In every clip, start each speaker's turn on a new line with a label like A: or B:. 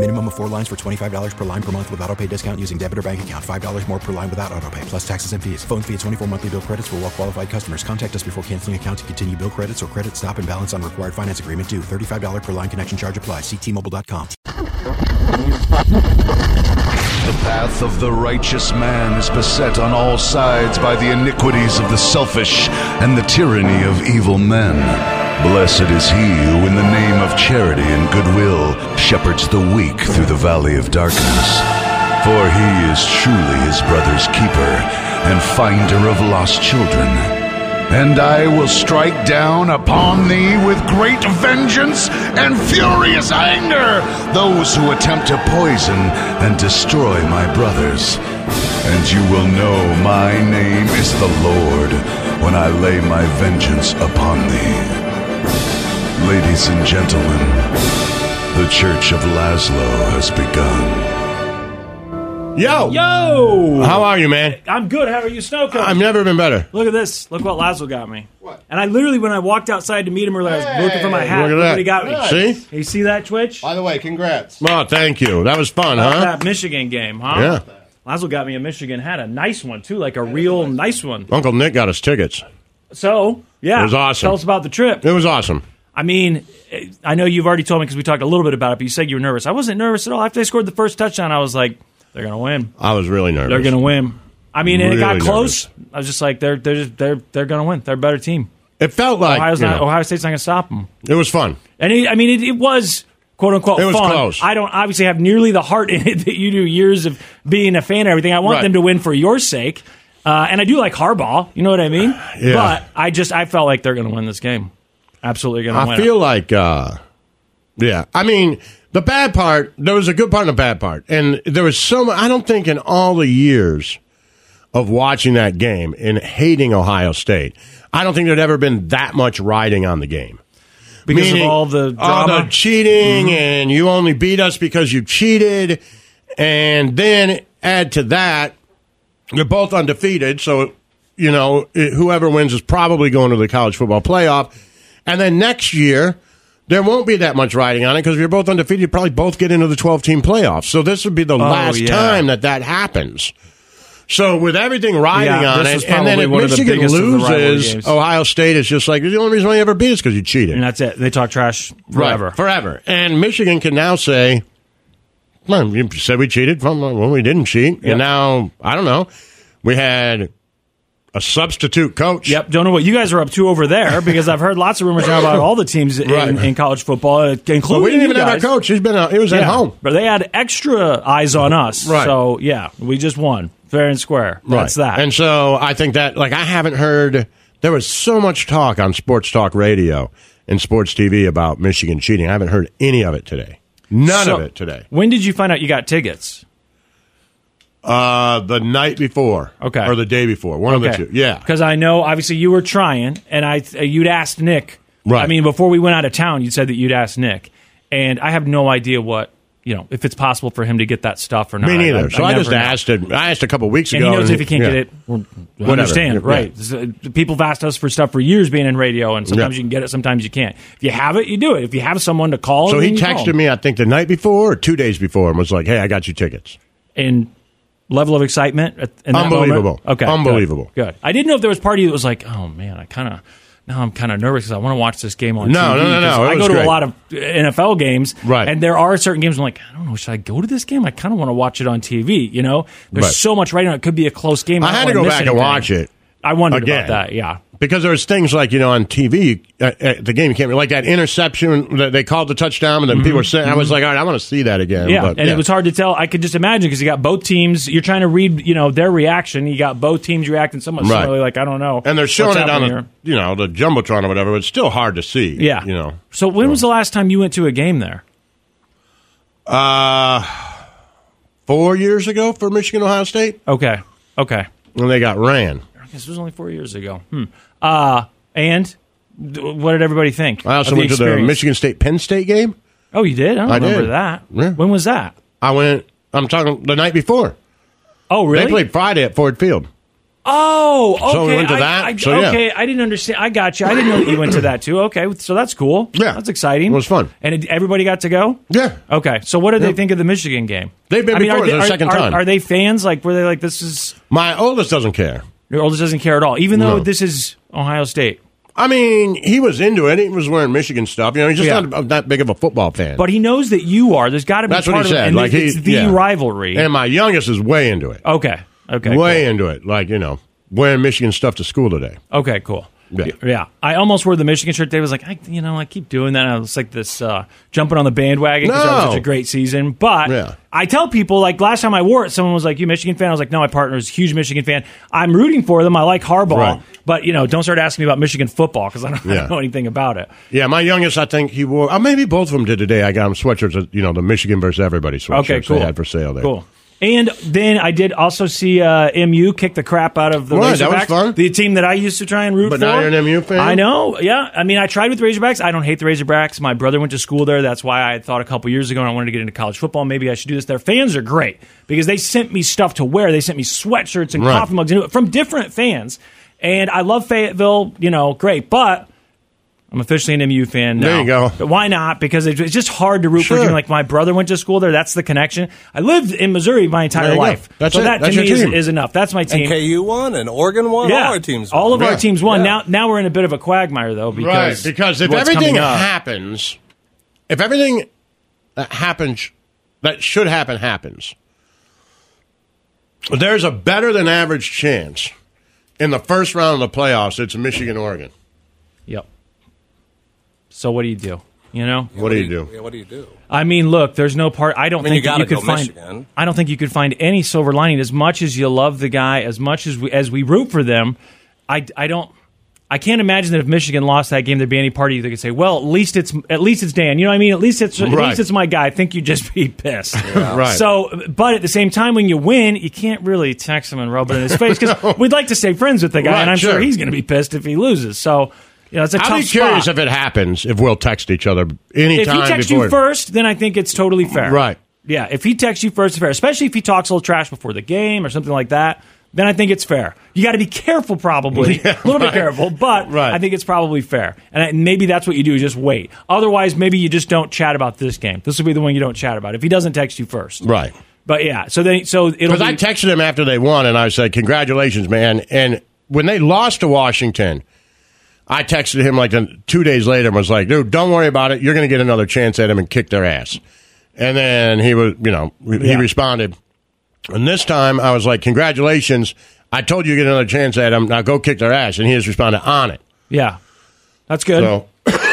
A: Minimum of four lines for $25 per line per month with auto pay discount using debit or bank account. $5 more per line without auto pay, plus taxes and fees. Phone fee at 24 monthly bill credits for all well qualified customers. Contact us before canceling account to continue bill credits or credit stop and balance on required finance agreement due. $35 per line connection charge applies. Ctmobile.com.
B: The path of the righteous man is beset on all sides by the iniquities of the selfish and the tyranny of evil men. Blessed is he who, in the name of charity and goodwill, shepherds the weak through the valley of darkness. For he is truly his brother's keeper and finder of lost children. And I will strike down upon thee with great vengeance and furious anger those who attempt to poison and destroy my brothers. And you will know my name is the Lord when I lay my vengeance upon thee. Ladies and gentlemen, the Church of Laszlo has begun.
C: Yo!
D: Yo.
C: How are you, man?
D: I'm good. How are you, Snow Cone?
C: I've never been better.
D: Look at this. Look what Lazo got me. What? And I literally, when I walked outside to meet him earlier, I was looking for my hat.
C: Look at that.
D: what he got me.
C: See?
D: You see that, Twitch?
E: By the way, congrats.
C: Oh, thank you. That was fun, huh?
D: That Michigan game, huh?
C: Yeah.
D: Lazo got me a Michigan hat, a nice one too, like a real nice one.
C: Uncle Nick got us tickets.
D: So, yeah,
C: It was awesome.
D: Tell us about the trip.
C: It was awesome.
D: I mean, I know you've already told me because we talked a little bit about it, but you said you were nervous. I wasn't nervous at all. After they scored the first touchdown, I was like, "They're gonna win.
C: I was really nervous.
D: They're gonna win." I mean, and it got
C: Really
D: close. I was just like, "They're they're just, they're they're gonna win. They're a better team.
C: It felt like
D: Ohio's
C: you
D: not,
C: know,
D: Ohio State's not gonna stop them."
C: it was fun.
D: And it, I mean, it, it was quote unquote
C: It was
D: fun.
C: close.
D: I don't obviously have nearly the heart in it that you do. Years of being a fan of everything, I want
C: Right.
D: them to win for your sake, uh, and I do like Harbaugh. You know what I mean?
C: Yeah.
D: But I just I felt like they're gonna win this game. Absolutely gonna
C: I
D: win.
C: feel like, uh, yeah. I mean, the bad part, there was a good part and a bad part. And there was so much, I don't think in all the years of watching that game and hating Ohio State, I don't think there'd ever been that much riding on the game.
D: because
C: Meaning,
D: of all the
C: all
D: drama.
C: the cheating, and you only beat us because you cheated, and then add to that, you're both undefeated, so you know it, whoever wins is probably going to the college football playoff, and then next year. There won't be that much riding on it because if you're both undefeated, you probably both get into the 12 team playoffs. So this would be the last
D: Oh, yeah.
C: time that that happens. So with everything riding
D: Yeah,
C: on
D: this was
C: it, and then
D: probably
C: if
D: one of the
C: Michigan
D: biggest of the rivalry
C: loses,
D: games.
C: Ohio State is just like the only reason why you ever beat is because you cheated.
D: and that's it. They talk trash
C: Right,
D: forever.
C: forever. And Michigan can now say, well, you said we cheated. Well, well, we didn't cheat.
D: Yep.
C: And now, I don't know. We had a substitute coach.
D: Yep, don't know what you guys are up to over there because I've heard lots of rumors now about all the teams in,
C: Right.
D: in college football, uh, including
C: But we didn't even
D: you
C: have our
D: guys.
C: coach. He's been out. He was at
D: Yeah,
C: home.
D: But they had extra eyes on us.
C: Right.
D: So, yeah, we just won fair and square. That's
C: right.
D: that.
C: And so I think that, like, I haven't heard. There was so much talk on sports talk radio and sports TV about Michigan cheating. I haven't heard any of it today. None
D: So,
C: of it today.
D: When did you find out you got tickets?
C: Uh, the night before,
D: Okay.
C: or the day before, one of the two. Yeah,
D: Because I know, obviously, you were trying, and I uh, you'd asked Nick.
C: Right.
D: I mean, before we went out of town, you said that you'd asked Nick, and I have no idea what you know if it's possible for him to get that stuff or not.
C: Me neither.
D: I-
C: so I,
D: never
C: just
D: know.
C: asked it. I asked a couple weeks
D: And
C: ago.
D: he knows if he can't
C: yeah.
D: get it. well, I
C: Whatever.
D: understand,
C: Yeah.
D: right? So, People have asked us for stuff for years being in radio, and sometimes
C: Yeah.
D: you can get it, sometimes you can't. If you have it, you do it. If you have someone to call,
C: So
D: then
C: he
D: you call
C: texted
D: 'em.
C: me, I think, the night before or two days before, and was like, "Hey, I got you tickets."
D: And level of excitement, at, in that moment?
C: Unbelievable.
D: okay, good,
C: Unbelievable.
D: Good. I didn't know if there was part of you that was like, oh man, I kind of. Now I'm kind of nervous because I want to watch this game on
C: No,
D: TV.
C: no, no, no.
D: 'cause
C: It
D: I
C: was
D: go to
C: great.
D: a lot of NFL games,
C: Right.
D: And there are certain games I'm like, I don't know, should I go to this game? I kind of want to watch it on TV. You know, there's
C: Right.
D: so much right now. It could be a close game.
C: I had to
D: don't
C: go
D: wanna
C: back
D: miss
C: and
D: anything.
C: watch it
D: I wondered
C: Again.
D: about that. Yeah.
C: Because there's things like you know on TV you- at, at uh, the game you can't like that interception that they called the touchdown and then people were saying I was like all right I want to see that again
D: Mm-hmm. Yeah,
C: but,
D: and it was hard to tell. I could just imagine because you got both teams. You're trying to read, you know, their reaction. You got both teams reacting somewhat
C: Right.
D: similarly. Like I don't know,
C: and they're
D: what's
C: showing it on
D: happening
C: the
D: here.
C: you know the jumbotron or whatever but it's still hard to see
D: Yeah.
C: you know
D: So when was the last time you went to a game there?
C: uh four years ago for Michigan Ohio State
D: Okay, okay.
C: when they got ran
D: This was only four years ago. Hmm. Uh, and d- what did everybody think?
C: I also
D: of the
C: went to the
D: experience?
C: Michigan State Penn State game
D: Oh, you did? I don't
C: I
D: remember
C: did.
D: that.
C: Yeah.
D: When was that?
C: I went I'm talking the night before
D: Oh, really?
C: they played Friday at Ford Field
D: Oh, okay.
C: So we went to
D: I-
C: that.
D: I,
C: So, yeah.
D: Okay, I didn't understand. I got you. I didn't know that you went to that too. Okay, so that's cool.
C: Yeah.
D: that's exciting.
C: It was fun.
D: And it, everybody got to go.
C: yeah
D: Okay, so what did
C: Yeah.
D: they think of the Michigan game?
C: They've been before.
D: are
C: It's their second
D: are-
C: time.
D: Are they fans? Like, were they like, this is
C: my oldest doesn't care
D: your oldest doesn't care at all, even though
C: No.
D: this is Ohio State.
C: I mean, he was into it. He was wearing Michigan stuff. You know, he's just
D: Yeah.
C: not that big of a football fan.
D: But he knows that you are. There's got to be
C: that's
D: part
C: what he
D: of it.
C: said.
D: And
C: Like
D: it's
C: he,
D: the
C: yeah.
D: rivalry.
C: And my youngest is way into it.
D: okay. Okay.
C: way into it. Like you know, wearing Michigan stuff to school today.
D: cool. Okay. Cool.
C: Yeah.
D: I almost wore the Michigan shirt. They was like, I, you know, I keep doing that. And I was like this uh, jumping on the bandwagon because that
C: No.
D: was such a great season. But
C: Yeah.
D: I tell people like last time I wore it, someone was like, "You Michigan fan?" I was like, "No, my partner is a huge Michigan fan. I'm rooting for them. I like Harbaugh,
C: Right.
D: but you know, don't start asking me about Michigan football because I don't
C: Yeah.
D: know anything about it."
C: Yeah, my youngest, I think he wore. Uh, maybe both of them did today. I got him sweatshirts. uh, You know, the Michigan versus everybody sweatshirts
D: Okay, cool.
C: they had for sale there.
D: Cool. And then I did also see uh, MU kick the crap out of the
C: Right,
D: Razorbacks,
C: that was fun.
D: the team that I used to try and root
C: But
D: for.
C: now you're an MU fan?
D: I know. Yeah, I mean, I tried with Razorbacks. I don't hate the Razorbacks. My brother went to school there. That's why I had thought a couple years ago and I wanted to get into college football. Maybe I should do this. Their fans are great because they sent me stuff to wear. They sent me sweatshirts and
C: Right.
D: coffee mugs and- from different fans. And I love Fayetteville. You know, great, but. I'm officially an MU fan now.
C: There you go.
D: But why not? Because it- it's just hard to root
C: Sure.
D: for. Like my brother went to school there. That's the connection. I lived in Missouri my
C: There
D: entire
C: you go.
D: life.
C: That's
D: so
C: it.
D: that
C: That's
D: to
C: your
D: me is,
C: team.
D: is enough. That's my team.
F: And KU won, and Oregon won.
D: yeah,
F: All our teams won.
D: all of
C: Yeah.
D: our teams won.
F: Yeah.
D: Now, now we're in a bit of a quagmire though because
C: right? Because if
D: what's
C: everything
D: coming up-
C: happens, if everything that happens that should happen happens, there's a better than average chance in the first round of the playoffs. It's Michigan Oregon.
D: yep. So what do you do? You know,
C: What do you do?
F: Yeah, what do you do?
D: I mean, look, there's no part. I don't
F: mean, you
D: think that
F: gotta
D: you could
F: go
D: find.
F: Michigan.
D: I don't think you could find any silver lining. As much as you love the guy, as much as we, as we root for them, I, I don't. I can't imagine that if Michigan lost that game, there'd be any party that could say, "Well, at least it's at least it's Dan." You know what I mean? At least it's at
C: Right.
D: least it's my guy. I think you'd just be pissed.
C: Right.
D: So, but at the same time, when you win, you can't really text him and rub it in his face because we'd like to stay friends with the guy,
C: Right,
D: and I'm sure,
C: sure.
D: he's going to be pissed if he loses. So, you know, it's a tough
C: I'll be curious
D: spot.
C: if it happens. If we'll text each other anytime
D: If he texts
C: before.
D: you first, then I think it's totally fair.
C: Right.
D: Yeah. If he texts you first, it's fair. Especially if he talks a little trash before the game or something like that, then I think it's fair. You got to be careful, probably a little bit careful, but
C: Right.
D: I think it's probably fair. And I- maybe that's what you do: is just wait. Otherwise, maybe you just don't chat about this game. This will be the one you don't chat about if he doesn't text you first.
C: right?
D: But yeah, so then so it'll
C: Because
D: be
C: I texted him after they won, and I said, "Congratulations, man!" And when they lost to Washington, I texted him like two days later and was like, "Dude, don't worry about it. You're going to get another chance at him and kick their ass." And then he was, you know, he
D: Yeah.
C: responded. And this time, I was like, "Congratulations! I told you you get another chance at him. Now go kick their ass." And he just responded, "On it."
D: yeah, that's good.
C: So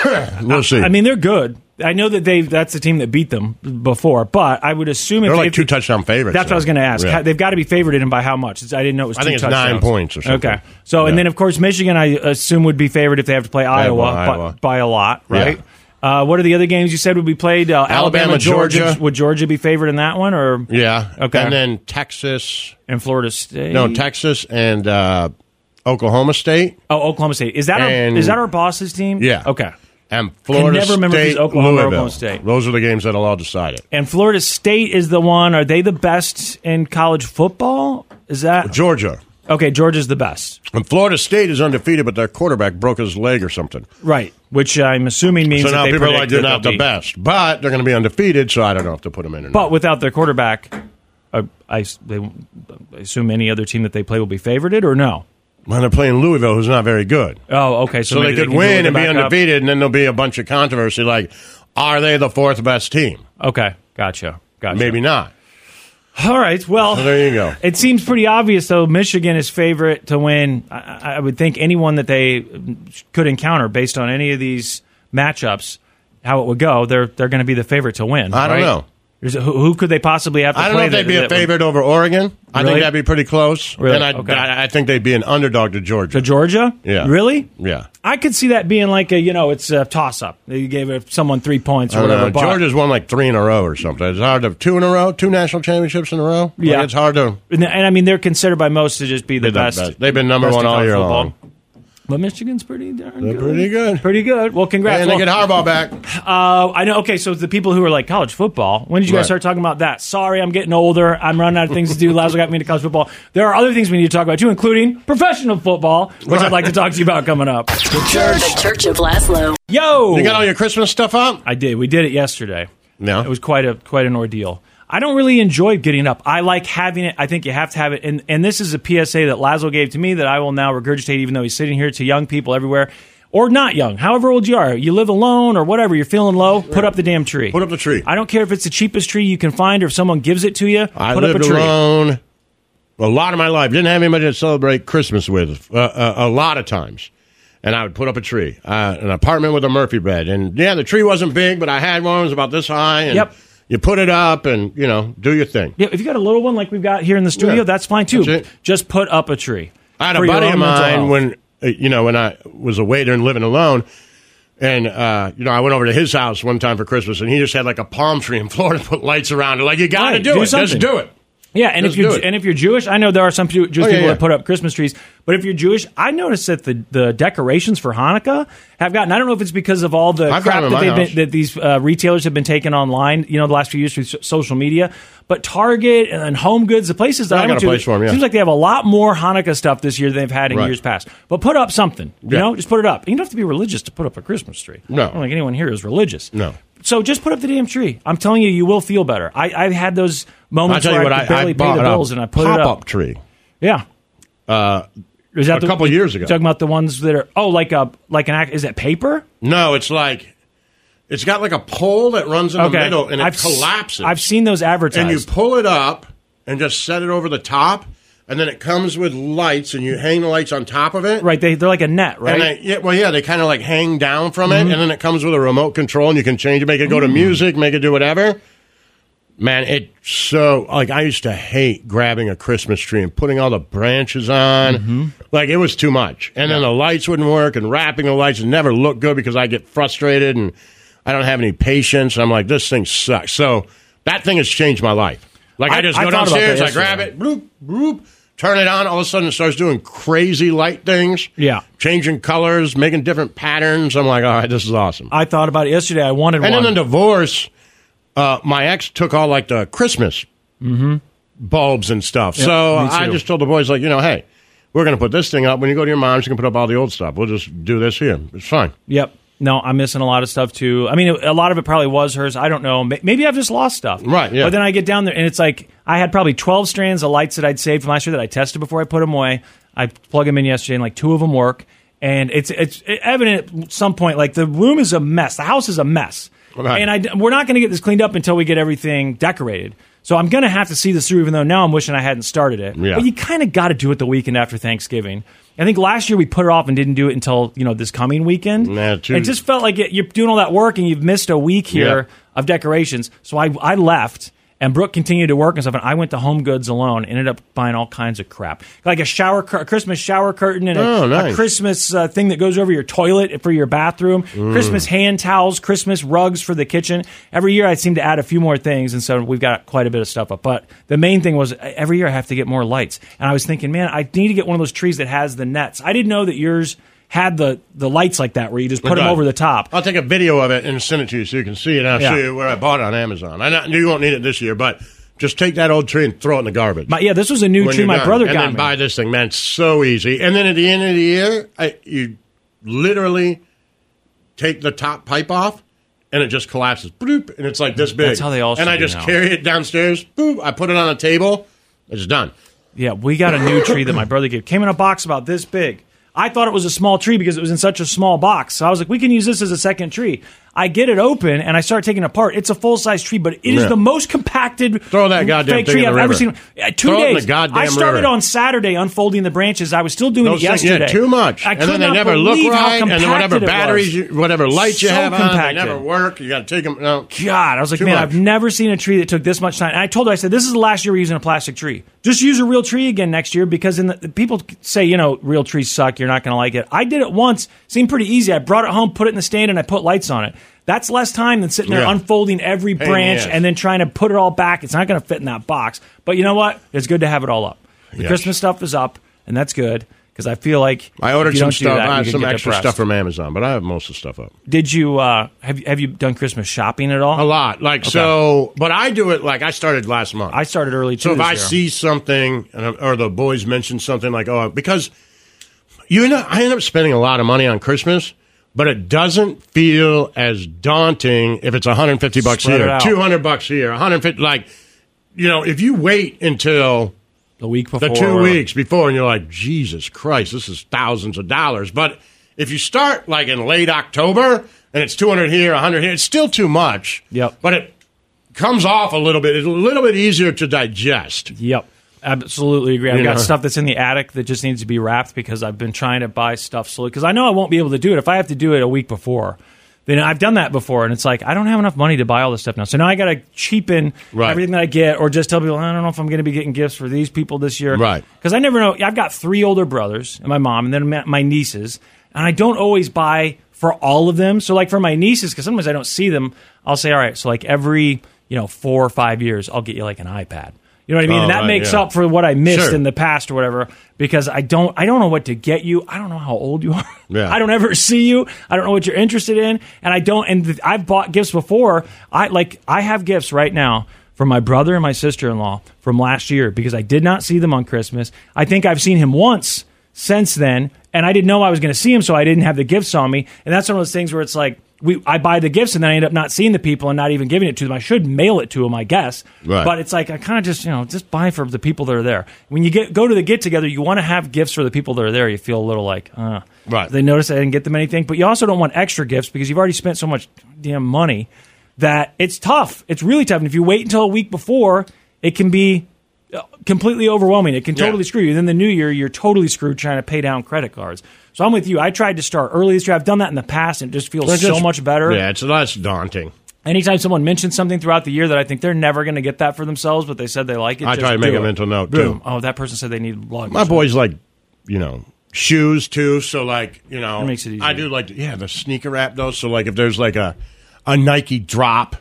C: we'll see.
D: I mean, they're good. I know that they that's the team that beat them before, but I would assume if
C: they're
D: if-
C: like two touchdown favorites.
D: That's what I was going to ask.
C: Yeah.
D: How- They've got to be favored in by how much? It's- I didn't know it was.
C: I
D: two
C: think it's nine
D: touchdowns.
C: points or something.
D: Okay. So and
C: Yeah.
D: then of course Michigan, I assume would be favored if they have to play Iowa, but-
C: Iowa.
D: by a lot, right? Uh, what are the other games you said would be played? Uh,
C: Alabama, Georgia.
D: Would Georgia be favored in that one, or
C: yeah.
D: Okay.
C: And then Texas.
D: in Florida State?
C: No, Texas and uh, Oklahoma State
D: oh, Oklahoma State. Is that
C: And-
D: our, is that our boss's team?
C: Yeah.
D: Okay.
C: and Florida
D: never remember if
C: State,
D: it's Oklahoma or
C: Louisville.
D: Oklahoma State.
C: Those are the games that'll all decide it.
D: And Florida State is the one. Are they the best in college football? Is that
C: Georgia.
D: okay? Georgia's the best,
C: And Florida State is undefeated, but their quarterback broke his leg or something.
D: right? Which I'm assuming means
C: So
D: that
C: now
D: they
C: people are
D: predict
C: like, they're
D: that
C: not
D: they'll
C: the
D: be-
C: best, but they're going to be undefeated, so I don't know if to put them in or
D: But
C: not.
D: without their quarterback, uh, I, s- they, I assume any other team that they play will be favorited or no?
C: When they're playing Louisville, who's not very good.
D: Oh, okay. So,
C: So
D: maybe
C: they could
D: can
C: win and be
D: back up.
C: undefeated, and then there'll be a bunch of controversy like, are they the fourth best team?
D: Okay, gotcha, gotcha.
C: Maybe not.
D: All right. Well,
C: there you go.
D: It seems pretty obvious, though. Michigan is favorite to win. I, I would think anyone that they could encounter, based on any of these matchups, how it would go, they're they're going to be the favorite to win.
C: I don't
D: right?
C: know.
D: Is it- who, who could they possibly have to
C: I don't know
D: play?
C: if they'd
D: that-
C: be a
D: that would-
C: favorite over Oregon. I
D: Really?
C: think that'd be pretty close.
D: Really?
C: And I,
D: Okay.
C: I, I think they'd be an underdog to Georgia.
D: to Georgia?
C: Yeah.
D: Really?
C: Yeah.
D: I could see that being like a you know it's a toss up. They gave someone three points
C: I
D: or
C: don't
D: whatever.
C: know.
D: but-
C: Georgia's won like three in a row or something. It's hard to two in a row, two national championships in a row. Like,
D: Yeah.
C: it's hard to.
D: And, and I mean, they're considered by most to just be the,
C: They're the
D: best.
C: best. They've been number
D: best
C: one
D: in
C: all
D: college
C: year
D: football.
C: long.
D: But Michigan's pretty darn
C: They're
D: good.
C: pretty good.
D: Pretty good. Well, congrats.
C: And they
D: Well,
C: get Harbaugh back.
D: uh, I know. Okay, so the people who are like college football. When did you guys
C: Right.
D: start talking about that? Sorry, I'm getting older. I'm running out of things to do. Lazo got me into college football. There are other things we need to talk about too, including professional football, which I'd like to talk to you about coming up.
E: The Church of Laszlo.
D: Yo,
C: You got all your Christmas stuff out?
D: I did. We did it yesterday.
C: No.
D: It was quite a quite an ordeal. I don't really enjoy getting up. I like having it. I think you have to have it. And and this is a PSA that Lazo gave to me that I will now regurgitate, even though he's sitting here to young people everywhere, or not young, however old you are. You live alone or whatever. You're feeling low. Put up the damn tree.
C: Put up the tree.
D: I don't care if it's the cheapest tree you can find or if someone gives it to you.
C: I
D: put up
C: lived
D: a tree.
C: alone a lot of my life. Didn't have anybody to celebrate Christmas with uh, uh, a lot of times. And I would put up a tree, uh, an apartment with a Murphy bed. And yeah, the tree wasn't big, but I had one. It was about this high. And
D: Yep.
C: You put it up and, you know, do your thing.
D: Yeah, if you got a little one like we've got here in the studio,
C: Yeah.
D: that's fine too.
C: That's it.
D: Just put up a tree.
C: I had a
D: For your
C: buddy
D: own
C: of
D: mental
C: mine
D: health.
C: when uh, you know when I was a waiter and living alone, and uh, you know I went over to his house one time for Christmas, and he just had like a palm tree in Florida, put lights around it. Like you got to
D: Right,
C: do,
D: do
C: it,
D: something.
C: just do it.
D: Yeah, and
C: Just
D: if you
C: do it.
D: and if you're Jewish, I know there are some Jew- Jewish
C: Oh, yeah,
D: people
C: yeah.
D: that put up Christmas trees. But if you're Jewish, I noticed that the, the decorations for Hanukkah have gotten. I don't know if it's because of all the
C: I've got
D: crap that
C: them in my
D: they've
C: house.
D: been, that these uh, retailers have been taking online. You know, the last few years through so- social media. But Target and Home Goods, the places that I
C: I got
D: went
C: a
D: to,
C: place for 'em, yeah.
D: seems like they have a lot more Hanukkah stuff this year than they've had in
C: Right.
D: years past. But put up something. You
C: Yeah.
D: know, just put it up. You don't have to be religious to put up a Christmas tree.
C: No.
D: I don't think anyone here is religious.
C: No.
D: So just put up the damn tree. I'm telling you, you will feel better. I, I've had those
C: I
D: moments
C: tell you
D: where
C: what,
D: I,
C: I,
D: could barely
C: I
D: pay
C: bought
D: the bills
C: a
D: and I put
C: pop
D: it up.
C: up tree.
D: Yeah.
C: Uh,
D: Is that
C: a couple years ago.
D: Talking about the ones that are oh like a like an act is that paper?
C: No, it's like it's got like a pole that runs in the middle and it
D: I've s-
C: collapses.
D: I've seen those advertised.
C: and you pull it up and just set it over the top, and then it comes with lights, and you hang the lights on top of it.
D: right, they they're like a net, right? Mm-hmm.
C: And they, yeah, well, yeah, they kind of like hang down from it, and then it comes with a remote control, and you can change it, make it
D: Mm.
C: go to music, make it do whatever. Man, it so like I used to hate grabbing a Christmas tree and putting all the branches on.
D: Mm-hmm.
C: Like it was too much, and then the lights wouldn't work, and wrapping the lights never looked good because I get frustrated and I don't have any patience. I'm like, this thing sucks. So that thing has changed my life. Like I,
D: I-
C: just
D: I
C: go
D: thought about that
C: downstairs, I
D: yesterday.
C: grab it, bloop, bloop, turn it on. All of a sudden, it starts doing crazy light things
D: Yeah.
C: changing colors, making different patterns. I'm like, all right, this is awesome.
D: I thought about it yesterday. I wanted
C: and
D: one.
C: then the divorce, uh, my ex took all like the Christmas bulbs and stuff. so
D: Mm-hmm.
C: uh,
D: me
C: I
D: too.
C: just told the boys, like, you know, hey, we're going to put this thing up. When you go to your mom's, you can put up all the old stuff. We'll just do this here. It's fine.
D: Yep. No, I'm missing a lot of stuff too. I mean, a lot of it probably was hers. I don't know. May- Maybe I've just lost stuff.
C: Right, yeah.
D: But then I get down there and it's like I had probably 12 strands of lights that I'd saved from last year that I tested before I put them away. I plug them in yesterday and like two of them work. And it's it's evident at some point like the room is a mess. The house is a mess.
C: Right.
D: And I d- we're not going to get this cleaned up until we get everything decorated. So I'm going to have to see this through, even though now I'm wishing I hadn't started it.
C: Yeah.
D: But you kind of got to do it the weekend after Thanksgiving. I think last year we put it off and didn't do it until you know this coming weekend.
C: Nah, too-
D: It just felt like it, you're doing all that work and you've missed a week here
C: Yeah.
D: of decorations. So I, I left and Brooke continued to work and stuff. And I went to Home Goods alone, ended up buying all kinds of crap, like a shower, cur- a Christmas shower curtain and a,
C: Oh,
D: a
C: nice.
D: Christmas uh, thing that goes over your toilet for your bathroom,
C: Mm.
D: Christmas hand towels, Christmas rugs for the kitchen. Every year I seem to add a few more things. And so we've got quite a bit of stuff up. But the main thing was uh, every year I have to get more lights. And I was thinking, man, I need to get one of those trees that has the nets. I didn't know that yours had the, the lights like that where you just put them
C: Done.
D: over the top.
C: I'll take a video of it and send it to you so you can see it. And I'll
D: Yeah.
C: show you where I bought it on Amazon. I know you won't need it this year, but just take that old tree and throw it in the garbage.
D: My, yeah, this was a new
C: when
D: tree
C: you're
D: my
C: done.
D: brother
C: and
D: got
C: then
D: me.
C: buy this thing, man. It's so easy. And then at the end of the year, I, you literally take the top pipe off, and it just collapses. Bloop, and it's like this big.
D: That's how they all should
C: And I
D: be
C: just
D: now.
C: carry it downstairs. Boop. I put it on a table. It's done.
D: Yeah, we got a new tree that my brother gave. Came in a box about this big. I thought it was a small tree because it was in such a small box. So I was like, we can use this as a second tree. I get it open and I start taking it apart. It's a full size tree, but it is
C: Yeah.
D: the most compacted throw
C: that goddamn
D: fake
C: thing
D: tree
C: in the
D: I've ever
C: river.
D: seen. Uh, Two
C: Throw it in
D: days.
C: the goddamn
D: I started
C: river.
D: on Saturday unfolding the branches. I was still doing
C: Those
D: it
C: things- yeah,
D: yesterday.
C: too much.
D: I
C: And
D: could
C: then they
D: not
C: never look
D: believe how
C: right, and then
D: compacted
C: whatever
D: it was.
C: batteries you- whatever lights you
D: So
C: have on, they
D: compacted.
C: never work. You got to take them. No.
D: God, I was like,
C: Too
D: man,
C: much.
D: I've never seen a tree that took this much time. And I told her, I said, this is the last year we're using a plastic tree. Just use a real tree again next year because in the, people say, you know, real trees suck. You're not going to like it. I did it once. Seemed pretty easy. I brought it home, put it in the stand, and I put lights on it. That's less time than sitting there
C: Yeah.
D: unfolding every
C: Pain in the
D: branch
C: ass.
D: and then trying to put it all back. It's not going to fit in that box. But you know what? It's good to have it all up. The
C: Yes.
D: Christmas stuff is up, and that's good because I feel like
C: I ordered
D: if you
C: some
D: don't do
C: stuff.
D: that,
C: I
D: you
C: have
D: could
C: some
D: get
C: extra
D: depressed.
C: stuff from Amazon, but I have most of the stuff up.
D: Did you uh, have you- have you done Christmas shopping at all? A
C: lot, like so. But I do it like I started last month. I
D: started early too.
C: So if
D: this
C: I
D: year.
C: see something, and I'm- or the boys mention something like, oh, because you end up, I end up spending a lot of money on Christmas, but it doesn't feel as daunting if it's 150 bucks
D: Spread it
C: here,
D: out.
C: 200 bucks here, 150. Like, you know, if you wait until
D: the week
C: the
D: before
C: two
D: or-
C: weeks before, and you're like, Jesus Christ, this is thousands of dollars. But if you start like in late October and it's 200 here, 100 here, it's still too much. Yep. But it comes off a little bit. It's a little bit easier to digest.
D: Yep. Absolutely agree. I've
C: You
D: got
C: know.
D: stuff that's in the attic that just needs to be wrapped because I've been trying to buy stuff slowly because I know I won't be able to do it if I have to do it a week before. Then I've done that before, and it's like I don't have enough money to buy all this stuff now. So now I got to cheapen everything that I get, or just tell people I don't know if I'm going to be getting gifts for these people this year,
C: Right.
D: Because I never know. I've got three older brothers and my mom, and then my- my nieces, and I don't always buy for all of them. So like for my nieces, because sometimes I don't see them, I'll say, all right, so like every you know four or five years, I'll get you like an iPad. You know what I mean?
C: Oh,
D: and that
C: right,
D: makes
C: yeah.
D: up for what I missed
C: Sure.
D: in the past or whatever because I don't I don't know what to get you. I don't know how old you are.
C: Yeah.
D: I don't ever see you. I don't know what you're interested in and I don't and th- I've bought gifts before. I like I have gifts right now from my brother and my sister-in-law from last year because I did not see them on Christmas. I think I've seen him once since then and I didn't know I was going to see him so I didn't have the gifts on me and that's one of those things where it's like we, I buy the gifts and then I end up not seeing the people and not even giving it to them. I should mail it to them, I guess.
C: Right.
D: But it's like I kind of just you know just buy for the people that are there. When you get go to the get together, you want to have gifts for the people that are there. You feel a little like, uh, right? They notice I didn't get them anything, but you also don't want extra gifts because you've already spent so much damn money that it's tough. It's really tough, and if you wait until a week before, it can be uh, completely overwhelming. It can
C: Yeah.
D: totally screw you. Then the new year, you're totally screwed trying to pay down credit cards. So I'm with you. I tried to start early this year. I've done that in the past, and it just feels
C: It's
D: so
C: just-
D: much better
C: Yeah, it's less daunting.
D: anytime someone mentions something throughout the year that I think they're never going to get that for themselves, but they said they like it,
C: I
D: just
C: try to make
D: do
C: a
D: it.
C: mental note,
D: Boom.
C: too.
D: Oh, that person said they need luggage.
C: My boys like, you know, shoes too. So like, you know,
D: That makes it easier.
C: I do like, yeah, the sneaker app though. So like, if there's like a a Nike drop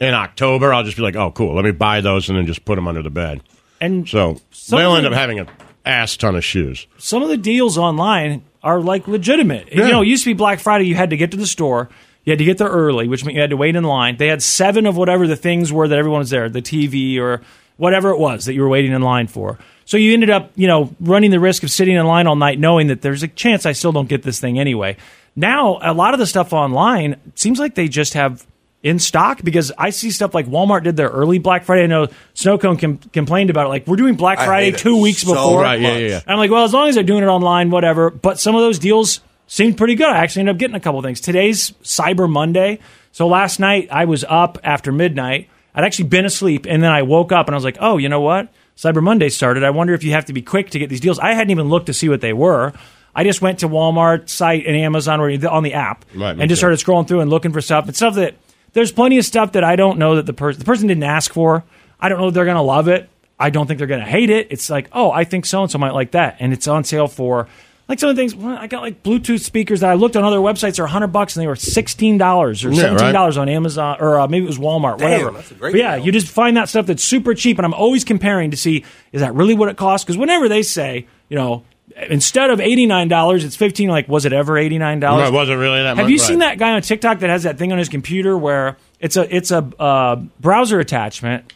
C: in October, I'll just be like, oh, cool. Let me buy those and then just put them under the bed.
D: And
C: so
D: some
C: they'll
D: of
C: end
D: the-
C: up having an ass ton of shoes.
D: some of the deals online are like legitimate.
C: Yeah.
D: You know, it used to be Black Friday, you had to get to the store. You had to get there early, which meant you had to wait in line. They had seven of whatever the things were that everyone was there, the TV or whatever it was that you were waiting in line for. So you ended up, you know, running the risk of sitting in line all night knowing that there's a chance I still don't get this thing anyway. Now, a lot of the stuff online seems like they just have in stock because I see stuff like Walmart did their early Black Friday. I know Snowcone com- complained about it. Like, we're doing Black
C: I
D: Friday
C: hate it
D: two weeks
C: so
D: before.
C: Right, yeah, yeah, yeah.
D: And I'm like, well, as long as they're doing it online, whatever. But some of those deals seemed pretty good. I actually ended up getting a couple things. Today's Cyber Monday. So last night I was up after midnight. I'd actually been asleep and then I woke up and I was like, oh, you know what? Cyber Monday started. I wonder if you have to be quick to get these deals. I hadn't even looked to see what they were. I just went to Walmart site and Amazon or on the app
C: Right, me
D: and just
C: too.
D: started started scrolling through and looking for stuff and stuff that there's plenty of stuff that I don't know that the person the person didn't ask for. I don't know if they're gonna love it. I don't think they're gonna hate it. It's like, oh, I think so and so might like that, and it's on sale for like some of the things. well, I got like Bluetooth speakers that I looked on other websites are hundred bucks and they were sixteen dollars or
C: Yeah, right.
D: seventeen dollars on Amazon or uh, maybe it was Walmart,
G: Damn,
D: whatever.
G: that's a great
D: But yeah, you just find that stuff that's super cheap, and I'm always comparing to see is that really what it costs? Because whenever they say, you know. Instead of eighty nine dollars, it's fifteen. Like, was it ever eighty nine dollars?
C: No, it wasn't really
D: Have
C: that much,
D: you
C: right.
D: seen that guy on TikTok that has that thing on his computer where it's a it's a uh, browser attachment,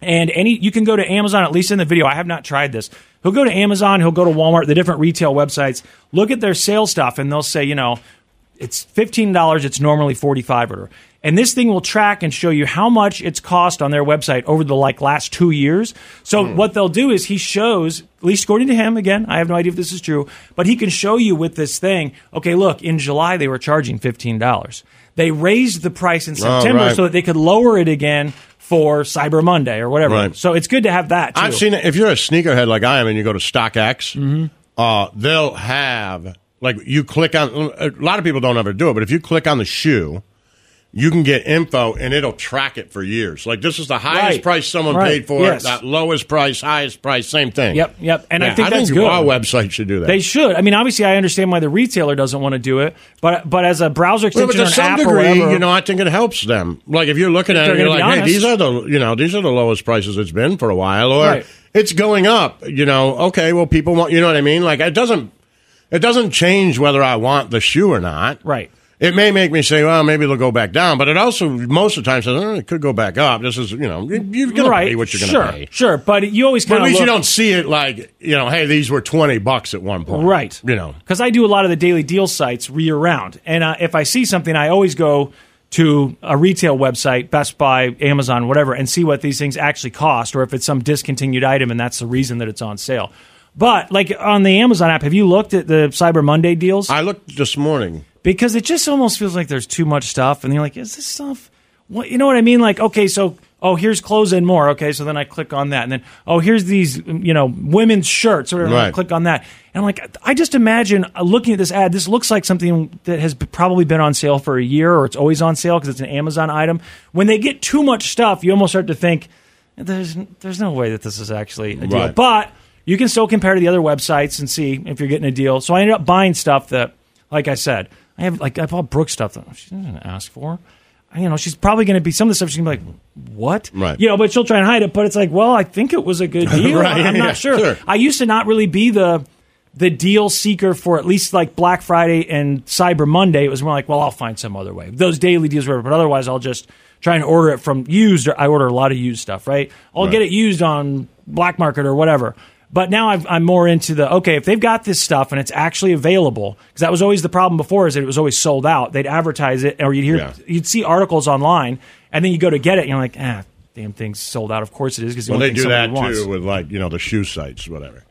D: and any you can go to Amazon at least in the video. I have not tried this. He'll go to Amazon, he'll go to Walmart, the different retail websites, look at their sales stuff, and they'll say, you know, it's fifteen dollars. It's normally forty five or. And this thing will track and show you how much it's cost on their website over the like last two years. So
C: Hmm.
D: what they'll do is he shows, at least according to him, again, I have no idea if this is true, but he can show you with this thing, okay, look, in July they were charging fifteen dollars. They raised the price in
C: Oh,
D: September
C: right.
D: so that they could lower it again for Cyber Monday or whatever.
C: Right.
D: So it's good to have that. Too. Mm-hmm.
C: I've seen it. If you're a sneakerhead like I am, and you go to StockX, uh, they'll have like you click on. A lot of people don't ever do it, but if you click on the shoe, you can get info, and it'll track it for years. Like this is the highest
D: Right.
C: price someone
D: Right.
C: paid for
D: Yes.
C: it, that lowest price, highest price, same thing.
D: Yep, yep. And I
C: Yeah,
D: think that's good.
C: Our website should do that.
D: They should. I mean, obviously, I understand why the retailer doesn't want to do it, but but as a browser
C: Well,
D: extension
C: but
D: or
C: to
D: an
C: some
D: app
C: degree,
D: or whatever,
C: you know, I think it helps them. Like if you're looking
D: If
C: at
D: they're
C: it, you're
D: gonna
C: like,
D: be honest.
C: hey, these are the you know these are the lowest prices it's been for a while, or
D: Right.
C: it's going up. You know, okay, well, people want you know what I mean. Like it doesn't it doesn't change whether I want the shoe or not.
D: Right.
C: It may make me say, well, maybe it'll go back down, but it also most of the time says oh, it could go back up. This is you know you- you're going
D: right?
C: to pay what you're going
D: sure,
C: to pay.
D: sure. But you always
C: But
D: kind
C: at
D: of
C: least you don't see it like you know, hey, these were twenty bucks at one point,
D: Right.
C: You know,
D: because I do a lot of the daily deal sites year round, and uh, if I see something, I always go to a retail website, Best Buy, Amazon, whatever, and see what these things actually cost, or if it's some discontinued item, and that's the reason that it's on sale. But like on the Amazon app, have you looked at the Cyber Monday deals? I
C: looked this morning
D: because it just almost feels like there's too much stuff, and you're like, is this stuff? What you know what I mean? Like, okay, so oh, here's clothes and more. Okay, so then I click on that, and then oh, here's these you know women's shirts, or I
G: Right.
D: click on that, and I'm like, I just imagine uh, looking at this ad. This looks like something that has b- probably been on sale for a year, or it's always on sale because it's an Amazon item. When they get too much stuff, you almost start to think there's there's no way that this is actually a deal,
G: Right.
D: but. You can still compare to the other websites and see if you're getting a deal. So I ended up buying stuff that, like I said, I have like I bought Brooke stuff that she didn't ask for. I, you know, she's probably going to be some of the stuff she's going to be like, what?
C: Right.
D: You know, but she'll try and hide it. But it's like, well, I think it was a good deal.
C: Right,
D: I'm not
C: yeah,
D: sure.
C: sure.
D: I used to not really be the the deal seeker for at least like Black Friday and Cyber Monday. It was more like, well, I'll find some other way. Those daily deals, whatever. But otherwise, I'll just try and order it from used. Or I order a lot of used stuff, right? I'll
G: Right.
D: get it used on Black Market or whatever. But now I've, I'm more into the okay. If they've got this stuff and it's actually available, because that was always the problem before, is that it was always sold out. They'd advertise it, or you'd hear,
C: Yeah.
D: you'd see articles online, and then you go to get it, and you're like, ah, damn thing's sold out. Of course it is, because
C: Well, they do that too with like you know the shoe sites, whatever.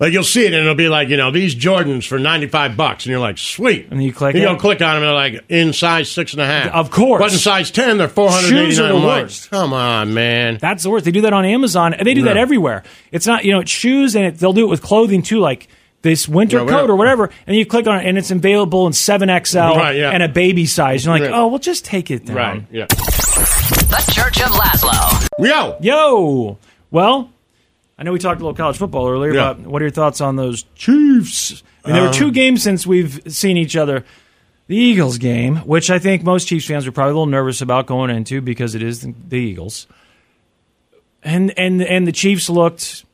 C: Like you'll see it and it'll be like you know these Jordans for ninety five bucks, and you're like sweet. And you
D: click
C: you
D: it.
C: go click on them, and they're like in size six and a half.
D: Of course.
C: but in size ten, they're four hundred eighty
D: Shoes are
C: nine.
D: the
C: Like,
D: worst.
C: Come on, man.
D: That's the worst. They do that on Amazon. and They do that
C: Yeah.
D: everywhere. It's not, you know, it's shoes and it, they'll do it with clothing too, like this winter
C: Yeah, we
D: coat
C: don't-
D: or whatever. And you click on it and it's available in 7XL
C: Right, yeah.
D: and a baby size. You're like,
C: Yeah.
D: oh, we'll just take it down.
C: Right. Yeah.
E: The Church of Laszlo.
C: Yo.
D: Yo. Well, I know we talked a little college football earlier,
G: Yeah.
D: but what are your thoughts on those Chiefs? I mean, there were
G: Um,
D: two games since we've seen each other. The Eagles game, which I think most Chiefs fans were probably a little nervous about going into because it is the the Eagles. And and and the Chiefs looked,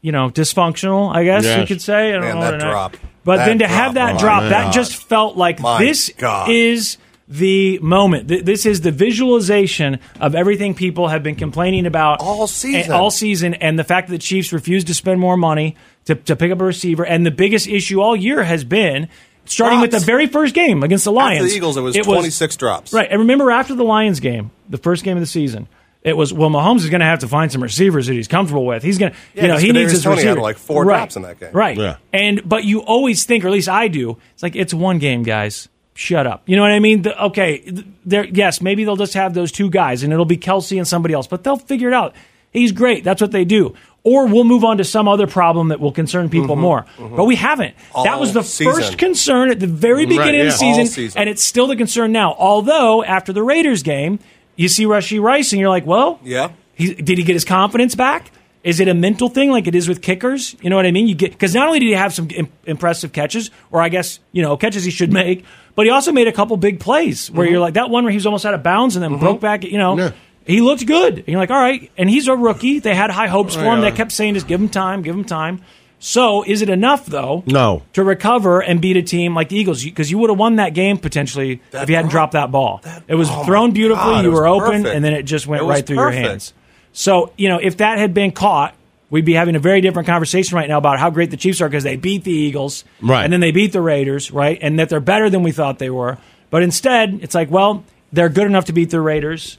D: you know, dysfunctional, I guess you
G: Yes.
D: could say. I don't
G: Man,
D: know
G: that
D: what I-
G: drop.
D: But
G: That
D: then to
G: drop,
D: have that
G: oh
D: drop,
G: my
D: that
G: God.
D: just felt like
G: My
D: this
G: God.
D: is the moment. Th- This is the visualization of everything people have been complaining about all
H: season.
D: all season, and the fact that the Chiefs refused to spend more money to, to pick up a receiver, and the biggest issue all year has been starting with the very first game against the Lions.
H: After the Eagles, it was 26 drops.
D: Right, and remember after the Lions game, the first game of the season. It was well. Mahomes is going to have to find some receivers that he's comfortable with. He's going to,
H: Yeah,
D: you know,
H: 'cause
D: he needs
H: Kadarius
D: his
H: Toney had,
D: receiver.
H: like, four
D: right.
H: drops in that game.
D: Right.
H: Yeah.
D: And but you always think, or at least I do, it's like it's one game, guys. Shut up. You know what I mean? The, okay, th- there. Yes, maybe they'll just have those two guys, and it'll be Kelsey and somebody else, but they'll figure it out. He's great. That's what they do. Or we'll move on to some other problem that will concern people
G: Mhm,
D: more.
G: mhm.
D: But we haven't. that
G: All
D: was the
G: season.
D: first concern at the very
G: Right,
D: beginning of
G: yeah.
D: the season,
G: All season.
D: and it's still the concern now. Although after the Raiders game, you see Rushy Rice, and you're like, well,
H: Yeah.
D: he, did he get his confidence back? Is it a mental thing like it is with kickers? You know what I mean? You get because not only did he have some im- impressive catches, or I guess you know catches he should make, but he also made a couple big plays where you're like that one where he was almost out of bounds and then broke back. You know, he looked good. And you're like, all right, and he's a rookie. They had high hopes for him.
C: Oh, Yeah.
D: They kept saying, just give him time, give him time. So is it enough though?
C: No.
D: To recover and beat a team like the Eagles, because you would have won that game potentially if you hadn't dropped that ball. it was
G: oh my
D: thrown beautifully,
G: God,
D: you
G: it was
D: were open,
G: perfect.
D: and then it just went
G: It was
D: right through your
G: perfect.
D: hands. So, you know, if that had been caught, we'd be having a very different conversation right now about how great the Chiefs are because they beat the Eagles.
G: Right.
D: And then they beat the Raiders, right? And that they're better than we thought they were. But instead, it's like, well, they're good enough to beat the Raiders.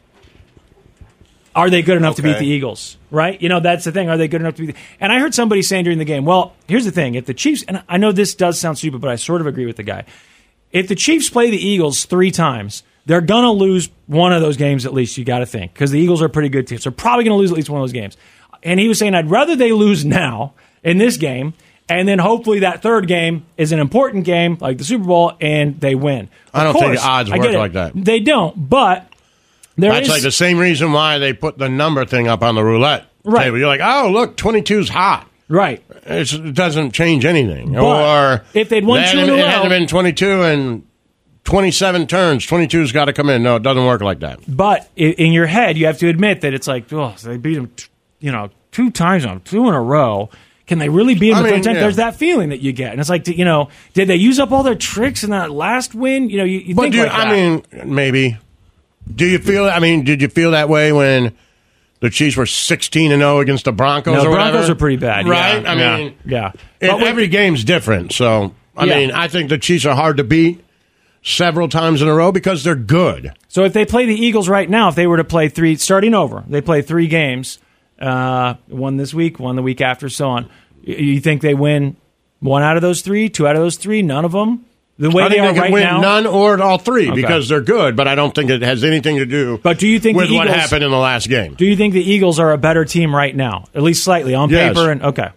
D: Are they good enough to beat
G: Okay.
D: the Eagles? Right? You know, that's the thing. Are they good enough to beat the And I heard somebody saying during the game, well, here's the thing. If the Chiefs, and I know this does sound stupid, but I sort of agree with the guy. If the Chiefs play the Eagles three times, They're going to lose one of those games at least, you got to think, because the Eagles are a pretty good team. So they're probably going to lose at least one of those games. And he was saying, I'd rather they lose now in this game, and then hopefully that third game is an important game, like the Super Bowl, and they win.
C: I
D: Of
C: don't think
D: course,
C: the odds
D: I
C: work
D: get it.
C: like that.
D: They don't, but there
C: That's
D: is-
C: like the same reason why they put the number thing up on the roulette
D: Right.
C: table. You're like, oh, look, 22's hot.
D: Right.
C: It's, it doesn't change anything.
D: But
C: or
D: if they'd won
C: that
D: two in
C: had-
D: a
C: it had
D: row-
C: been 22 and 27 turns. 22's got to come in. No, it doesn't work like that.
D: But i- in your head, you have to admit that it's like, oh, they beat them, you know, two times on two in a row. Can they really beat
C: I
D: them the
C: mean,
D: third time?
C: yeah.
D: There's that feeling that you get, and it's like, you know, did they use up all their tricks in that last win? You know, you, you
C: But
D: think
C: do you-
D: like that.
C: I mean, maybe. Do you feel? I mean, did you feel that way when the Chiefs were sixteen and zero against the Broncos?
D: No,
C: or
D: Broncos
C: whatever?
D: are pretty bad,
C: right?
D: yeah,
C: I
D: yeah,
C: mean,
D: yeah.
C: and
D: But with-
C: every game's different. So, I
D: Yeah.
C: mean, I think the Chiefs are hard to beat several times in a row because they're good.
D: So if they play the Eagles right now, if they were to play three, starting over, they play three games, uh, one this week, one the week after, so on. Y- You think they win one out of those three, two out of those three, none of them? The way
C: I think
D: they are
C: can
D: right
C: win
D: now,
C: none or all three
D: Okay.
C: because they're good. But I don't think it has anything to do.
D: But do you think
C: with
D: the
C: what
D: Eagles-
C: happened in the last game?
D: Do you think the Eagles are a better team right now, at least slightly on
C: Yes.
D: paper? And okay,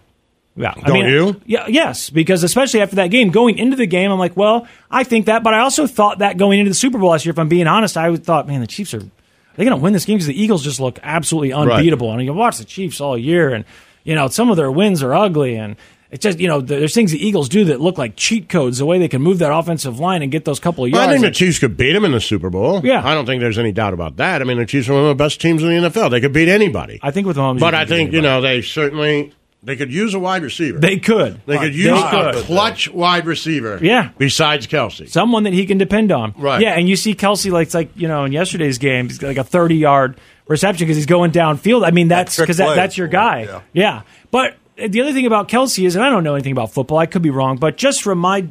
D: yeah, I
C: Don't
D: mean,
C: you?
D: Yeah, yes, because especially after that game, going into the game, I'm like, well, I think that, but I also thought that going into the Super Bowl last year. If I'm being honest, I would thought, man, the Chiefs are they're going to win this game because the Eagles just look absolutely
C: Right.
D: unbeatable, and you watch the Chiefs all year, and you know some of their wins are ugly and. It's just you know th- there's things the Eagles do that look like cheat codes. The way they can move that offensive line and get those couple of yards.
C: I think
D: And-
C: the Chiefs could beat them in the Super Bowl. Yeah, I don't think there's any doubt about that. I mean, the Chiefs are one of the best teams in the NFL. They could beat anybody.
D: I think with Mahomes,
C: but
D: you
C: I
D: can do
C: think you know they certainly they could use a wide receiver.
D: They could.
C: They
D: They
C: could use a
D: could.
C: clutch wide receiver.
D: Yeah.
C: besides Kelsey.
D: someone that he can depend on.
C: Right.
D: Yeah, and you see Kelsey like it's like you know in yesterday's game, he's got like a thirty yard reception because he's going downfield. I mean that's
G: trick
D: because that,
G: play.
D: that's your guy. Yeah. But the other thing about Kelsey is, and I don't know anything about football. I could be wrong, but just from my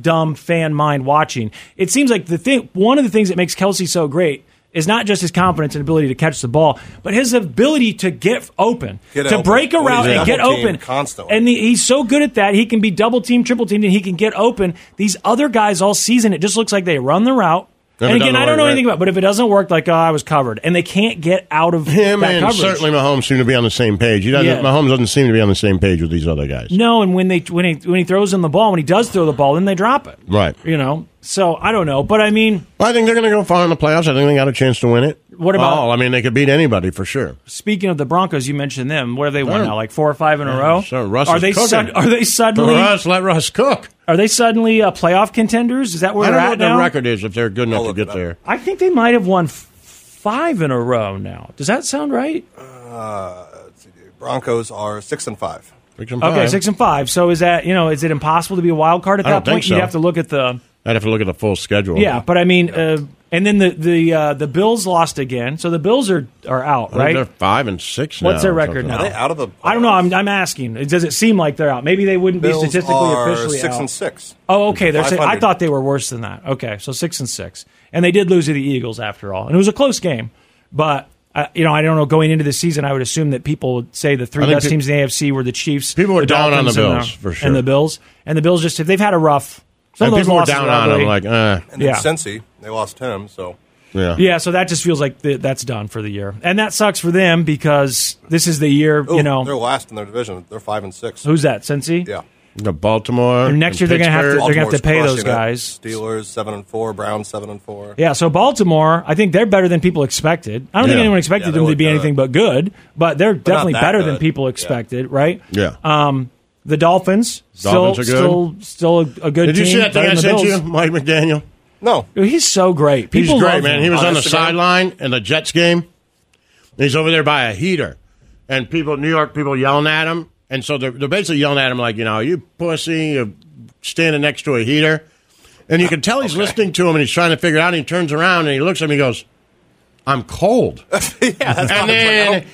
D: dumb fan mind watching, it seems like the thing one of the things that makes Kelsey so great. Is not just his competence and ability to catch the ball, but his ability to get open,
G: Get
D: to
G: open.
D: break
G: Well,
D: around
G: he's
D: and get
G: double teamed
D: open
G: constantly.
D: and the, he's so good at that. He can be double teamed, triple teamed, and he can get open. These other guys all season, it just looks like they run the route.
C: If it
D: and again,
C: doesn't
D: I don't
C: work,
D: know
C: right.
D: anything about. But if it doesn't work, like oh, I was covered, and they can't get out of
C: Him
D: that
C: and
D: coverage.
C: certainly Mahomes seem to be on the same page. He doesn't.
D: Yeah.
C: Mahomes doesn't seem to be on the same page with these other guys.
D: No, and when they when he when he throws in the ball, when he does throw the ball, then they drop it.
C: Right.
D: You know, so I don't know, but I mean,
C: I think they're going to go far in the playoffs. I think they got a chance to win it.
D: What about-
C: all? I mean, they could beat anybody for sure.
D: speaking of the Broncos, you mentioned them. What have they won
C: They're-
D: now? Like four or five in a
C: Yeah,
D: row.
C: so Russ
D: are
C: is
D: they
C: cooking.
D: sud- are they suddenly
C: Russ, let Russ cook.
D: Are they suddenly uh, playoff contenders? Is that where
C: I
D: they're
C: don't know
D: at
C: what
D: now?
C: their record is if they're good enough to get there.
D: I think they might have won f- five in a row now. Does that sound right?
H: Uh, let's see, dude. Broncos are six and five.
C: Six and
D: Okay, six and five. So is that you know is it impossible to be a wild card at
C: I
D: that
C: don't think
D: point? You'd
C: so.
D: have to look at the
C: I'd have to look at the full schedule.
D: yeah, but I mean, uh, and then the the uh, the Bills lost again, so the Bills are are out,
C: I think they're
D: right?
C: five and six.
D: What's
C: now
D: their
C: or
D: record
C: something.
D: now? out of the? I don't know. I'm, I'm asking. Does it seem like they're out? Maybe they wouldn't
H: Bills
D: be statistically
H: are
D: officially
H: six
D: out.
H: and six.
D: Oh, okay. They're six, I
H: 500.
D: thought they were worse than that. Okay, so six and six, and they did lose to the Eagles after all, and it was a close game. But uh, you know, I don't know. Going into the season, I would assume that people would say the
C: I
D: three
C: think
D: best
C: pe-
D: teams in the AFC were the Chiefs.
C: People were
D: the
C: down on the
D: Dolphins, and
C: Bills, for sure.
D: and the Bills, and the Bills just if they've had a rough. Some
C: And
D: of those
C: people were
D: losses
C: down
D: were
C: on
D: ugly.
C: them, like, eh.
H: And then
D: Yeah.
H: Cincy, they lost him. So
C: Yeah.
D: Yeah, so that just feels like th- that's done for the year, and that sucks for them because this is the year.
H: Ooh,
D: you know,
H: they're last in their division. They're five and six.
D: Who's that? Cincy.
H: Yeah.
C: The Baltimore.
D: And next year they're gonna have to-
C: Pittsburgh.
D: they're gonna have to pay those
H: Crushing it.
D: guys.
H: Steelers seven and four. Browns seven and four.
D: Yeah, so Baltimore, I think they're better than people expected. I don't think
H: Yeah.
D: anyone expected
H: Yeah, they
D: them to
H: look
D: be
H: good.
D: anything but good, but they're
H: not
D: definitely
H: that
D: better than
H: good.
D: people expected, right?
C: Yeah.
D: Um, the Dolphins, still,
C: Dolphins are
D: still,
C: good.
D: still a, a good
C: Did
D: team.
C: you see that thing
D: better than
C: I
D: the
C: sent you,
D: Bills.
C: Mike McDaniel?
H: No,
D: Dude, he's so great. People
C: he's great,
D: love
C: man.
D: him.
C: He was on the
D: Instagram.
C: sideline in the Jets game. He's over there by a heater, and people, New York people, yelling at him, and so they're, they're basically yelling at him like, you know, you pussy, you're standing next to a heater, and you can tell he's listening to him, and he's trying to figure it out. And he turns around and he looks at me, he goes, "I'm cold." and then there's-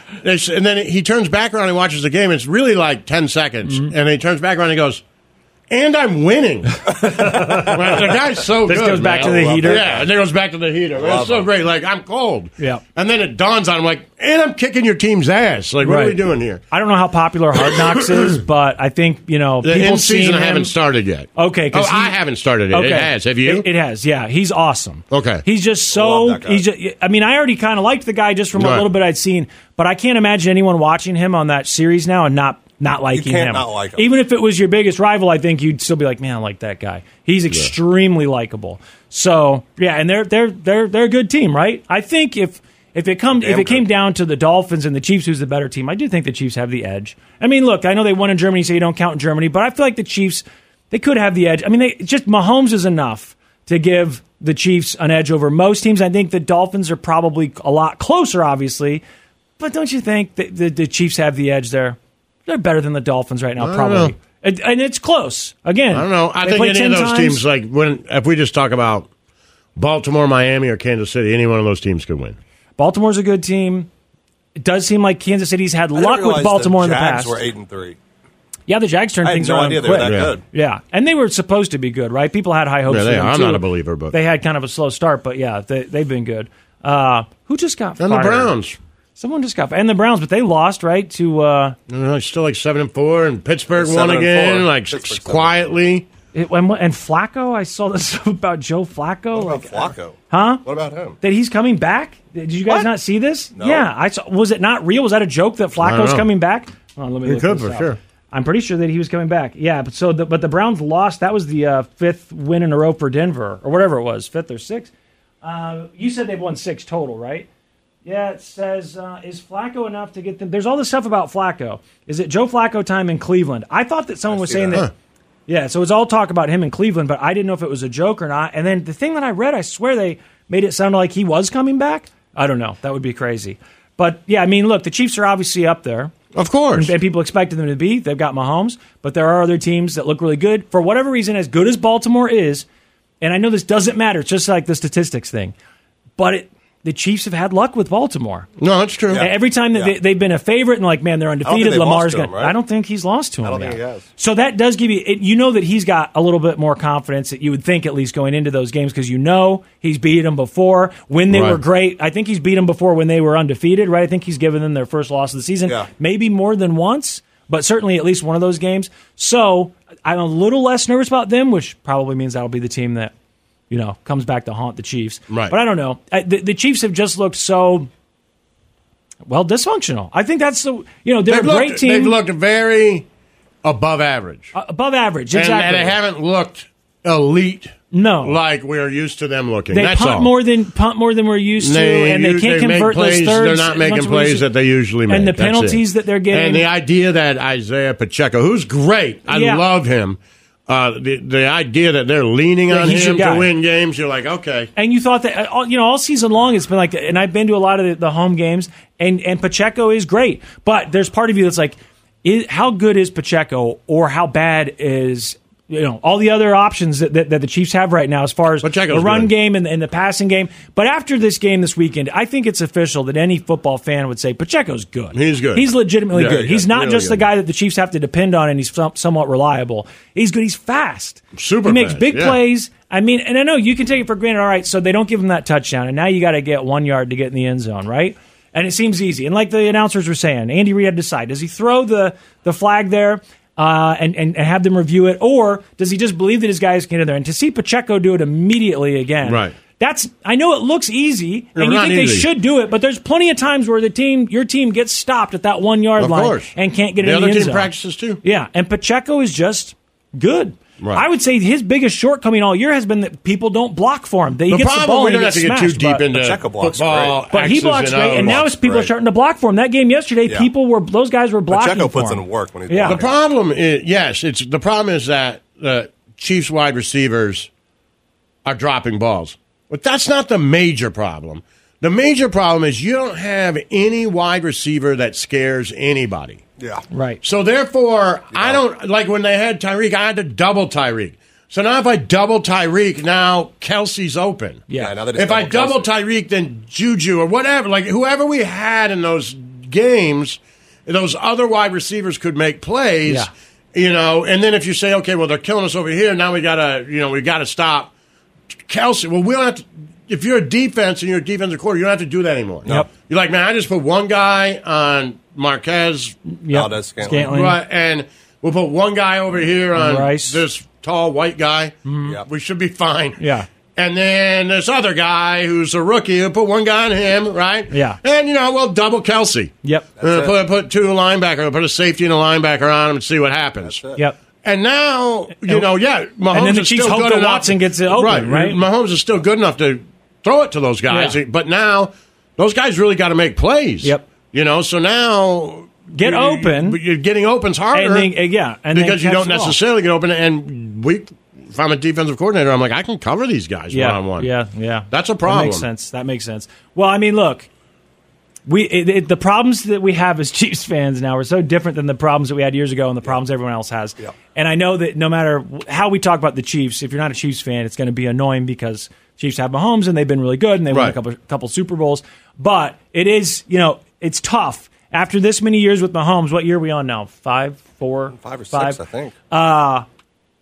D: Mm-hmm.
C: and then he turns back around and watches the game. It's really like ten seconds, and he turns back around and he goes, and I'm winning. Well, the guy's so
D: This
C: good.
D: goes back
C: man.
D: to the heater.
C: Yeah, and it goes back to the heater.
D: Love
C: It's so
D: him.
C: great. Like I'm cold.
D: Yeah.
C: And then it dawns on him, like, and I'm kicking your team's ass. Like, what are we
D: Right.
C: doing here?
D: I don't know how popular Hard Knocks is, but I think you know
C: The
D: people
C: end season
D: seeing him-
C: haven't started yet.
D: Okay, 'cause
C: Oh, I
D: he-
C: haven't started it. It has. Have you?
D: It, it has. Yeah, he's awesome.
C: Okay.
D: He's just so. He's. Just, I mean, I already kind of liked the guy just from a
C: Right.
D: little bit I'd seen, but I can't imagine anyone watching him on that series now and not not liking
H: can't
D: him.
H: not like him.
D: Even if it was your biggest rival, I think you'd still be like, man, I like that guy. He's extremely likable. So yeah, and they're they're they're they're a good team, right? I think if. If it come if
H: Damn
D: it came down to the Dolphins and the Chiefs, who's the better team? I do think the Chiefs have the edge. I mean, look, I know they won in Germany, so you don't count in Germany, but I feel like the Chiefs they could have the edge. I mean, they just Mahomes is enough to give the Chiefs an edge over most teams. I think the Dolphins are probably a lot closer, obviously, but don't you think that the, the Chiefs have the edge there? They're better than the Dolphins right
C: I
D: now,
C: don't
D: probably.
C: know.
D: And, and it's close. Again,
C: I don't know. I
D: they
C: think
D: play
C: any
D: 10
C: of those
D: times.
C: teams, like when if we just talk about Baltimore, Miami, or Kansas City, any one of those teams could win.
D: Baltimore's a good team. It does seem like Kansas City's had
H: I didn't
D: luck
H: realize
D: with Baltimore in the
H: Jags
D: past.
H: Were eight and three.
D: Yeah, the Jags turned
H: I had
D: things
H: no
D: around
H: idea they were
D: quick.
H: that
D: yeah.
H: good.
D: and they were supposed to be good, right? People had high hopes.
C: Yeah,
D: for
C: they
D: them
C: are. I'm
D: too.
C: not a believer, but-
D: they had kind of a slow start. But yeah, they, they've been good. Uh, who just got
C: And the
D: fired?
C: Browns.
D: Someone just got and the Browns, but they lost right to. Uh,
C: Uh, still like seven and four, and Pittsburgh
D: Seven
C: won
D: and
C: again,
D: four.
C: like
D: Pittsburgh's seven.
C: quietly.
D: it, and, and Flacco, I saw this about Joe Flacco. like,
H: Flacco.
D: Huh?
H: What about him?
D: That he's coming back? Did you guys not see this? Yeah, I saw. Was it not real? Was that a joke that
C: I don't
D: Flacco's
C: know.
D: coming back? Hold on, let me
C: He
D: look
C: could
D: this
C: for
D: up.
C: sure.
D: I'm pretty sure that he was coming back. Yeah, but so the, but the Browns lost. That was the uh, fifth win in a row for Denver or whatever it was, fifth or sixth. Uh, you said they've won six total, right? Yeah, it says uh, is Flacco enough to get them? There's all this stuff about Flacco. Is it Joe Flacco time in Cleveland? I thought that someone was saying that. Yeah, so it's all talk about him in Cleveland, but I didn't know if it was a joke or not. And then the thing that I read, I swear they made it sound like he was coming back. I don't know. That would be crazy. But yeah, I mean, look, the Chiefs are obviously up there.
C: Of course.
D: And, and people expected them to be. They've got Mahomes, but there are other teams that look really good. For whatever reason, as good as Baltimore is, and I know this doesn't matter, it's just like the statistics thing, but it, the Chiefs have had luck with Baltimore.
C: No, that's true.
D: Every time that they, they've been a favorite and like, man, they're
C: think
D: undefeated.
C: they've lost
D: Lamar's
C: to him,
D: going.
C: right?
D: I don't think he's lost to him.
C: I don't think
D: yet.
C: he has.
D: So that does give you, it, you know, that he's got a little bit more confidence that you would think at least going into those games because you know he's beat them before when they
C: Right.
D: were great. I think he's beat them before when they were undefeated, right? I think he's given them their first loss of the season, maybe more than once, but certainly at least one of those games. So I'm a little less nervous about them, which probably means that'll be the team that you know comes back to haunt the Chiefs.
C: Right.
D: But I don't know. I, the, the Chiefs have just looked so. Well, dysfunctional. I think that's the you know they're
C: They've
D: a great
C: looked,
D: team.
C: They've looked very above average.
D: Uh, above average,
C: And-
D: exactly.
C: And, they haven't looked elite.
D: No,
C: like we're used to them looking.
D: They
C: That's
D: punt
C: all.
D: more than punt more than we're used to, and they
C: u-
D: can't
C: make
D: convert
C: plays,
D: those thirds.
C: They're not
D: as
C: making
D: much as we
C: plays
D: used to.
C: that they usually make.
D: and the
C: That's it.
D: penalties that they're getting.
C: And the idea that Isaiah Pacheco, who's great, I
D: Yeah.
C: love him. Uh, the the idea that they're leaning
D: That
C: on
D: he's
C: him
D: your
C: to
D: guy.
C: win games, you're like, okay,
D: And you thought that uh, all, you know all season long it's been like, and I've been to a lot of the, the home games, and and Pacheco is great, but there's part of you that's like, i how good is Pacheco, or how bad is you know all the other options that, that, that the Chiefs have right now as far as
C: Pacheco's
D: the run
C: good.
D: game and, and the passing game. But after this game this weekend, I think it's official that any football fan would say Pacheco's good.
C: he's good.
D: He's legitimately
C: Yeah,
D: good.
C: yeah,
D: he's not
C: really
D: just the
C: good.
D: guy that the Chiefs have to depend on, and he's some, somewhat reliable. He's good. He's fast.
C: Super
D: He makes
C: fast,
D: big
C: yeah.
D: plays. I mean, and I know you can take it for granted. All right, so they don't give him that touchdown, and now you got to get one yard to get in the end zone, right? And it seems easy. And like the announcers were saying, Andy Reid had to decide: does he throw the the flag there? Uh, and, and, and have them review it, or does he just believe that his guys can get in there? And to see Pacheco do it immediately again,
C: Right.
D: That's I know it looks easy,
C: No,
D: and you
C: not
D: think they
C: easy.
D: should do it, but there's plenty of times where the team, your team, gets stopped at that one yard
C: Of
D: line
C: course.
D: and can't get it
C: The
D: in
C: other
D: the end
C: team
D: zone.
C: practices too.
D: Yeah, and Pacheco is just good.
C: Right.
D: I would say his biggest shortcoming all year has been that people don't block for him. They
C: The
D: gets the
C: problem,
D: ball
C: we
D: and he
C: don't have
D: gets
C: to get too
D: smashed,
C: deep
D: but-
C: into Pacheco blocks football great.
D: But he
C: axes
D: blocks
C: and
D: great, and now
C: outlooks
D: it's people are
C: great.
D: starting to block for him. That game yesterday,
C: Yeah.
D: people were those guys were blocking. for him. yeah.
C: The problem is yes, it's the problem is that the Chiefs wide receivers are dropping balls. But that's not the major problem. The major problem is you don't have any wide receiver that scares anybody.
H: Yeah.
D: Right.
C: So therefore, I don't like when they had Tyreek, I had to double Tyreek. So now if I double Tyreek, now Kelsey's open.
H: Yeah. now they just
C: If I
H: Kelsey.
C: double Tyreek, then Juju or whatever, like whoever we had in those games, those other wide receivers could make plays.
H: Yeah.
C: You know, and then if you say, okay, well, they're killing us over here, now we gotta, you know, we gotta stop. Kelsey, well, we don't have to. If you're a defense and you're a defensive quarter, you don't have to do that anymore.
H: Yep.
C: You're like, man, I just put one guy on Marquez,
H: Yep. Valdez, Scantling. Scantling.
C: right, and we'll put one guy over here on
H: Rice.
C: this tall white guy.
H: Mhm. Yep.
C: We should be fine.
D: Mm-hmm. Yeah.
C: And then this other guy who's a rookie, we'll put one guy on him, right?
D: Yeah.
C: And, you know, we'll double Kelsey.
D: Yep.
C: Uh, put, put two linebacker, put a safety and a linebacker on him and see what happens.
D: Yep.
C: And now, you know, yeah, Mahomes
D: And then the
C: is
D: Chiefs
C: still
D: hope
C: good
D: that
C: enough-
D: Watson gets it open, right?
C: Mahomes is still good enough to throw it to those guys,
D: Yeah.
C: but now those guys really got to make plays. Yep. You know, so now
D: Get
C: you-
D: open.
C: but You're getting open's harder.
D: And then- uh, yeah, and then
C: because you
D: catch
C: don't
D: the ball.
C: necessarily get open. And we, if I'm a defensive coordinator, I'm like, I can cover these guys
D: yeah,
C: one on one.
D: Yeah, yeah.
C: That's a
D: That
C: problem.
D: makes sense. That makes sense. Well, I mean, look, we it, it, the problems that we have as Chiefs fans now are so different than the problems that we had years ago and the problems everyone else has. And I know that no matter wh- how we talk about the Chiefs, if you're not a Chiefs fan, it's going to be annoying because Chiefs have Mahomes and they've been really good and they won a
C: Right.
D: couple couple Super Bowls. But it is, you know, it's tough. After this many years with Mahomes, what year are we on now? Five, four,
H: Five or six,
D: five?
H: I think.
D: uh,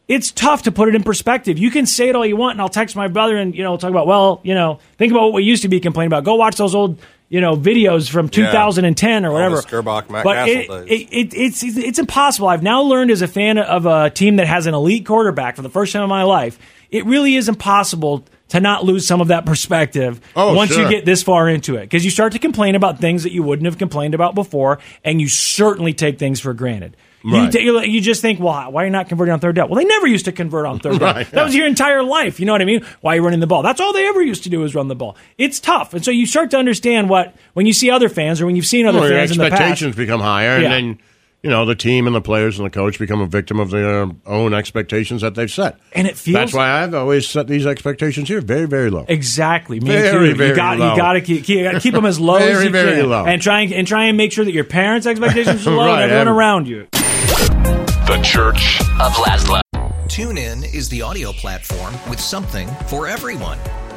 D: it's tough to put it in perspective. You can say it all you want, and I'll text my brother and you know talk about well, you know, think about what we used to be complaining about. Go watch those old you know videos from
H: Yeah.
D: 2010 or
H: All
D: whatever.
H: the Skirbach, Matt
D: but
H: Castle
D: it,
H: days.
D: it, it, it's it's impossible. I've now learned as a fan of a team that has an elite quarterback for the first time in my life, it really is impossible to not lose some of that perspective
C: Oh,
D: once
C: sure.
D: you get this far into it because you start to complain about things that you wouldn't have complained about before, and you certainly take things for granted. You,
C: Right.
D: ta- you, you just think, well, why are you not converting on third down? Well, they never used to convert on third down.
C: Right,
D: That was your entire life. You know what I mean? Why are you running the ball? That's all they ever used to do is run the ball. It's tough. And so you start to understand what, when you see other fans or when you've seen other
C: Well, your
D: fans in the past.
C: expectations become higher,
D: Yeah.
C: and then you know the team and the players and the coach become a victim of their own expectations that they've set.
D: And it feels-
C: that's why I've always set these expectations here very, very low.
D: Exactly. Me
C: Very,
D: too.
C: very
D: you got,
C: low.
D: You got to keep, keep, gotta keep them as low as
C: Very,
D: you
C: very
D: can.
C: low.
D: And try, and, and try and make sure that your parents' expectations are low
I: Right,
D: and everyone
I: every-
D: around you.
I: The Church of
E: Laszlo.
I: TuneIn is the audio platform with something for everyone.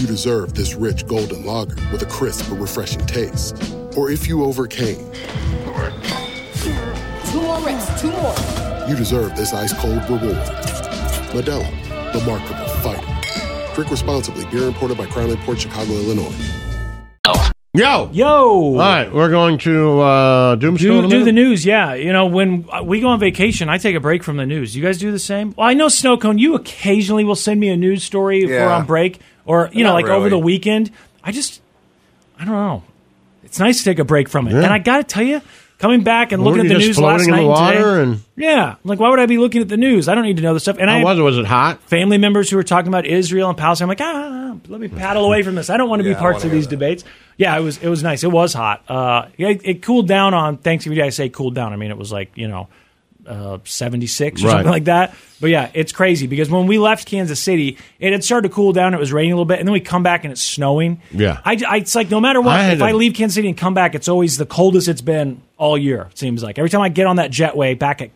J: you deserve this rich golden lager with a crisp but refreshing taste. Or if you overcame,
F: Two more reps, two more.
J: you deserve this ice cold reward. Medella, the mark of a fighter. Drink responsibly. Beer imported by Crown Port Chicago, Illinois.
C: Yo,
D: yo. All
C: right, we're going to uh, Doom Scroll
D: Do,
C: in a
D: do the
C: minute?
D: news, yeah. You know, when uh, we go on vacation, I take a break from the news. You guys do the same? Well, I know Snowcone, you occasionally will send me a news story if we're
H: Yeah.
D: on break or, you know,
H: Not
D: like over
H: really.
D: the weekend. I just, I don't know. It's nice to take a break from it. And I got to tell you, coming back and
C: Were
D: looking
C: you
D: at the news
C: just
D: last
C: floating in
D: night
C: the water
D: and,
C: and-
D: today, yeah, like why would I be looking at the news? I don't need to know this stuff. And
C: How
D: I
C: was it? Was it hot?
D: Family members who were talking about Israel and Palestine. I'm like, ah, let me paddle away from this. I don't want to
C: Yeah,
D: be
C: I
D: parts
C: wanna
D: of
C: hear
D: these debates. Yeah, it was it was nice. It was hot. Uh, yeah, it, it cooled down on Thanksgiving Day. I say cooled down. I mean it was like you know. Uh, 76 or
C: Right.
D: something like that. But yeah, it's crazy because when we left Kansas City, it had started to cool down. It was raining a little bit. And then we come back and it's snowing.
C: Yeah.
D: I, I- it's like no matter what,
C: I had
D: if I
C: a-
D: leave Kansas City and come back, it's always the coldest it's been all year. It seems like every time I get on that jetway back at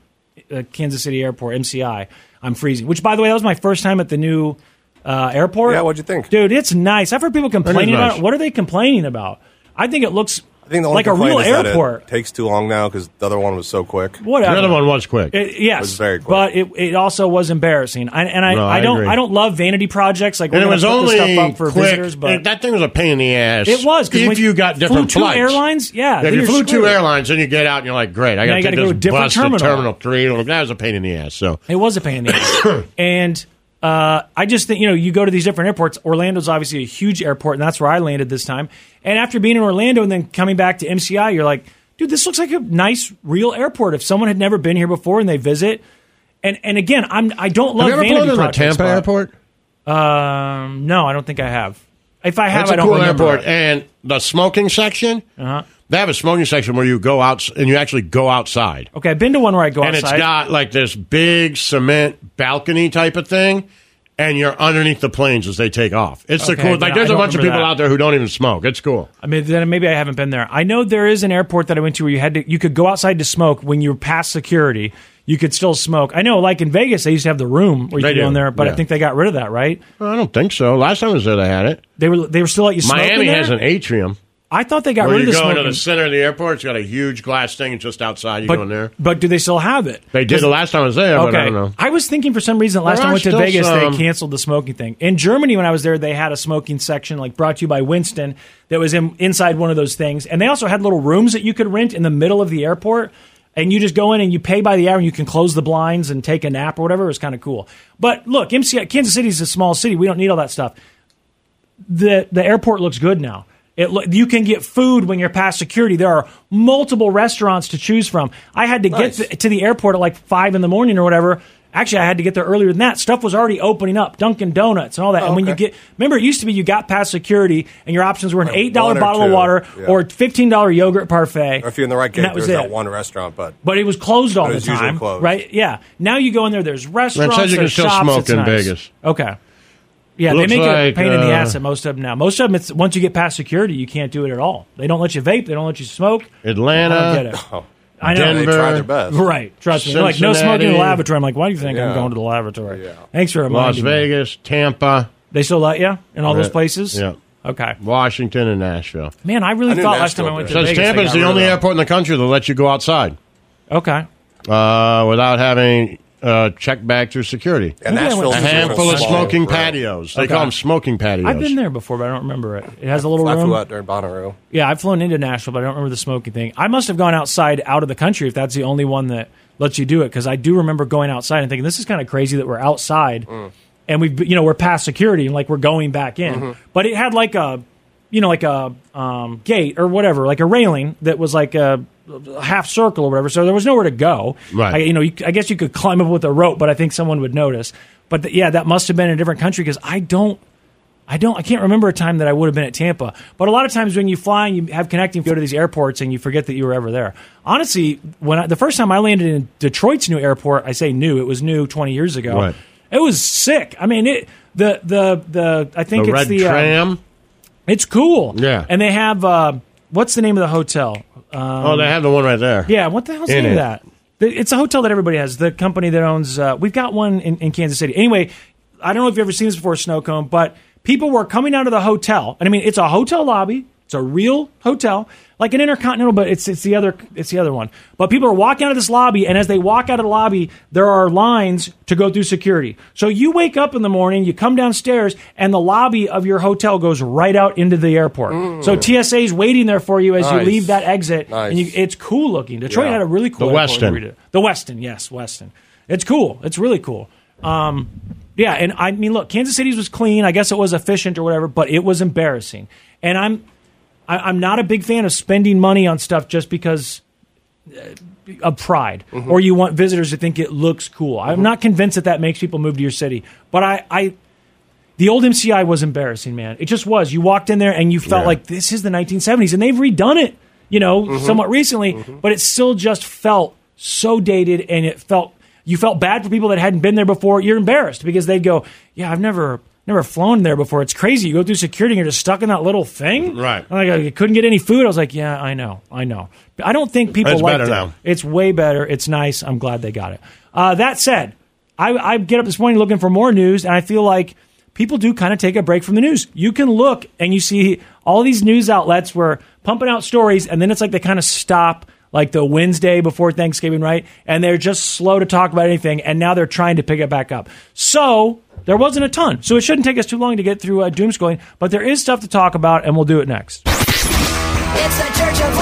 D: uh, Kansas City Airport (MCI), I'm freezing. Which, by the way, that was my first time at the new uh, airport.
H: Yeah, what'd you think?
D: dude? It's nice. I've heard people
H: is
D: complaining about
H: nice.
D: it. What are they complaining about? I think it looks.
H: I think the only
D: like a real
H: complaint is that
D: airport.
H: it takes too long now because the other one was so quick.
D: Whatever. The other one was
C: quick.
D: It- yes,
H: It was very quick.
D: but it, it also was embarrassing. I, and I,
C: No, I
D: I don't
C: agree.
D: I don't love vanity projects like
C: and it
D: we're
C: was
D: gonna put
C: only
D: this stuff up for
C: quick.
D: visitors, but
C: It- that thing was a pain in the ass.
D: It was, 'cause
C: if
D: when
C: you got different
D: flew two
C: flights.
D: airlines, yeah,
C: if
D: then
C: you
D: you're
C: flew two
D: screwed.
C: airlines, then you get out and you're like, great,
D: Now
C: I got
D: you
C: to
D: gotta go to a
C: take this
D: different
C: bus
D: terminal.
C: to Terminal Three. That was a pain in the ass. So
D: It was a pain in the ass. and uh, I just think, you know, you go to these different airports. Orlando's obviously a huge airport, and that's where I landed this time. And after being in Orlando and then coming back to MCI, you're like, dude, this looks like a nice, real airport. If someone had never been here before and they visit, and, and again, I'm I don't love
C: have you ever
D: vanity
C: flown into
D: projects,
C: Tampa
D: but-
C: Airport?
D: Um, no, I don't think I have. If I have,
C: It's a
D: I don't
C: cool
D: remember.
C: airport,
D: it.
C: and the smoking section.
D: Uh-huh.
C: They have a smoking section where you go out and you actually go outside.
D: Okay, I've been to one where I go
C: and
D: outside.
C: it's got like this big cement balcony type of thing, and you're underneath the planes as they take off. It's the
D: Okay,
C: cool.
D: then
C: Like there's
D: I
C: a
D: don't
C: bunch of
D: remember
C: people
D: that.
C: out there who don't even smoke. It's cool.
D: I mean, then maybe I haven't been there. I know there is an airport that I went to where you had to, you could go outside to smoke when you were past security. You could still smoke. I know, like in Vegas, they used to have the room where you
C: They
D: could go
C: do,
D: in there, but
C: yeah.
D: I think they got rid of that, right?
C: Well, I don't think so. Last time I was there, they had it.
D: They were they were still let you smoke. in
C: Miami
D: there?
C: has an atrium.
D: I thought they got
C: where
D: rid of
C: you
D: the
C: go
D: smoking.
C: into the center of the airport. It's got a huge glass thing. It's just outside. You
D: but,
C: go in there.
D: but do they still have it?
C: They did
D: Does-
C: the last time I was there, but I don't know.
D: I was thinking for some reason last
C: There
D: time
C: are
D: I went to
C: still
D: Vegas
C: some-
D: they canceled the smoking thing. In Germany when I was there they had a smoking section like brought to you by Winston that was in, inside one of those things and they also had little rooms that you could rent in the middle of the airport and you just go in and you pay by the hour and you can close the blinds and take a nap or whatever. It was kind of cool. But look, MCI Kansas City is a small city. We don't need all that stuff the the airport looks good now. It lo- you can get food when you're past security. There are multiple restaurants to choose from. I had to
H: Nice.
D: get th- to the airport at like five in the morning or whatever. Actually, I had to get there earlier than that. Stuff was already opening up, Dunkin' Donuts and all that. and when you get, remember, it used to be you got past security and your options were an eight dollar
H: Uh, one or
D: bottle of
H: two,
D: water
H: yeah.
D: or fifteen dollar yogurt parfait.
H: Or if you're in the right
D: And
H: gate,
D: that was
H: there's
D: it.
H: that one restaurant, but
D: But it was closed all
H: It
D: the
H: was usually
D: time,
H: closed.
D: right? Yeah. Now you go in there. There's
C: says
D: restaurants.
C: you can
D: there's
C: still
D: shops,
C: smoke
D: it's
C: in
D: nice.
C: Vegas.
D: Okay. Yeah,
C: Looks
D: they make it
C: like,
D: a pain in the
C: uh,
D: ass at most of them now. Most of them, it's once you get past security, you can't do it at all. They don't let you vape. They don't let you smoke. I don't
C: Atlanta.
D: get it.
H: Oh.
D: I know.
C: Denver.
H: They tried their best.
D: Right. Trust me. They're Like no smoking in the
C: Cincinnati.
D: lavatory. I'm like, why do you think
C: Yeah.
D: I'm going to the lavatory? Thanks for
C: Las
D: reminding me.
C: Vegas, Tampa,
D: They still let you in all those
C: Right.
D: places.
C: Yeah.
D: Okay.
C: Washington, and Nashville.
D: Man, I really thought last time I went to
C: Says
D: Vegas.
C: Tampa is the only airport in the country that lets you go outside
D: Okay.
C: uh, without having uh, check bags through security.
H: And Maybe I Nashville's
C: a
H: went- just
C: handful
H: a
C: of
H: small
C: smoking
H: room.
C: patios. They
D: Okay.
C: call them smoking patios.
D: I've been there before, but I don't remember it. It has a little
H: I
D: room.
H: flew out during Bonnaroo.
D: Yeah, I've flown into Nashville, but I don't remember the smoking thing. I must have gone outside out of the country if that's the only one that lets you do it because I do remember going outside and thinking this is kind of crazy that we're outside and we've you know we're past security and like we're going back in.
K: Mhm.
D: But it had like a you know like a um, gate or whatever, like a railing that was like a half circle or whatever. So there was nowhere to go.
C: Right.
D: I, you know, you, I guess you could climb up with a rope, but I think someone would notice. But th- yeah, that must have been in a different country because I don't I don't. I can't remember a time that I would have been at Tampa. But a lot of times when you fly and you have connecting, you go to these airports and you forget that you were ever there. Honestly, when I, the first time I landed in Detroit's new airport, I say new. It was new 20 years ago.
C: Right.
D: It was sick. I mean, it the the the I think
C: The
D: it's
C: red
D: the um,
C: tram?
D: it's cool.
C: Yeah.
D: And they have uh, what's the name of the hotel? Um,
C: oh, they have the one right there.
D: yeah, what the hell's the
C: In
D: name
C: it.
D: of that? The- It's a hotel that everybody has. The company that owns. Uh, we've got one in, in Kansas City. Anyway, I don't know if you've ever seen this before, Snowcone, but people were coming out of the hotel, and I mean, it's a hotel lobby. It's a real hotel, like an Intercontinental, but it's it's the other it's the other one. But people are walking out of this lobby, and as they walk out of the lobby, there are lines to go through security. So you wake up in the morning, you come downstairs, and the lobby of your hotel goes right out into the airport. So TSA is waiting there for you as you
C: Mm. Nice.
D: leave that exit, and you,
C: Nice.
D: it's cool looking. Detroit
C: Yeah.
D: had a really cool
C: The
D: airport
C: Westin.
D: when we did it. The Weston, yes, Weston. It's cool. It's really cool. Um, yeah, and I mean, look, Kansas City's was clean. I guess it was efficient or whatever, but it was embarrassing. And I'm, I, I'm not a big fan of spending money on stuff just because uh, of pride or you want visitors to think it looks cool. I'm not convinced that that makes people move to your city, but I, I the old MCI was embarrassing, man. It just was. You walked in there and you felt
C: Yeah.
D: like this is the 1970s, and they've redone it, you know,
C: Mhm.
D: somewhat recently, but it still just felt so dated, and it felt you felt bad for people that hadn't been there before. You're embarrassed because they'd go, "Yeah, I've never." Never flown there before. It's crazy. You go through security and you're just stuck in that little thing. Right. Like I couldn't get any food. I was like, yeah, I know, I know. But I don't think people
C: It's
D: liked
C: better
D: it.
C: now.
D: It's way better. It's nice. I'm glad they got it. Uh, that said, I, I get up this morning looking for more news, and I feel like people do kind of take a break from the news. You can look and you see all these news outlets were pumping out stories, and then it's like they kind of stop like the Wednesday before Thanksgiving, right? And they're just slow to talk about anything, and now they're trying to pick it back up. So there wasn't a ton. So it shouldn't take us too long to get through uh, doom scrolling, but there is stuff to talk about, and we'll do it next.
E: It's the Church of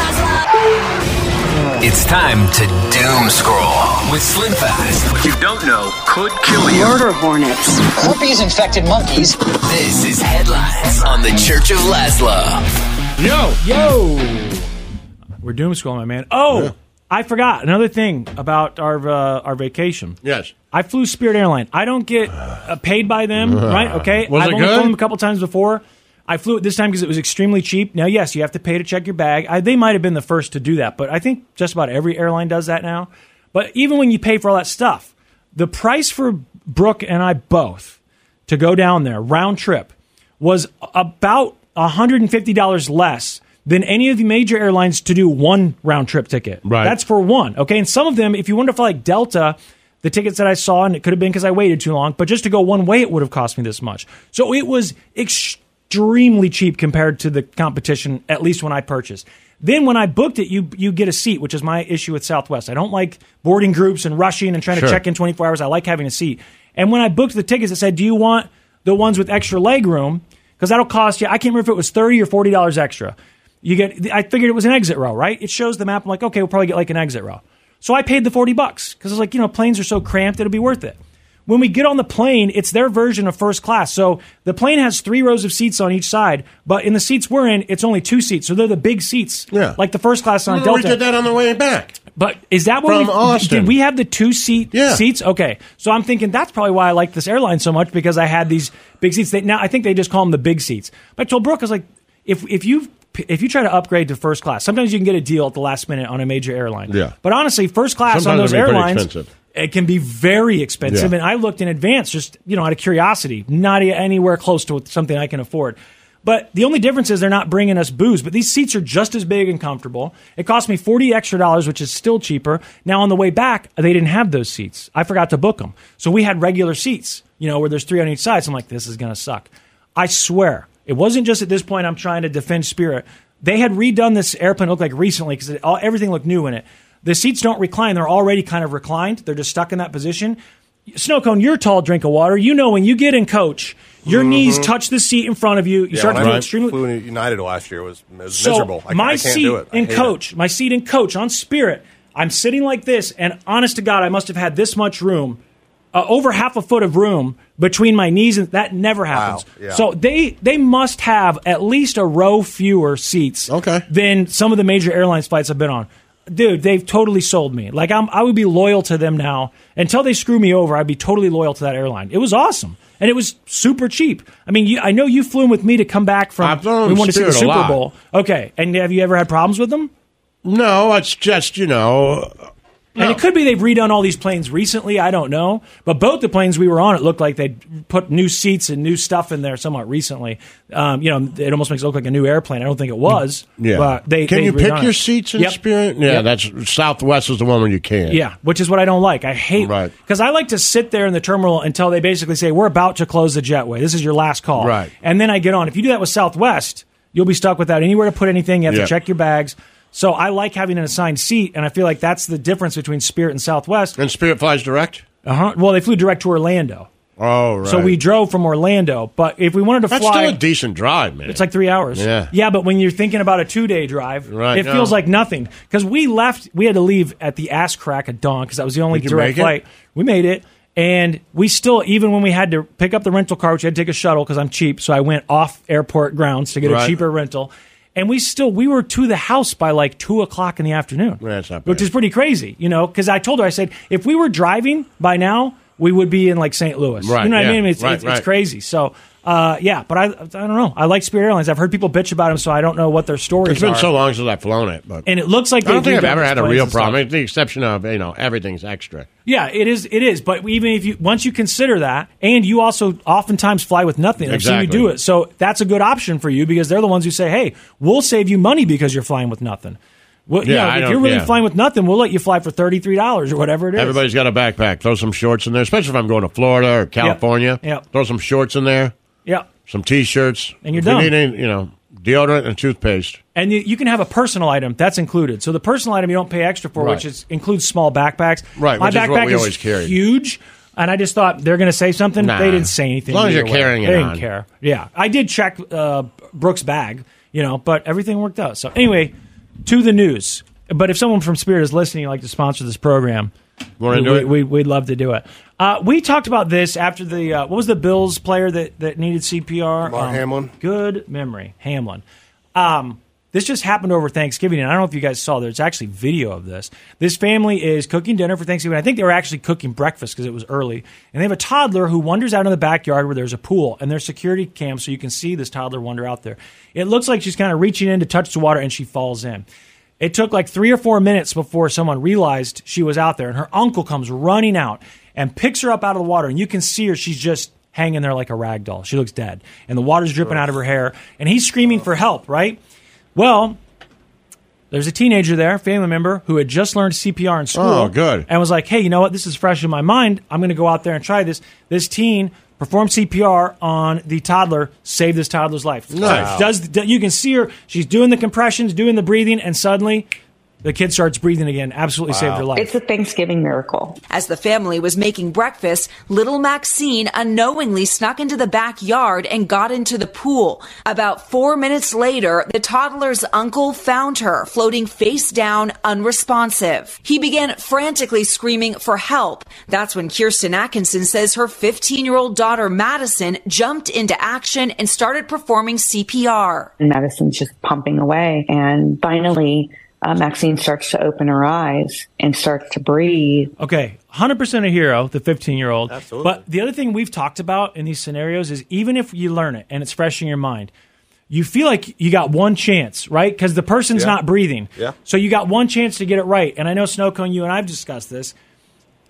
E: Laszlo. It's time to doom scroll with Slim Fast. What you don't know could kill you. Murder hornets. Herpes infected monkeys. This is Headlines on the Church of Laszlo.
D: Yo, yo, we're doom scrolling, my man. Oh, I forgot another thing about our uh, our vacation.
C: Yes,
D: I flew Spirit Airline. I don't get uh, paid by them, right? Okay,
C: Was
D: I've
C: it
D: only
C: good?
D: flown them a couple times before. I flew it this time because it was extremely cheap. Now, yes, you have to pay to check your bag. I, they might have been the first to do that, but I think just about every airline does that now. But even when you pay for all that stuff, the price for Brooke and I both to go down there round trip was about $150 less than any of the major airlines to do one round trip ticket. Right. That's for one. Okay. And some of them, if you wanted to fly like Delta, the tickets that I saw, and it could have been because I waited too long, but just to go one way, it would have cost me this much. So it was extremely cheap compared to the competition, at least when I purchased. Then when I booked it, you you get a seat, which is my issue with Southwest. I don't like boarding groups and rushing and trying
C: Sure.
D: to check in 24 hours. I like having a seat. And when I booked the tickets, it said, "Do you want the ones with extra leg room? Because that'll cost you. I can't remember if it was 30 or 40 dollars extra. You get. I figured it was an exit row, right? It shows the map. I'm like, okay, we'll probably get like an exit row. So I paid the 40 bucks because I was like, you know, planes are so cramped, it'll be worth it. When we get on the plane, it's their version of first class. So the plane has three rows of seats on each side, but in the seats we're in, it's only two seats. So they're the big seats, yeah. like the first class on
C: Remember we
D: Delta.
C: did that on the way back.
D: But is that what
C: From
D: we,
C: Austin.
D: Did we have the two seat
C: Yeah.
D: seats? Okay, so I'm thinking that's probably why I like this airline so much because I had these big seats. They, now I think they just call them the big seats. But I told Brooke, I was like, if if you if you try to upgrade to first class, sometimes you can get a deal at the last minute on a major airline.
C: Yeah.
D: But honestly, first class on
C: Sometimes
D: those
C: it'll be pretty
D: airlines,
C: expensive.
D: it can be very expensive.
C: Yeah.
D: And I looked in advance, just you know, out of curiosity, not a- anywhere close to something I can afford. But the only difference is they're not bringing us booze. But these seats are just as big and comfortable. It cost me forty extra dollars, which is still cheaper. Now on the way back, they didn't have those seats. I forgot to book them, so we had regular seats. You know, where there's three on each side. So I'm like, this is gonna suck. I swear, it wasn't just at this point. I'm trying to defend Spirit. They had redone this airplane. It looked like recently because everything looked new in it. The seats don't recline; they're already kind of reclined. They're just stuck in that position. Snowcone, you're a tall drink of water. You know when you get in coach, your knees touch the seat in front of you. You
H: Mm-hmm. Yeah,
D: start
H: when
D: to feel
H: I
D: extremely
H: flew to United last year it was it was
D: so
H: miserable. I,
D: my
H: I can't
D: seat
H: do it. I
D: in
H: hate it.
D: coach, my seat in coach on Spirit, I'm sitting like this, and honest to God, I must have had this much room, uh, over half a foot of room between my knees, and that never happens.
H: yeah.
D: So they they must have at least a row fewer seats than some of the major airlines flights I've been on. Dude, they've totally sold me. Like I'm, I would be loyal to them now until they screw me over. I'd be totally loyal to that airline. It was awesome, and it was super cheap. I mean, you, I know you flew in with me to come back from.
C: flown
D: we wanted to see the
C: Spirit a
D: Super
C: lot.
D: Bowl. Okay, and have you ever had problems with them?
C: No, it's just you know.
D: And it could be they've redone all these planes recently. I don't know, but both the planes we were on, it looked like they'd put new seats and new stuff in there somewhat recently. Um, you know, it almost makes it look like a new airplane. I don't think it was.
C: Yeah.
D: but they
C: can
D: they
C: you pick
D: redone
C: your
D: it.
C: seats in
D: Yep.
C: Spirit? Yeah,
D: Yep.
C: that's Southwest is the one where you can.
D: Yeah, which is what I don't like. I hate because I like to sit there in the terminal until they basically say we're about to close the jetway. This is your last call,
C: Right.
D: And then I get on. If you do that with Southwest, you'll be stuck without anywhere to put anything. You have
C: Yeah.
D: to check your bags. So I like having an assigned seat, and I feel like that's the difference between Spirit and Southwest.
C: And Spirit flies direct.
D: Uh huh. Well, they flew direct to Orlando,
C: Oh, Uh-huh. right.
D: so we drove from Orlando. But if we wanted to
C: That's
D: fly,
C: still a decent drive, man.
D: it's like three hours.
C: Yeah.
D: Yeah, but when you're thinking about a two day drive,
C: Right,
D: it
C: no.
D: feels like nothing. Because we left, we had to leave at the ass crack at dawn because that was the only
C: Did you
D: direct
C: make it?
D: flight. We made it. And we still, even when we had to pick up the rental car, which I had to take a shuttle because I'm cheap, so I went off airport grounds to get
C: Right.
D: a cheaper rental. And we still, we were to the house by like two o'clock in the afternoon,
C: That's not bad.
D: which is pretty crazy, you know, because I told her, I said, if we were driving by now, we would be in like St. Louis.
C: Right,
D: You know what
C: yeah.
D: I mean? It's,
C: Right,
D: it's,
C: right.
D: it's crazy. So, uh, yeah, but I, I don't know. I like Spirit Airlines. I've heard people bitch about them, so I don't know what their stories
C: It's been
D: are.
C: so long since I've flown it, but
D: And it looks like
C: I don't
D: they've
C: think I've
D: redone
C: ever
D: this
C: had a
D: place
C: real
D: and stuff.
C: problem, with the exception of you know everything's extra.
D: Yeah, it is. It is. But even if you once you consider that, and you also oftentimes fly with nothing, I've seen you
C: Exactly.
D: do it. So that's a good option for you because they're the ones who say, "Hey, we'll save you money because you're flying with nothing." Well,
C: Yeah,
D: yeah,
C: I
D: if
C: don't-
D: you're really
C: yeah.
D: flying with nothing, we'll let you fly for thirty three dollars or whatever it is.
C: Everybody's got a backpack. Throw some shorts in there, especially if I'm going to Florida or California.
D: Yep.
C: Throw some shorts in there.
D: Yeah.
C: Some T-shirts.
D: And you're
C: If you
D: done.
C: need any- you know, deodorant and toothpaste.
D: And you, you can have a personal item that's included. So the personal item you don't pay extra for,
C: Right.
D: which is, includes small backpacks.
C: Right,
D: my
C: which is
D: backpack
C: what we always carried.
D: huge, and I just thought they're going to say something.
C: Nah.
D: They didn't say anything.
C: As long as
D: either
C: you're
D: way.
C: carrying it
D: they didn't
C: on.
D: care. Yeah, I did check uh, Brooks' bag, you know, but everything worked out. So anyway, to the news. But if someone from Spirit is listening, and like to sponsor this program,
C: Wanna
D: we,
C: do it?
D: we, would love to do it. Uh, we talked about this after the uh, what was the Bills player that, that needed CPR?
C: Damar Hamlin.
D: um, Good memory, Hamlin. Um, this just happened over Thanksgiving, and I don't know if you guys saw. There's actually video of this. This family is cooking dinner for Thanksgiving. I think they were actually cooking breakfast because it was early, and they have a toddler who wanders out in the backyard where there's a pool, and there's security cam so you can see this toddler wander out there. It looks like she's kind of reaching in to touch the water, and she falls in. It took like three or four minutes before someone realized she was out there, and her uncle comes running out and picks her up out of the water, and you can see her. She's just hanging there like a rag doll. She looks dead, and the water's dripping out of her hair, and he's screaming for help. Right? Well, there's a teenager there, family member, who had just learned CPR in school.
C: Oh, good.
D: And was like, hey, you know what? This is fresh in my mind. I'm going to go out there and try this. This teen performed CPR on the toddler, saved this toddler's life.
C: Nice.
D: Does does- you can see her? She's doing the compressions, doing the breathing, and suddenly the kid starts breathing again. Absolutely saved her life.
K: It's a Thanksgiving miracle.
L: As the family was making breakfast, little Maxine unknowingly snuck into the backyard and got into the pool. About four minutes later, the toddler's uncle found her floating face down, unresponsive. He began frantically screaming for help. That's when Kirsten Atkinson says her 15 year old daughter Madison jumped into action and started performing CPR.
K: And Madison's just pumping away. And finally, uh, Maxine starts to open her eyes and starts to breathe.
D: Okay, 100% a hero, the 15 year old. Absolutely. But the other thing we've talked about in these scenarios is even if you learn it and it's fresh in your mind, you feel like you got one chance, right? Because the person's
M: Yeah.
D: not breathing.
M: Yeah.
D: So you got one chance to get it right. And I know Snowcone, you and I've discussed this.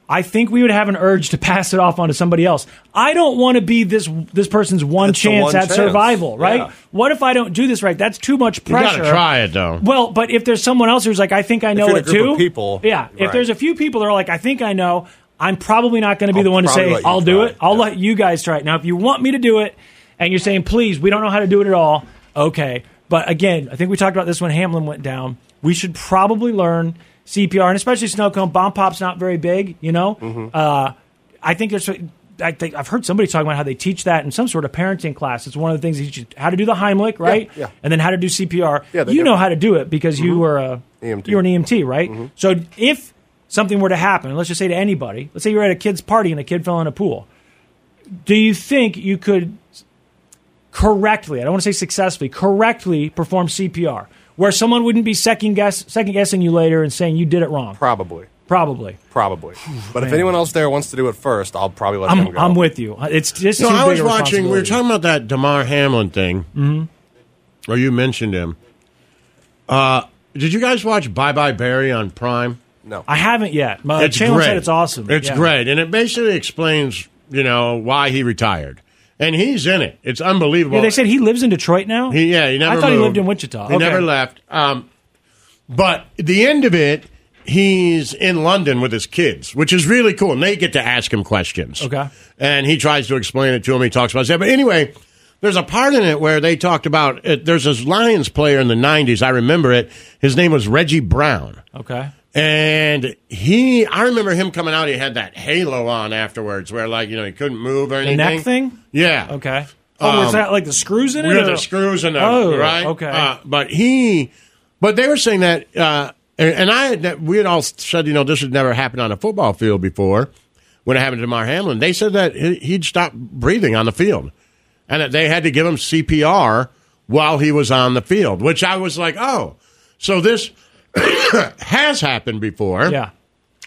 D: I think we would have an urge to pass it off onto somebody else. I don't want to be this this person's one
C: the
D: chance
C: one
D: at
C: chance.
D: survival, right?
C: Yeah.
D: What if I don't do this right? That's too much
C: You gotta
D: pressure.
C: try it, though.
D: Well, but if there's someone else who's like, I think I
C: If
D: know
C: you're in a
D: it
C: group
D: too.
C: of people,
D: yeah. If
C: right.
D: there's a few people that are like, I think I know, I'm probably not going to be the one to
C: probably
D: say,
C: let you
D: I'll do it. I'll let you guys try it. Now, if you want me to do it, and you're saying, please, we don't know how to do it at all. Okay. But again, I think we talked about this when Hamlin went down. We should probably learn CPR, and especially snow cone. Bomb pop's not very big, you know.
C: Mm-hmm.
D: Uh, I think there's. I think I've heard somebody talking about how they teach that in some sort of parenting class. It's one of the things they teach you how to do the Heimlich, right?
C: yeah.
D: And then how to do CPR.
C: Yeah, they
D: you
C: do.
D: know how to do it because you were a
C: EMT.
D: you were an EMT, right? So if something were to happen, let's just say to anybody, let's say you're at a kid's party and a kid fell in a pool, do you think you could correctly, I don't want to say successfully, correctly perform CPR where someone wouldn't be second guess second guessing you later and saying you did it wrong?
H: Probably.
D: Probably.
H: Probably. But if
D: man.
H: anyone else there wants to do it first, I'll probably let them
D: I'm,
H: go.
D: I'm with you. It's just
H: No,
D: too
H: I
D: big
H: was
D: a
C: watching. We were
D: responsibility.
C: talking about that Damar Hamlin thing,
D: Mhm.
C: or you mentioned him. Uh, did you guys watch Bye Bye Barry on Prime?
H: No,
D: I haven't yet. My channel Uh, said it's awesome.
C: It's
D: Yeah.
C: great, and it basically explains you know why he retired, and he's in it. It's unbelievable.
D: yeah, they said he lives in Detroit now.
C: He, yeah, he never.
D: I thought he
C: moved.
D: lived in Wichita.
C: He
D: Okay.
C: never left. Um, but the end of it, he's in London with his kids, which is really cool, and they get to ask him questions.
D: Okay.
C: and he tries to explain it to him. He talks about that, but anyway. There's a part in it where they talked about it. There's this Lions player in the 90s. I remember it. His name was Reggie Brown.
D: Okay.
C: And he, I remember him coming out. He had that halo on afterwards, where like you know he couldn't move or
D: The
C: anything.
D: neck thing?
C: Yeah.
D: Okay. Oh, was
C: Um,
D: that like the screws in it?
C: Yeah,
D: or-
C: the screws in there,
D: Oh,
C: right?
D: Okay.
C: Uh, but he, but they were saying that, uh, and, and I, had, that we had all said, you know, this had never happened on a football field before. When it happened to Mar Hamlin, they said that he- he'd stopped breathing on the field, and that they had to give him CPR while he was on the field. Which I was like, oh, so this has happened before.
D: Yeah.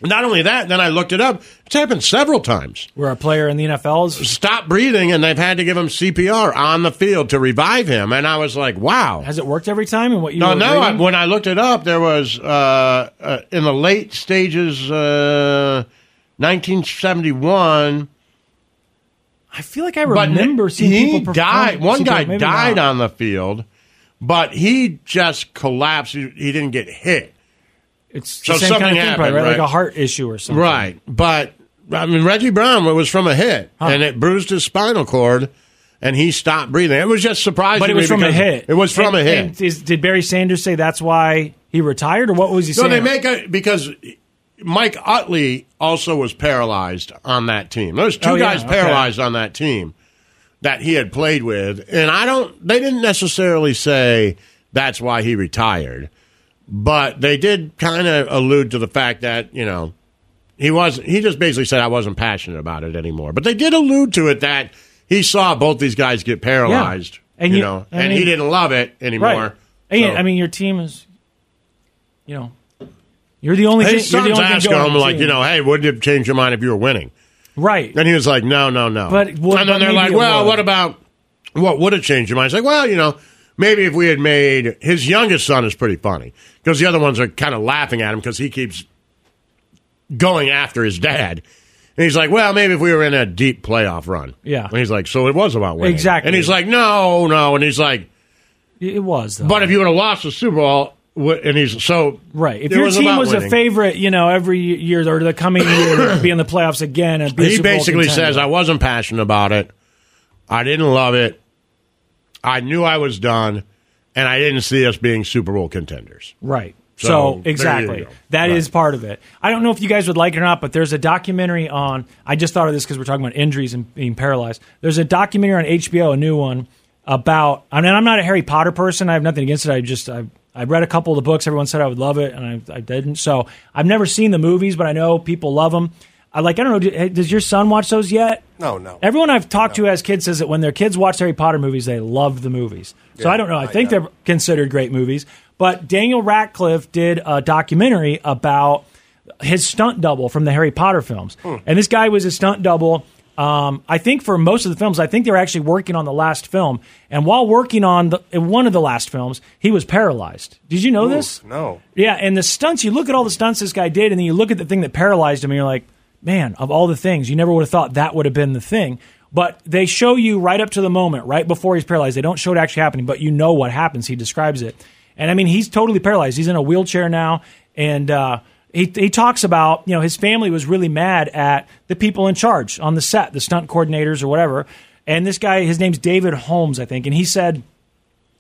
C: Not only that, then I looked it up. It's happened several times
D: where a player in the NFL's
C: stopped breathing and they've had to give him CPR on the field to revive him. And I was like, wow.
D: Has it worked every time? And what you
C: no,
D: were
C: no. I,
D: reading?
C: when I looked it up, there was uh, uh, in the late stages, uh, 1971.
D: I feel like I remember
C: but
D: seeing
C: he
D: people perform
C: died. One
D: CPR,
C: guy
D: maybe
C: died
D: not.
C: on the field, but he just collapsed. He, he didn't get hit.
D: It's
C: so
D: the same
C: something
D: kind of thing,
C: happened,
D: probably, right? Like
C: right?
D: a heart issue or something.
C: Right. But I mean Reggie Brown was from a hit and it bruised his spinal cord and he stopped breathing. It was just surprising.
D: But it was
C: me
D: from a
C: because
D: hit.
C: It was from a
D: And-
C: hit.
D: and is- did Barry Sanders say that's why he retired, or what was he
C: no,
D: saying?
C: they make a because Mike Utley also was paralyzed on that team. There's two
D: Oh, yeah,
C: guys
D: okay.
C: paralyzed on that team that he had played with, and I don't. They didn't necessarily say that's why he retired, but they did kind of allude to the fact that you know he was. He just basically said I wasn't passionate about it anymore. But they did allude to it that he saw both these guys get paralyzed,
D: And
C: you,
D: you-
C: know,
D: I
C: and he
D: mean-
C: didn't love it anymore.
D: Right. And,
C: So-
D: I mean, your team is, you know, you're the only.
C: his
D: thing, you're the
C: sons
D: only
C: asked
D: thing
C: him,
D: going on the
C: like,
D: team.
C: you know, hey, wouldn't you have changed your mind if you were winning?
D: Right.
C: And he was like, no, no, no.
D: But what-
C: and then
D: but
C: they're
D: maybe
C: like,
D: it
C: well,
D: would."
C: what about what would have changed your mind? It's like, well, you know, maybe if we had made his youngest son is pretty funny because the other ones are kind of laughing at him because he keeps going after his dad. And he's like, well, maybe if we were in a deep playoff run.
D: Yeah.
C: And he's like, so it was about winning.
D: Exactly.
C: And he's like, no, no. And he's like,
D: it was. Though.
C: But if you would have lost the Super Bowl, wh- and he's so
D: Right. If
C: it
D: your team
C: about
D: was
C: winning.
D: a favorite, you know, every year or the coming year, be in the playoffs again, and be a
C: he
D: Super Bowl
C: basically
D: contender.
C: says i wasn't passionate about it i didn't love it i knew i was done and i didn't see us being super bowl contenders
D: Right.
C: So,
D: So,
C: there you
D: exactly.
C: go.
D: that is part of it. I don't know if you guys would like it or not, but there's a documentary on. I just thought of this because we're talking about injuries and being paralyzed. There's a documentary on HBO, a new one about. I mean, I'm not a Harry Potter person. I have nothing against it. I just I I read a couple of the books. Everyone said I would love it, and I, I didn't. So I've never seen the movies, but I know people love them. I like. I don't know. do- Does your son watch those yet?
H: No, no.
D: Everyone I've talked to as kids says that when their kids watch Harry Potter movies, they love the movies. so
H: Yeah,
D: I don't know. I
H: not
D: think they're considered great movies. But Daniel Radcliffe did a documentary about his stunt double from the Harry Potter films.
H: Hmm.
D: And this guy was a stunt double. Um, I think for most of the films, I think they were actually working on the last film. And while working on the, in one of the last films, he was paralyzed. Did you know
H: Ooh,
D: this?
H: No.
D: Yeah, and the stunts, you look at all the stunts this guy did, and then you look at the thing that paralyzed him, and you're like, man, of all the things, you never would have thought that would have been the thing. But they show you right up to the moment, right before he's paralyzed. They don't show it actually happening, but you know what happens. He describes it. And I mean, he's totally paralyzed. He's in a wheelchair now, and uh, he, he talks about, you know, his family was really mad at the people in charge on the set, the stunt coordinators or whatever. And this guy, his name's David Holmes, I think, and he said,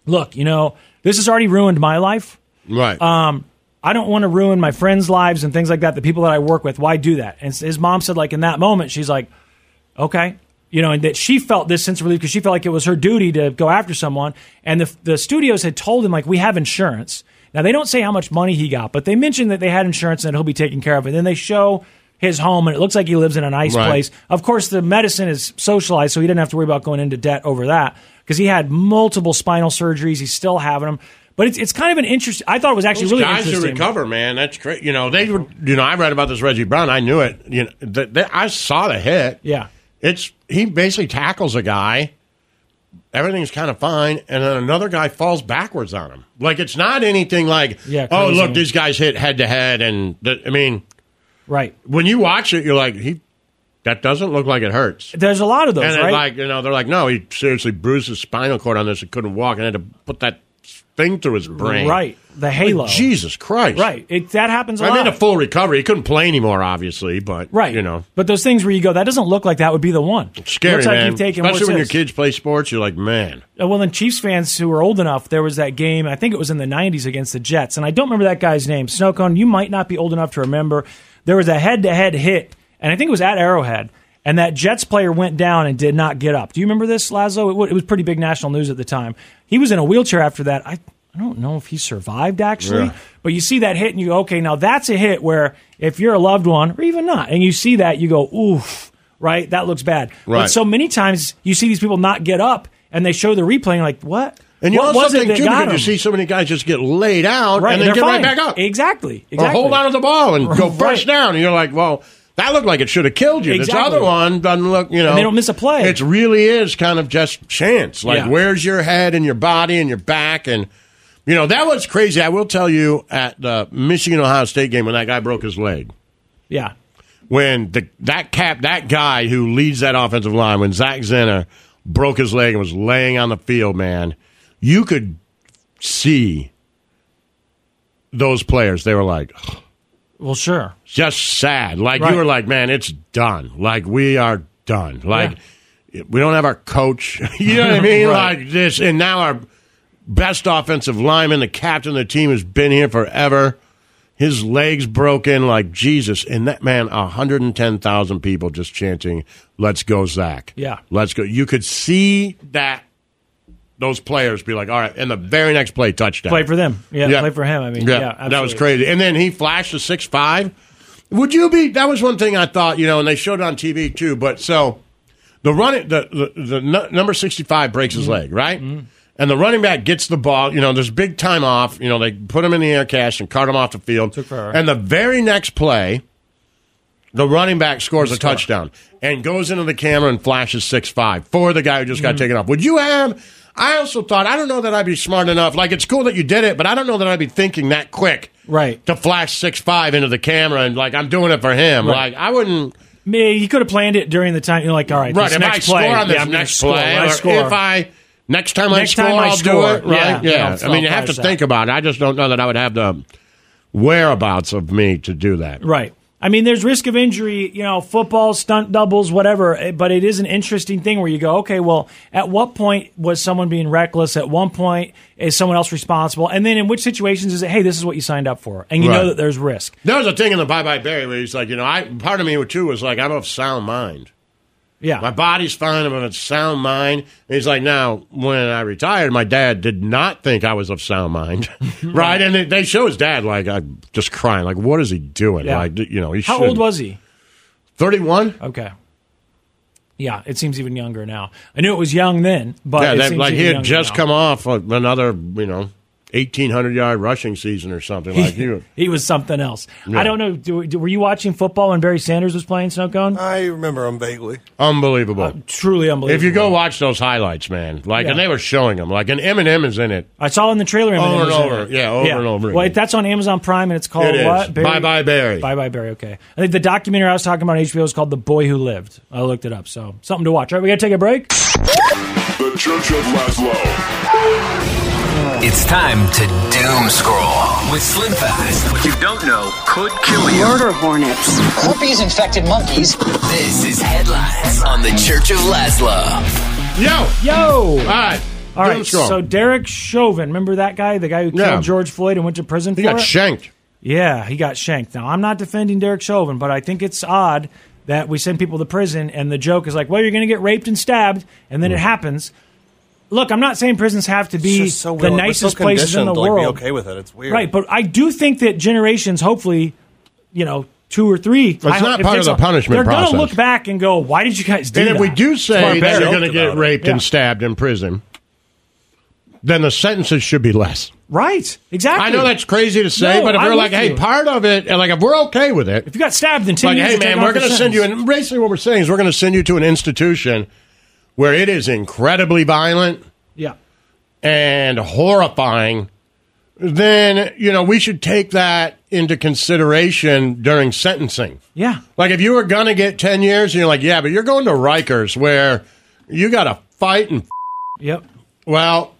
D: look, you know, this has already ruined my life.
C: Right.
D: Um, I don't want to ruin my friends' lives and things like that. The people that I work with, why do that? And s- his mom said, like in that moment, she's like, okay, you know, and that she felt this sense of relief because she felt like it was her duty to go after someone. And the the studios had told him like, we have insurance. Now they don't say how much money he got, but they mentioned that they had insurance and that he'll be taken care of. And then they show his home, and it looks like he lives in a nice
M: Right.
D: place. Of course, the medicine is socialized, so he didn't have to worry about going into debt over that because he had multiple spinal surgeries. He's still having them. But it's, it's kind of an interesting. I thought it was actually
C: Those
D: really
C: guys who
D: interesting.
C: recover, man, that's great. You know, they were. You know, I read about this Reggie Brown. I knew it. You know, th th I saw the hit.
D: Yeah,
C: it's he basically tackles a guy. Everything's kind of fine, and then another guy falls backwards on him. Like it's not anything like,
D: Yeah,
C: oh
D: crazy.
C: look, these guys hit head to head, and th- I mean,
D: right.
C: When you watch it, you're like, he that doesn't look like it hurts.
D: There's a lot of those,
C: and it,
D: right?
C: like you know, they're like, no, he seriously bruised his spinal cord on this and couldn't walk, and had to put that thing through his brain.
D: Right. The halo.
C: Like, Jesus Christ.
D: Right. It, that happens a
C: I
D: lot.
C: mean, a full recovery. He couldn't play anymore, obviously, but
D: Right.
C: you know,
D: but those things where you go, that doesn't look like that would be the one.
C: scary
D: Looks like
C: man.
D: you've taken
C: Especially
D: what's
C: when
D: this?
C: your kids play sports, you're like, man.
D: Uh, Well, then Chiefs fans who were old enough, there was that game. I think it was in the '90s against the Jets, and I don't remember that guy's name. Snowcone, you might not be old enough to remember. There was a head-to-head hit, and I think it was at Arrowhead, and that Jets player went down and did not get up. Do you remember this, Lazo? It, wa- it was pretty big national news at the time. He was in a wheelchair after that. I I don't know if he survived actually,
M: Yeah.
D: but you see that hit and you go, okay, now that's a hit where if you're a loved one or even not, and you see that, you go, oof, right? That looks bad. But
C: Right.
D: so many times you see these people not get up and they show the replay and you're like, what?
C: And you
D: what
C: also
D: was it
C: think
D: that
C: too,
D: got
C: because you
D: him?
C: see so many guys just get laid out
D: Right,
C: and then
D: they're
C: get
D: fine.
C: right back up,
D: Exactly.
C: or
D: Exactly.
C: hold on to the ball and go
D: Right.
C: first down. And you're like, well, that looked like it should have killed you. This
D: Exactly.
C: other one doesn't look, you know,
D: And they don't miss a play.
C: It really is kind of just chance. Like,
D: Yeah.
C: where's your head and your body and your back and. You know, that was crazy. I will tell you at the Michigan Ohio State game when that guy broke his leg.
D: Yeah.
C: when the that cap that guy who leads that offensive line when Zach Zinner broke his leg and was laying on the field, man, you could see those players. They were like
D: Well, sure.
C: just sad. Like
D: Right.
C: you were like, man, it's done. Like we are done. Like we don't have our coach. you know what I mean?
D: Right.
C: Like this, and now our best offensive lineman, the captain of the team, has been here forever. His legs broken, like Jesus, and that man, hundred and ten thousand people just chanting, "Let's go, Zach!"
D: Yeah.
C: let's go. You could see that those players be like, "All right," and the very next play, touchdown.
D: Play for them. Yeah, play for him. I mean, yeah,
C: that was
D: absolutely.
C: crazy. And then he flashed a six five. Would you be? That was one thing I thought, you know, and they showed it on TV too. But so the running, the the, the nu- number sixty five breaks
D: Mm-hmm.
C: his leg, right? And the running back gets the ball. You know, there's big time off. You know, they put him in the air cash and cart him off the field.
D: Took forever.
C: and the very next play, the running back scores a touchdown and goes into the camera and flashes six five for the guy who just
D: Mm-hmm.
C: got taken off. Would you have? I also thought I don't know that I'd be smart enough. Like it's cool that you did it, but I don't know that I'd be thinking that quick. Right to flash six five into the camera and like I'm doing it for him.
D: Right.
C: Like I wouldn't.
D: Me, you could have planned it during the time. You're like, all right,
C: Right,
D: this
C: if I
D: next
C: score
D: play,
C: on this
D: yeah, I'm gonna
C: next
D: score.
C: play,
D: I
C: or
D: score.
C: if I next time I
D: Next
C: score,
D: time I
C: I'll
D: score,
C: do it. Right?
D: yeah,
C: Yeah.
D: I'll-
C: I mean, you
D: I'll
C: have to
D: flash that.
C: think about it. I just don't know that I would have the whereabouts of me to do that.
D: Right. I mean, there's risk of injury, you know, football, stunt doubles, whatever. eh, But it is an interesting thing where you go, okay, well, at what point was someone being reckless? At one point is someone else responsible? And then in which situations is it, hey, this is what you signed up for? And you
C: Right.
D: know that there's risk.
C: There was a thing in the Bye Bye Barry where he's like, you know, I part of me too was like, I'm of sound mind.
D: Yeah.
C: My body's fine, I'm of a sound mind. And he's like, now, when I retired, my dad did not think I was of sound mind. right? And they, they show his dad, like, i just crying. Like, what is he doing?
D: Yeah.
C: Like, you know, he
D: How old was he?
C: 31?
D: Okay. Yeah, it seems even younger now. I knew it was young then, but
C: yeah,
D: it
C: that,
D: seems
C: like
D: even
C: he had
D: younger
C: just
D: now.
C: come off of another, you know, 1,800 yard rushing season or something. Like, you.
D: He was something else.
C: Yeah.
D: I don't know. Do, do, were you watching football when Barry Sanders was playing snow cone?
H: I remember him vaguely.
C: Unbelievable.
D: Truly unbelievable.
C: If you go watch those highlights, man, like,
D: Yeah.
C: and they were showing them, like, and Eminem is in it.
D: I saw in the trailer.
C: Over
D: Eminem
C: and
D: was in
C: over.
D: it.
C: Yeah, over and over
D: Well,
C: again.
D: that's on Amazon Prime, and it's called
C: It is.
D: what?
C: Bye Bye Barry.
D: Bye bye Barry. Okay, I think the documentary I was talking about on HBO is called "The Boy Who Lived." I looked it up, so something to watch. All right, we gotta take a break.
E: The Church of Laszlo. It's time to doom scroll with Slim Fast. What you don't know could kill you.
M: Murder hornets. Herpes infected monkeys.
E: This is headlines on the Church of Laszlo.
C: Yo,
D: yo. All
C: right,
D: all
E: Doom
D: right.
E: scroll.
D: So Derek Chauvin, remember that guy, the guy who killed
C: Yeah.
D: George Floyd and went to prison
C: He
D: for
C: got
D: it?
C: shanked.
D: Yeah, he got shanked. Now, I'm not defending Derek Chauvin, but I think it's odd that we send people to prison and the joke is like, well, you're going to get raped and stabbed, and
C: Mm.
D: then it happens. Look, I'm not saying prisons have to be
H: It's so
D: the
H: weird. We're so
D: nicest places in
H: conditioned
D: the
H: to, like,
D: world.
H: Be okay with it. It's weird.
D: Right, but I do think that generations, hopefully, you know, two or three. It's
C: not part of the punishment
D: They're
C: process.
D: to look back and go, "Why did you guys do
C: and
D: that?"
C: if we do say that you're going to
D: Joked
C: get
D: about it.
C: raped
D: Yeah.
C: and stabbed in prison, then the sentences should be less.
D: right, exactly.
C: I know that's crazy to say,
D: No,
C: but if
D: I'm
C: we're like,
D: with
C: hey,
D: you.
C: part of it, and like if we're okay with it,
D: if you got stabbed in ten
C: like,
D: years,
C: hey
D: you take
C: man,
D: off
C: we're
D: the
C: going to send you.
D: sentence.
C: And basically, what we're saying is we're going to send you to an institution where it is incredibly violent
D: yeah.
C: and horrifying. Then you know we should take that into consideration during sentencing.
D: Yeah.
C: Like if you were gonna get ten years, and you're like, yeah, but you're going to Rikers where you got to fight and.
D: Yep.
C: Well,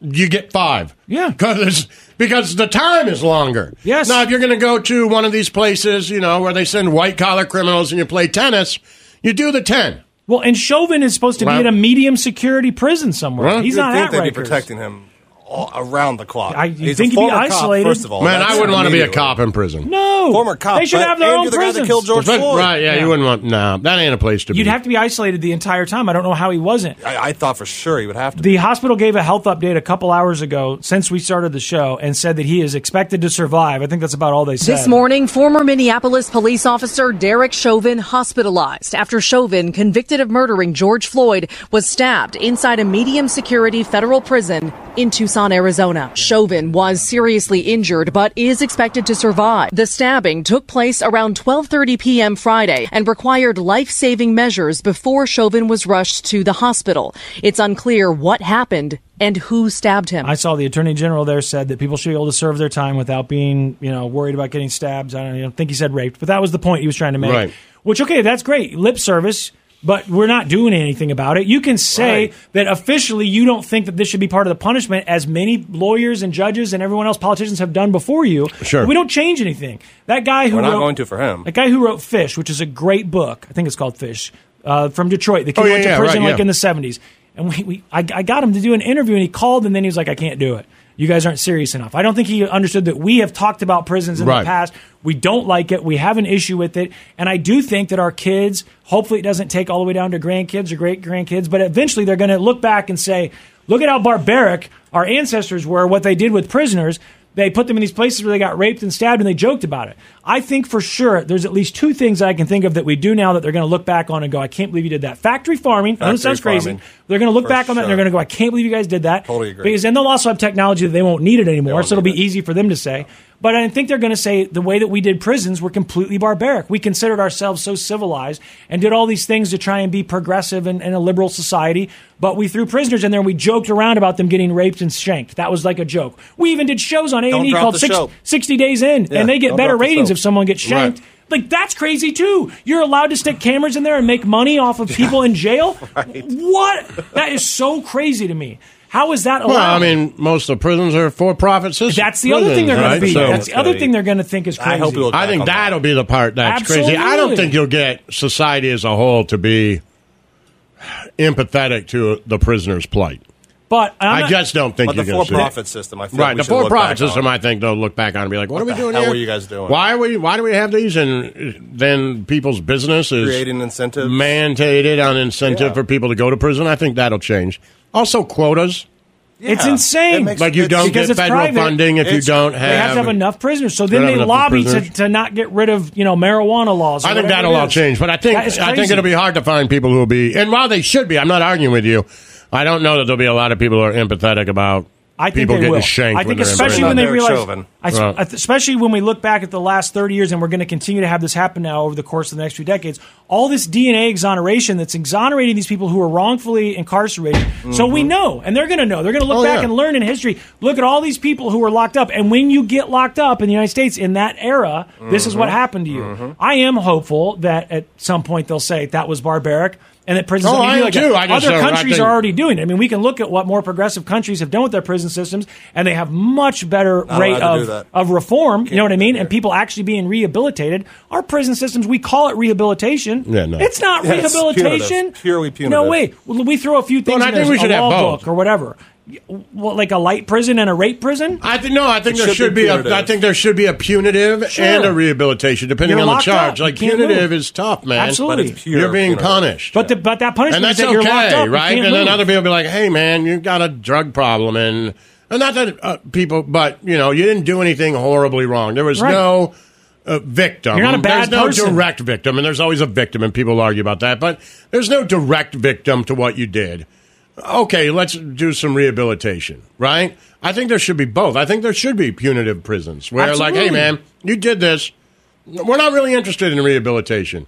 C: you get five.
D: Yeah.
C: Because because the time is longer. Yes. Now if you're gonna go to one of these places, you know, where they send white collar criminals and you play tennis, you do the ten.
D: Well, and Chauvin is supposed to
C: Well-
D: be at a medium security prison somewhere. He's
H: You'd
D: not
H: think
D: at
H: they'd be
D: Rikers.
H: protecting him all around the clock.
D: I- you'd
H: He's
D: think
H: a
D: he'd be
H: former cop,
D: isolated.
H: first of all,
C: Man,
H: That's
C: I wouldn't want to be a
H: immediately.
C: cop in prison.
D: No,
H: Former cop,
D: They should
H: but-
D: have their
H: and
D: own
H: you're the guy that
D: prisons.
H: killed George
C: But- Right, yeah, you wouldn't want no, that ain't a place to
D: You'd
C: be.
D: have to be isolated the entire time. I don't know how he wasn't.
H: I, I thought for sure he would have to.
D: The hospital gave a health update a couple hours ago since we started the show and said that he is expected to survive. I think that's about all they said.
N: This morning, former Minneapolis police officer Derek Chauvin hospitalized after Chauvin, convicted of murdering George Floyd, was stabbed inside a medium security federal prison in Tucson, Arizona. Chauvin was seriously injured but is expected to survive. The stabbing took place around 12:30 p.m. Friday and required life-saving measures before Chauvin was rushed to the hospital. It's unclear what happened and who stabbed him.
D: I saw the attorney general there said that people should be able to serve their time without being, you know, worried about getting stabbed. I don't, I don't think he said raped, but that was the point he was trying to make.
C: Right.
D: Which, okay, that's great, lip service, but we're not doing anything about it. You can say
C: Right.
D: that officially you don't think that this should be part of the punishment, as many lawyers and judges and everyone else, politicians have done before you.
H: Sure.
D: we don't change anything. That guy who
H: We're not
D: wrote-
H: going to for him.
D: a guy who wrote Fish, which is a great book. I think it's called Fish. uh, from Detroit. The kid
C: Oh, yeah,
D: went to
C: yeah,
D: prison
C: right,
D: like
C: yeah.
D: in the seventies, and we, we I, I got him to do an interview, and he called, and then he was like, "I can't do it. You guys aren't serious enough." I don't think he understood that we have talked about prisons in
C: Right.
D: the past. We don't like it. We have an issue with it, and I do think that our kids, hopefully, it doesn't take all the way down to grandkids or great grandkids, but eventually they're going to look back and say, "Look at how barbaric our ancestors were. What they did with prisoners." They put them in these places where they got raped and stabbed and they joked about it. I think for sure there's at least two things I can think of that we do now that they're going to look back on and go, I can't believe you did that. Factory farming, I know this
H: Factory
D: sounds crazy.
H: farming.
D: They're going to look
H: For
D: back on that and they're
H: sure.
D: going to go, I can't believe you guys did that.
H: Totally agree.
D: Because then they'll also have technology that they won't need it anymore, so it'll be easy for them to say. But I think they're going to say the way that we did prisons were completely barbaric. We considered ourselves so civilized and did all these things to try and be progressive and, and a liberal society, but we threw prisoners in there and we joked around about them getting raped and shanked. That was like a joke. We even did shows on
H: Don't
D: A&E
H: drop
D: called
H: the
D: six,
H: show.
D: 60 Days In,
H: Yeah,
D: and they get
H: don't
D: better
H: drop the
D: ratings
H: soap.
D: if someone gets shanked.
H: Right.
D: Like that's crazy too. You're allowed to stick cameras in there and make money off of people in jail. What? That is so crazy to me. How is that allowed?
C: Well, I mean, most of the prisons are for-profit systems.
D: that's the other thing they're going to be. that's the other thing they're going to think is crazy.
C: I think that'll be the part that's crazy. I
D: Absolutely.
C: don't think you'll get society as a whole to be empathetic to the prisoner's plight.
D: But I'm
C: I
D: not-
C: just don't think
H: But
C: you're
H: the
C: gonna see it.
H: for-profit system, I feel
C: right.
H: we
C: the
H: should look
C: for-profit
H: back on.
C: system, I think they'll look back on and be like, "What,
H: What
C: are we
H: the
C: doing
H: hell
C: here?
H: were you guys doing?"
C: Why are we? Why do we have these?" And then people's business is
H: Creating incentives.
C: mandated on incentive for people to go to prison. I think that'll change. Also, quotas.
D: It's insane.
C: like you don't
D: Because
C: get
D: it's
C: federal
D: private.
C: funding if you don't have.
D: They have to have enough prisoners. So
C: They
D: then
C: don't
D: they
C: have enough
D: lobby to,
C: prisoners.
D: to not get rid of you know marijuana laws. or
C: I think
D: whatever
C: that'll
D: it
C: all
D: is.
C: change, but I think
D: That is
C: I think
D: crazy.
C: it'll be hard to find people who will be. And while they should be, I'm not arguing with you. I don't know that there'll be a lot of people who are empathetic about
D: I think
C: people
D: they
C: getting
D: will.
C: shanked.
D: I think
C: when
D: especially
C: they're
D: when
C: in
D: they
C: prison.
D: realize, I-
C: Well,
D: I- especially when we look back at the last thirty years, and we're going to continue to have this happen now over the course of the next few decades. All this DNA exoneration that's exonerating these people who are wrongfully incarcerated. So we know, and they're going to know. They're going to look
C: Mm-hmm. Oh,
D: back
C: yeah.
D: and learn in history. Look at all these people who were locked up, and when you get locked up in the United States in that era, this is
C: Mhm.
D: what happened to you.
C: Mhm.
D: I am hopeful that at some point they'll say that was barbaric. And that prisons
C: Oh,
D: don't need to
C: I
D: be
C: am
D: like
C: too.
D: that.
C: I just
D: other
C: don't- I
D: countries
C: think-
D: are already doing it. I mean, we can look at what more progressive countries have done with their prison systems, and they have much better
H: Not
D: rate
H: allowed Oh, to do
D: of,
H: that.
D: of reform. you know what I mean? And people actually being rehabilitated. Our prison systems, we call it rehabilitation.
H: Yeah, no.
D: It's not
H: Yeah, it's
D: rehabilitation.
H: punitive. Purely
D: No
H: punitive.
D: way. Well, we throw a few things
C: Well, and I
D: in
C: think
D: there,
C: we should
D: a
C: have
D: law
C: both.
D: book or whatever. What, like a light prison and a rape prison?
C: I think no. I think there should be. a, I
D: punitive.
C: think there should be a punitive
D: Sure.
C: and a rehabilitation, depending
D: You're
C: on the
D: locked
C: charge.
D: up. You
C: Like
D: can't
C: punitive
D: move.
C: is tough, man.
D: Absolutely. But it's pure
C: you're being
D: punitive.
C: punished,
D: But, the, but that punishment
C: and that's
D: is that
C: okay,
D: you're locked up. You
C: right?
D: can't
C: And then
D: move.
C: other people be like, "Hey, man, you got a drug problem," and, and not that uh, people, but you know, you didn't do anything horribly wrong. There was
D: Right.
C: no uh, victim.
D: You're not a bad
C: There's no
D: person.
C: direct victim, and there's always a victim, and people argue about that. But there's no direct victim to what you did. Okay, let's do some rehabilitation, right? I think there should be both. I think there should be punitive prisons where, like, hey,
D: Absolutely.
C: man, you did this. We're not really interested in rehabilitation.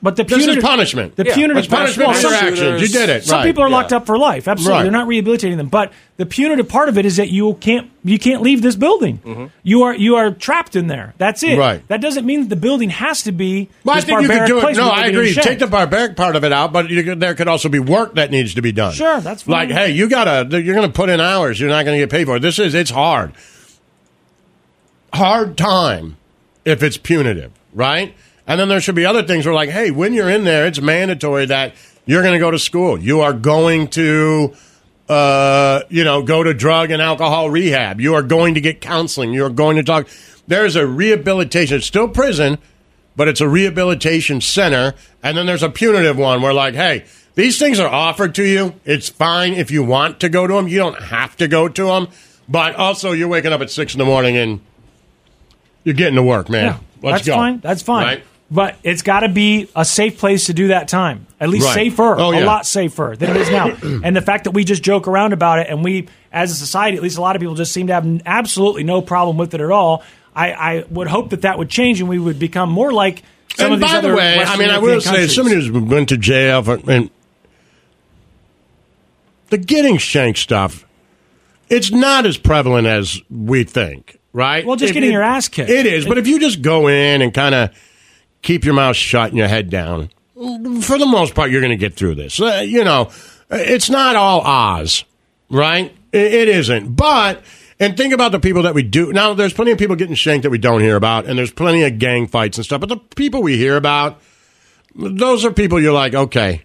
D: But the
C: This is
D: punitive
C: punishment.
D: The
C: Yeah.
D: punitive
C: It's punishment for your actions. You did it,
D: Some
C: right.
D: people are
C: Yeah.
D: locked up for life. Absolutely,
C: Right.
D: they're not rehabilitating them. But the punitive part of it is that you can't you can't leave this building. You are you are trapped in there. That's it.
C: Mm-hmm. Right.
D: That doesn't mean that the building has to be.
C: Well, I
D: this
C: think you could
D: barbaric
C: do it.
D: place
C: No,
D: where
C: I
D: they're
C: agree.
D: getting shanked.
C: Take the barbaric part of it out, but you could, there could also be work that needs to be done.
D: Sure, that's
C: like,
D: fine.
C: hey, you gotta, you're gonna put in hours. You're not gonna get paid for it. This is, it's hard, hard time if it's punitive, right? And then there should be other things where, like, hey, when you're in there, it's mandatory that you're gonna go to school. You are going to. Uh, you know, go to drug and alcohol rehab. You are going to get counseling. You are going to talk. There's a rehabilitation. It's still prison, but it's a rehabilitation center. And then there's a punitive one where, like, hey, these things are offered to you. It's fine if you want to go to them. You don't have to go to them. But also, you're waking up at six in the morning and you're getting to work, man.
D: Yeah,
C: Let's
D: that's
C: go.
D: fine. That's fine.
C: Right?
D: But it's got to be a safe place to do that time. At least
C: Right.
D: safer,
C: Oh, yeah.
D: a lot safer than it is now. and the fact that we just joke around about it, and we, as a society, at least a lot of people, just seem to have n- absolutely no problem with it at all. I, I would hope that that would change, and we would become more like some
C: and
D: of these
C: by
D: other
C: the way,
D: Western
C: I mean, I
D: European
C: will say,
D: countries.
C: somebody who's went to jail for and the getting shanked stuff, it's not as prevalent as we think, right?
D: Well, just
C: If
D: getting
C: it-
D: your ass kicked.
C: It is, but if you just go in and kind of keep your mouth shut and your head down, for the most part, you're going to get through this. Uh, you know, it's not all Oz, right? It, it isn't. But, and think about the people that we do. Now, there's plenty of people getting shanked that we don't hear about, and there's plenty of gang fights and stuff, but the people we hear about, Those are people you're like, okay,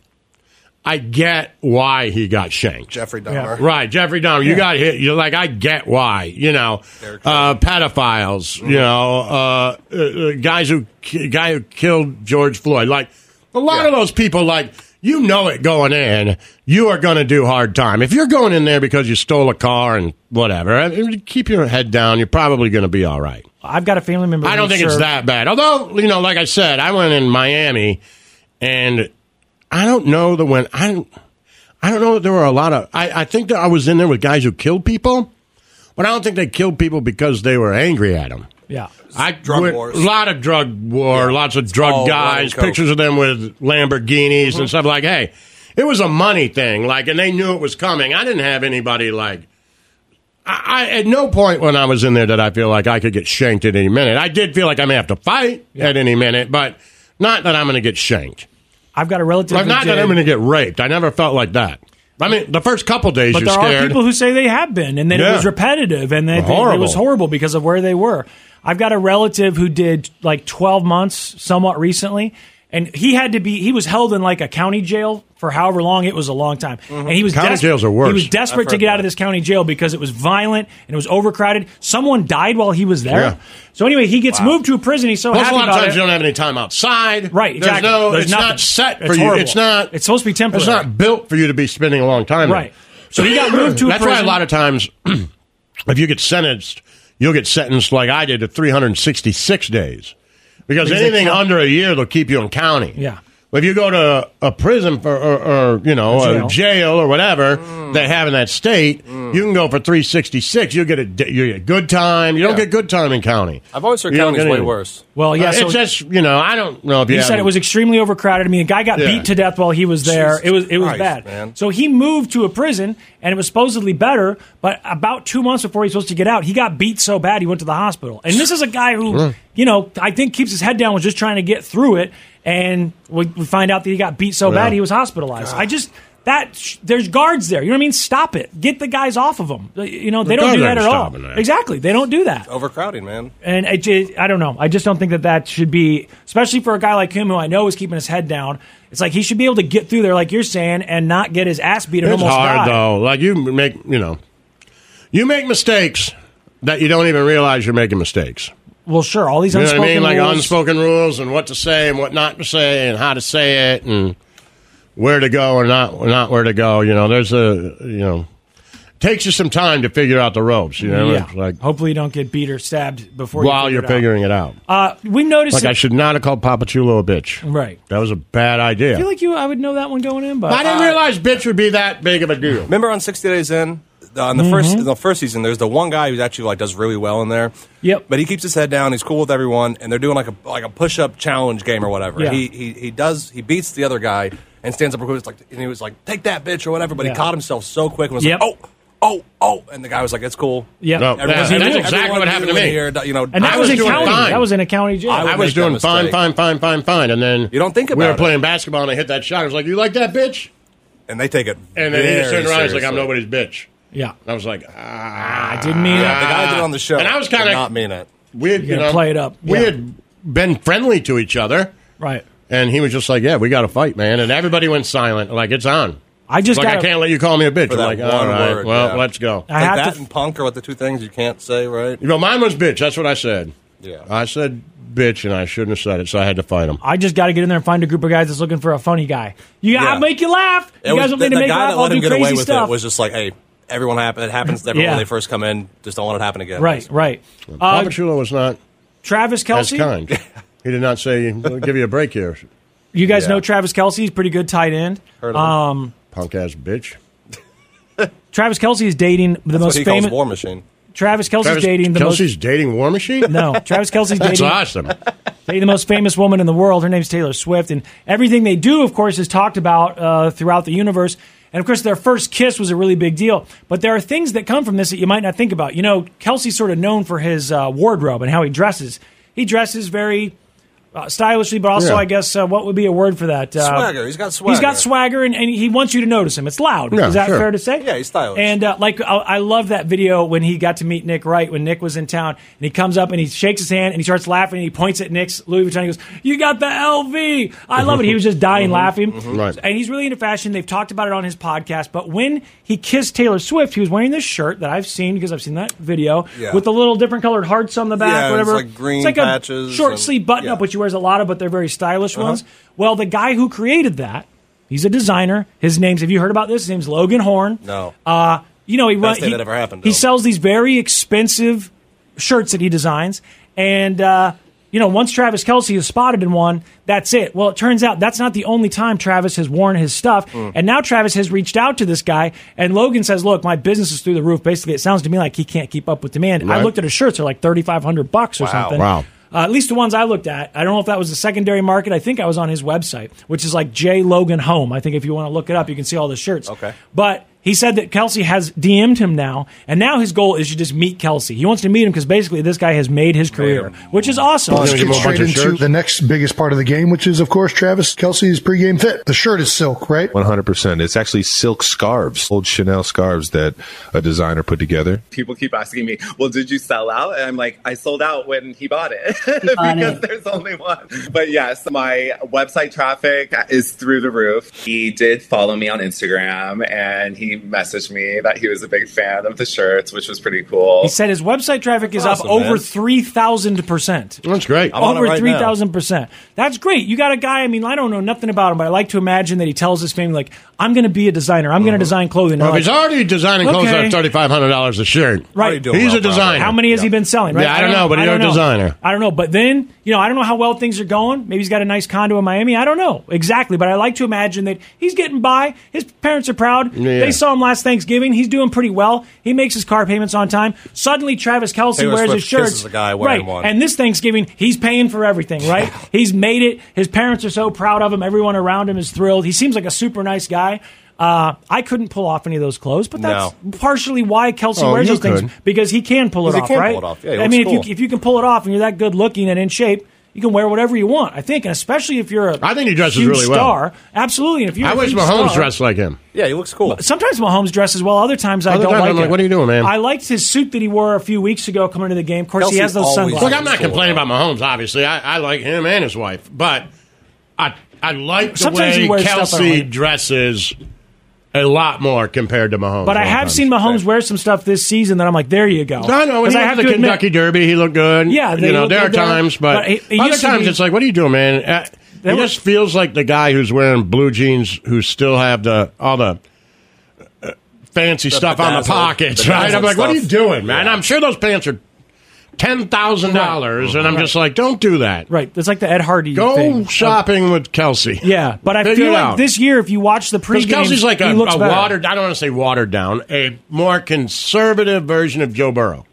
C: I get why he got shanked.
H: Jeffrey
C: Yeah.
H: Dahmer.
C: Right, Jeffrey Dahmer. You
H: Yeah.
C: got hit. You're like, I get why. You know, uh, pedophiles. You know, uh, uh, uh, guys who ki- guy who killed George Floyd. Like a lot of those people. Like you know it going in. You are going to do hard time if you're going in there because you stole a car and whatever. I mean, keep your head down. You're probably going to be all right.
D: I've got a family member.
C: I don't
D: who
C: think it's
D: served-
C: that bad. Although, you know, like I said, I went in Miami, and I don't know that when I, don't- I don't know that there were a lot of. I, I think that I was in there with guys who killed people, but I don't think they killed people because they were angry at them.
D: Yeah.
C: I
H: Drug
C: went-
H: wars.
C: A lot of drug war, lots of drug
H: all
C: guys,
H: rum and coke.
C: pictures of them with Lamborghinis and stuff like. Hey, it was a money thing, like, and they knew it was coming. I didn't have anybody like. I, I at no point when I was in there did I feel like I could get shanked at any minute. I did feel like I may have to fight at any minute, but not that I'm going to get shanked.
D: I've got a relative.
C: Like,
D: who
C: not that
D: did.
C: I'm going to get raped. I never felt like that. I mean, the first couple days
D: But
C: you're
D: there
C: scared.
D: are people who say they have been, and then it
C: Yeah.
D: was repetitive, and that
C: Well,
D: it was
C: horrible.
D: horrible because of where they were. I've got a relative who did like 12 months, somewhat recently, and he had to be. He was held in like a county jail for however long. It was a long time, and he was
C: Mm-hmm. County
D: des-
C: jails are worse.
D: He was desperate
C: I've
D: to
C: heard
D: get out of this county jail because it was violent and it was overcrowded. Someone died while he was there.
C: Yeah.
D: So anyway, he gets moved to a prison. He's so
C: Plus,
D: happy
C: a lot of
D: about
C: times
D: it.
C: you don't have any time outside.
D: Right,
C: There's
D: exactly.
C: no-
D: There's
C: it's
D: nothing.
C: not set for
D: It's
C: you.
D: horrible.
C: It's not.
D: It's supposed to be temporary.
C: It's not built for you to be spending a long time. in.
D: Right. So he got moved to a
C: That's
D: prison.
C: why a lot of times, if you get sentenced, you'll get sentenced like I did to 366 days, because,
D: Because they
C: anything
D: count-
C: under a year they'll keep you in county.
D: Yeah.
C: But if you go to a prison for, or, or you
D: A
C: know a
D: jail.
C: jail, or whatever
H: Mm.
C: they have in that state, you can go for 366. You get a d- you get good time. You don't
H: Yeah.
C: get good time in county.
H: I've always heard
C: You don't
H: county's
C: get
H: way
C: any-
H: worse.
D: Well, yeah,
C: Uh,
D: so-
C: it's just you know I don't know if you
D: He said
C: have-
D: it was extremely overcrowded. I mean, the guy got
C: Yeah.
D: beat to death while he was there.
C: Jesus
D: it was it was
C: Christ,
D: bad.
C: man.
D: So he moved to a prison, and it was supposedly better. But about two months before he was supposed to get out, he got beat so bad he went to the hospital. And this is a guy who,
C: Mm.
D: you know, I think keeps his head down, was just trying to get through it, and we, we find out that he got beat so
C: Yeah.
D: bad he was hospitalized. I just. That sh- there's guards there. You know what I mean? Stop it. Get the guys off of them. You know they
H: The
D: don't do that at
H: guards aren't
D: all.
H: stopping that.
D: Exactly, they don't do that
H: Overcrowding, man.
D: and I, ju- I don't know. I just don't think that that should be, especially for a guy like him who I know is keeping his head down. It's like he should be able to get through there, like you're saying, and not get his ass beat and
C: It's
D: almost
C: hard
D: die.
C: though. Like you make you know you make mistakes that you don't even realize you're making mistakes.
D: Well, sure, all these
C: You know what I
D: unspoken
C: mean? Like
D: rules.
C: unspoken rules and what to say and what not to say and how to say it and where to go and not not where to go. You know, there's a you know takes you some time to figure out the ropes. You know,
D: yeah.
C: It's like
D: Hopefully, you don't get beat or stabbed before
C: while
D: you
C: you're
D: figure it
C: figuring it out.
D: out. Uh, we noticed.
C: Like
D: that-
C: I should not have called Papa Chulo a bitch.
D: Right.
C: That was a bad
D: I feel
C: idea.
D: like you. I would know that one going in, but uh,
C: I didn't realize bitch would be that big of a deal.
H: Remember on 60 Days In, on the first in the first season, there's the one guy who's actually like does really well in there.
D: Yep.
H: But he keeps his head down. He's cool with everyone, and they're doing like a like a push up challenge game or whatever.
D: Yeah.
H: He, he he does he beats the other guy and stands up real quick. It's like and he was like take that bitch or whatever. But
D: Yeah.
H: he caught himself so quick and was
D: Yep.
H: like oh. Oh, oh! And the guy was like, "It's cool."
D: Yep. No,
H: Everyone-
D: that's- that's
H: everyone-
C: exactly
H: everyone
C: what happened
H: do
C: to
H: it
C: me.
H: Here, you know,
D: and that
C: I
D: was,
C: was
D: in
C: doing
D: county.
C: fine.
D: That was in a county jail.
C: I, was doing fine, fine, fine, fine, fine, and then you
H: don't think
C: we
H: about
C: were
H: it.
C: playing basketball and I hit that shot. I was like, "You like that, bitch?"
H: and they take it.
C: And then he
H: very
C: just turned around. and He's like, "I'm
H: seriously.
C: nobody's bitch."
D: Yeah.
C: And I was like, "Ah,
D: I didn't mean
H: Yeah, the guy did it on the show.
C: And I was
H: did
C: kind
H: not
C: of
H: mean it.
C: we had,
D: You
C: you
D: gotta
C: know,
D: play it up.
C: We
D: Yeah.
C: had been friendly to each other,
D: Right.
C: and he was just like, "Yeah, we got to fight, man." And everybody went silent, like it's on.
D: I just
C: like
D: gotta-
C: I can't let you call me a bitch.
H: For that
C: like,
H: one
C: all right,
H: word,
C: well,
H: yeah.
C: let's go.
D: I
H: Like
D: have
H: that
D: to-
H: and punk are what the two things you can't say, right?
C: You know, mine was bitch. That's what I said.
H: Yeah.
C: I said bitch, and I shouldn't have said it, so I had to fight him.
D: I just got to get in there and find a group of guys that's looking for a funny guy. You,
H: Yeah.
D: I'll make you laugh.
H: It
D: you
H: was-
D: guys want me to
H: the
D: make
H: guy
D: laugh?
H: that
D: I'll
H: let him
D: do
H: get away
D: crazy
H: with
D: stuff.
H: it was just like, hey, everyone happen. It happens to everyone
D: Yeah.
H: when they first come in. Just don't let it happen again.
D: Right, right.
C: Papa
D: Uh,
C: Chulo was not
D: Travis Kelsey.
C: as kind. he did not say, "We'll "Give you a break here,
D: You guys
H: Yeah.
D: know Travis Kelsey. He's a pretty good tight end.
H: Heard of him.
D: Um,
C: punk ass bitch."
D: Travis Kelsey is dating the
H: That's what
D: most
H: he
D: famous.
H: calls War Machine.
D: Travis Kelsey's
C: Travis
D: dating the
C: Kelsey's dating War Machine.
D: most. No, Travis Kelsey's
C: That's
D: dating,
C: awesome.
D: dating the most famous woman in the world. Her name's Taylor Swift, and everything they do, of course, is talked about uh, throughout the universe. And of course, their first kiss was a really big deal. But there are things that come from this that you might not think about. You know, Kelsey's sort of known for his uh, wardrobe and how he dresses. He dresses very uh, stylishly, but also
C: Yeah.
D: I guess uh, what would be a word for that? Uh,
H: Swagger. He's got
D: He's got
H: swagger.
D: swagger, and, and he wants you to notice him. It's loud.
H: Yeah,
D: Is that
H: sure.
D: fair to say?
H: Yeah, he's stylish.
D: And uh, like I, I love that video when he got to meet Nick Wright when Nick was in town, and he comes up and he shakes his hand and he starts laughing and he points at Nick's Louis Vuitton. and He goes, "You got the LV." I love it. He was just dying
H: Mm-hmm.
D: laughing,
C: Right.
D: and he's really into fashion. They've talked about it on his podcast. But when he kissed Taylor Swift, he was wearing this shirt that I've seen because I've seen that video
H: Yeah.
D: with the little different colored hearts on the back,
H: Yeah, it's
D: whatever.
H: like green
D: It's like a
H: patches
D: short
H: and-
D: sleeve button up, which he wears a lot of, but they're very stylish
H: Uh-huh.
D: ones. Well, the guy who created that, he's a designer. His name's have you heard about this? His name's Logan Horn.
H: No.
D: Uh, you know, he
H: Best
D: runs.
H: thing
D: He,
H: that ever happened to
D: he
H: him.
D: sells these very expensive shirts that he designs, and uh, you know, once Travis Kelsey is spotted in one, that's it. Well, it turns out that's not the only time Travis has worn his stuff,
H: Mm.
D: and now Travis has reached out to this guy, and Logan says, "Look, my business is through the roof. Basically, it sounds to me like he can't keep up with demand." I
C: Right.
D: looked at his shirts; they're like thirty five hundred bucks or
C: Wow.
D: something.
C: Wow.
D: Uh, at least the ones I looked at. I don't know if that was the secondary market. I think I was on his website, which is like J Logan Home. I think if you want to look it up, you can see all the shirts. Okay. But he said that Kelsey has DM'd him now, and now his goal is to just meet Kelsey. He wants to meet him because basically this guy has made his career, which is awesome.
O: Well, let's get straight into the next biggest part of the game, which is, of course, Travis Kelsey's pregame fit. The shirt is silk, right?
P: 100%. It's actually silk scarves, old Chanel scarves that a designer put together.
Q: People keep asking me, "Well, did you sell out?" And I'm like, "I sold out when he bought it bought because there's only one." But yes, my website traffic is through the roof. He did follow me on Instagram, and he messaged me that he was a big fan of the shirts, which was pretty cool.
D: He said his website traffic is
Q: awesome,
D: up over
Q: man.
D: three thousand percent.
C: That's great.
Q: I'm on it
D: over
Q: right
D: three
Q: now.
D: thousand percent. That's great. You got a guy. I mean, I don't know nothing about him, but I like to imagine that he tells his family, like, "I'm going to be a designer. I'm
Q: Uh-huh.
D: going to design clothing." And
C: Well,
D: they're
C: if he's
D: like,
C: already designing clothes
D: "Okay."
C: at thirty five hundred dollars a shirt,
D: Right.
C: He's a designer.
D: How many has he been selling? Right?
C: Yeah, I don't know, but
D: I
C: he's a
D: don't know.
C: designer.
D: I don't know. But then, you know, I don't know how well things are going. Maybe he's got a nice condo in Miami. I don't know exactly, but I like to imagine that he's getting by. His parents are proud.
C: Yeah.
D: They saw him last Thanksgiving. He's doing pretty well. He makes his car payments on time. Suddenly, Travis Kelsey
H: Taylor
D: wears his
H: Swift
D: shirts.
H: kisses a guy wearing
D: right.
H: one.
D: And this Thanksgiving, he's paying for everything, right? he's made it. His parents are so proud of him. Everyone around him is thrilled. He seems like a super nice guy. Uh, I couldn't pull off any of those clothes, but that's partially why Kelsey
C: Oh,
D: wears
C: you
D: those
C: could.
D: things because he can pull it
C: Because he
D: off,
C: can
D: right?
C: pull it off. Yeah, he
D: I
C: looks
D: mean, if
C: cool.
D: you if you can pull it off and you're that good looking and in shape, you can wear whatever you want. I think, and especially if you're a I think he
C: dresses really well.
D: star, Absolutely, and if you're
C: I
D: a
C: wish
D: huge
C: Mahomes
D: star-
C: dressed like him.
H: Yeah, he looks cool.
D: Sometimes Mahomes dresses well. Other times I
C: Other
D: don't
C: times
D: like
C: I'm like,
D: him.
C: what are you doing, man?
D: I liked his suit that he wore a few weeks ago coming to the game. Of course, he has those sunglasses.
C: Look, I'm not complaining about Mahomes. Obviously, I, I like him and his wife, but I I like the
D: Sometimes he
C: way
D: wears stuff I don't
C: Kelsey
D: like.
C: dresses a lot more compared to Mahomes.
D: But I have
C: sometimes.
D: seen Mahomes wear some stuff this season that I'm like, there you go.
C: I know when
D: 'Cause
C: he
D: I
C: went
D: have
C: to
D: to
C: the
D: admit-
C: Kentucky Derby, he looked good.
D: Yeah, they
C: you know
D: look
C: there are
D: good there.
C: times, but,
D: But it- it
C: other
D: used to
C: times
D: be-
C: it's like, what are you doing, man? Uh,
D: They
C: It
D: were-
C: just feels like the guy who's wearing blue jeans who still have the all the uh, fancy
D: The
C: stuff on the
D: bedazzled-
C: pockets,
D: bedazzled
C: right? I'm like, what are you
D: stuff.
C: doing, man? I'm sure those pants are ten thousand dollars, and I'm just like, don't do that.
D: Right, it's like the Ed Hardy.
C: Go
D: thing.
C: shopping with Kelsey.
D: Yeah, but I
C: Figure
D: feel
C: it
D: like
C: out.
D: this year, if you watch the
C: Because
D: pregame,
C: Kelsey's like
D: he
C: a, a
D: looks better.
C: watered, I don't want to say watered down, a more conservative version of Joe Burrow.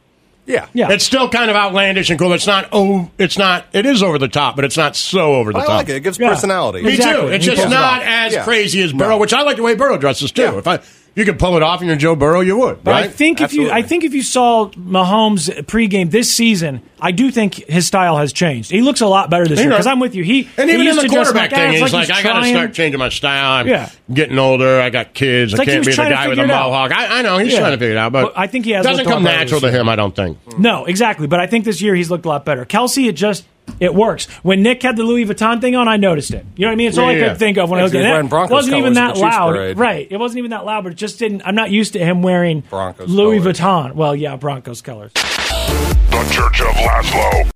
H: Yeah.
C: Yeah. It's still kind of outlandish and cool. It's not oh it's not it is over the top, but it's not so over the
H: I
C: top.
H: like it. It gives personality.
C: Me
H: Exactly.
C: too. It's
H: He
C: just
H: pulls it
C: not
H: off.
C: as
H: Yeah.
C: crazy as Burrow, which I like the way Burrow dresses too. If I if you could pull it off and you're Joe Burrow, you would.
D: But
C: right?
D: I think if you, I think if you saw Mahomes pregame this season, I do think his style has changed. He looks a lot better this
C: You
D: year
C: know.
D: because I'm with you. He
C: and
D: he
C: even in
D: used
C: the
D: to dress
C: quarterback
D: like, ah,
C: thing,
D: it's
C: he's like,
D: he's
C: I got to
D: trying-
C: start changing my style. I'm
D: Yeah.
C: getting older. I got kids.
D: It's
C: I
D: like he
C: can't
D: was
C: be the
D: trying to
C: guy with a
D: figure it out.
C: mohawk. I, I know he's
D: Yeah.
C: trying to figure it out, but
D: But I think he has
C: doesn't
D: looked a lot
C: come
D: better
C: natural to
D: this year.
C: him. I don't think.
D: No, exactly. But I think this year he's looked a lot better. Kelsey, it just it works. When Nick had the Louis Vuitton thing on, I noticed it. You know what I mean? It's all
C: Yeah,
D: I
C: yeah.
D: could think of when I
C: Yeah,
D: was
C: 'cause he was
D: and that
C: wearing Broncos
D: wasn't even
C: colors at
D: that
C: the Chiefs
D: loud,
C: parade.
D: right? It wasn't even that loud, but it just didn't. I'm not used to him wearing
H: Broncos
D: Louis Vuitton. Well, yeah, Broncos colors.
R: The Church of Laszlo.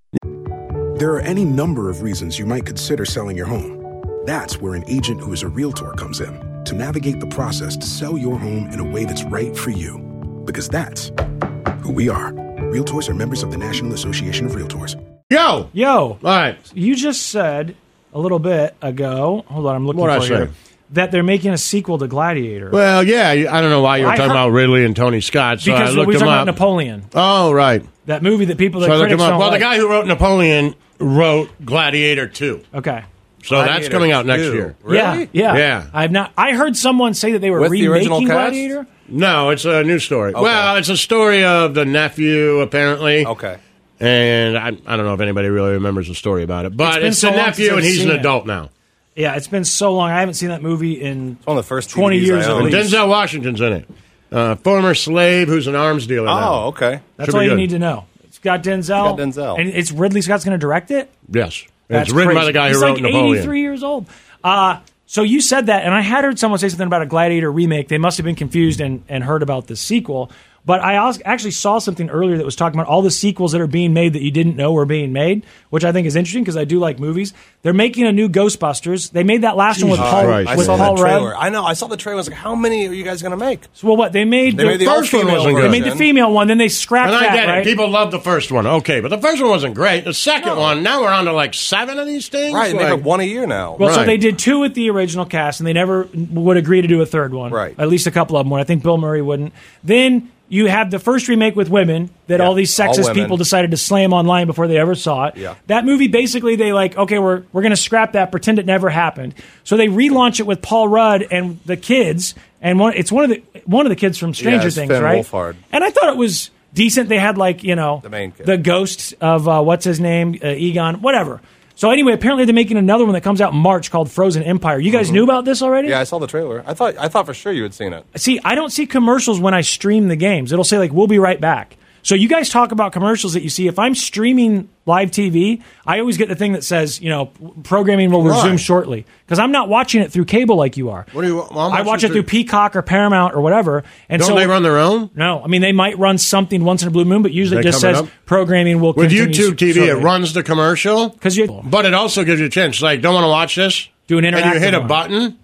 S: There are any number of reasons you might consider selling your home. That's where an agent who is a realtor comes in to navigate the process to sell your home in a way that's right for you. Because that's who we are. Realtors are members of the National Association of Realtors.
C: Yo,
D: yo. All
C: right.
D: You just said a little bit ago. Hold on, I'm looking
C: What'd
D: for
C: I
D: it
C: say?
D: here, that they're making a sequel to Gladiator.
C: Well, yeah, you- I don't know why you were
D: I
C: talking
D: heard-
C: about Ridley and Tony Scott. So I
D: because we
C: looked
D: were
C: him
D: talking
C: up.
D: about Napoleon,
C: oh, right.
D: that movie that people that
C: So I looked him
D: critics
C: up.
D: don't
C: Well,
D: like.
C: the guy who wrote Napoleon wrote Gladiator Two.
D: Okay.
C: So that's coming out next year.
D: Yeah, yeah,
C: Yeah.
D: I've not. I heard someone say that they were remaking Gladiator.
C: No, it's a new story.
D: Okay.
C: Well, it's a story of the nephew, apparently. Okay. And I, I don't know if anybody really remembers the story about it, but
D: been
C: it's,
D: so
C: the
D: long since
C: nephew,
D: I've
C: and he's an
D: seen it.
C: adult now.
D: Yeah, it's been so long. I haven't seen that movie in
H: on the first
D: 20 years at
C: And
D: least.
C: Denzel Washington's in it. Uh, former slave who's an arms dealer. now.
H: Oh, okay.
D: That's all you need to know. It's got Denzel.
C: got Denzel.
D: And it's Ridley Scott's going to direct it?
C: Yes. And
D: That's
C: it's written by
D: crazy.
C: the guy who
D: He's
C: wrote
D: like
C: Napoleon.
D: 83 years old. Uh, so you said that, and I had heard someone say something about a Gladiator remake. They must have been confused and, and heard about the sequel. But I als- actually saw something earlier that was talking about all the sequels that are being made that you didn't know were being made, which I think is interesting because I do like movies. They're making a new Ghostbusters. They made that last one with
H: Jesus
D: Paul
H: Christ. I
D: with
H: saw
D: Paul
H: that
D: Rudd.
H: trailer. I know. I saw the trailer. I was like, how many are you guys going to make?
D: So, well, what they made
H: They made the all-female
D: They made the
H: version.
D: female one. Then they scrapped
C: And I
D: that.
C: get it.
D: right?
C: People love the first one. Okay, but the first one wasn't great. The second one, now we're on to like seven of these things.
H: Right, they make
C: Like-
H: up one a year now.
D: Well, so they did two with the original cast, and they never would agree to do a third one. Right. At least a couple of them would. I think Bill Murray wouldn't. Then you have the first remake with women that all these
H: all
D: sexist
H: women.
D: people decided to slam online before they ever saw it.
H: Yeah.
D: That movie basically they like, okay, we're we're gonna scrap that, pretend it never happened. So they relaunch it with Paul Rudd and the kids, and one it's one of the one of the kids from Stranger
H: it's
D: Things,
H: Finn
D: right?
H: Wolfhard.
D: And I thought it was decent. They had like you know
H: The main kid.
D: the ghost of uh, what's his name, uh, Egon, whatever. So anyway, apparently they're making another one that comes out in March called Frozen Empire. You guys knew about this already?
H: Mm-hmm. Yeah, I saw the trailer. I thought I thought for sure you had seen it.
D: See, I don't see commercials when I stream the games. It'll say like we'll be right back. So you guys talk about commercials that you see. If I'm streaming live TV, I always get the thing that says, you know, programming will resume
C: Right.
D: shortly because I'm not watching it through cable like you are.
C: What do you? well, I'm
D: I
C: watching
D: watch it through Peacock or Paramount or whatever. And
C: Don't
D: so
C: they run their own?
D: No, I mean they might run something once in a blue moon, but usually it
C: They
D: just
C: cover it
D: says
C: up?
D: programming will
C: With
D: continue
C: YouTube TV, it
D: shortly.
C: runs the commercial.
D: Because you,
C: but it also gives you a chance. Like, don't want to watch this?
D: Do an
C: And you
D: interactive
C: hit a
D: one.
C: button,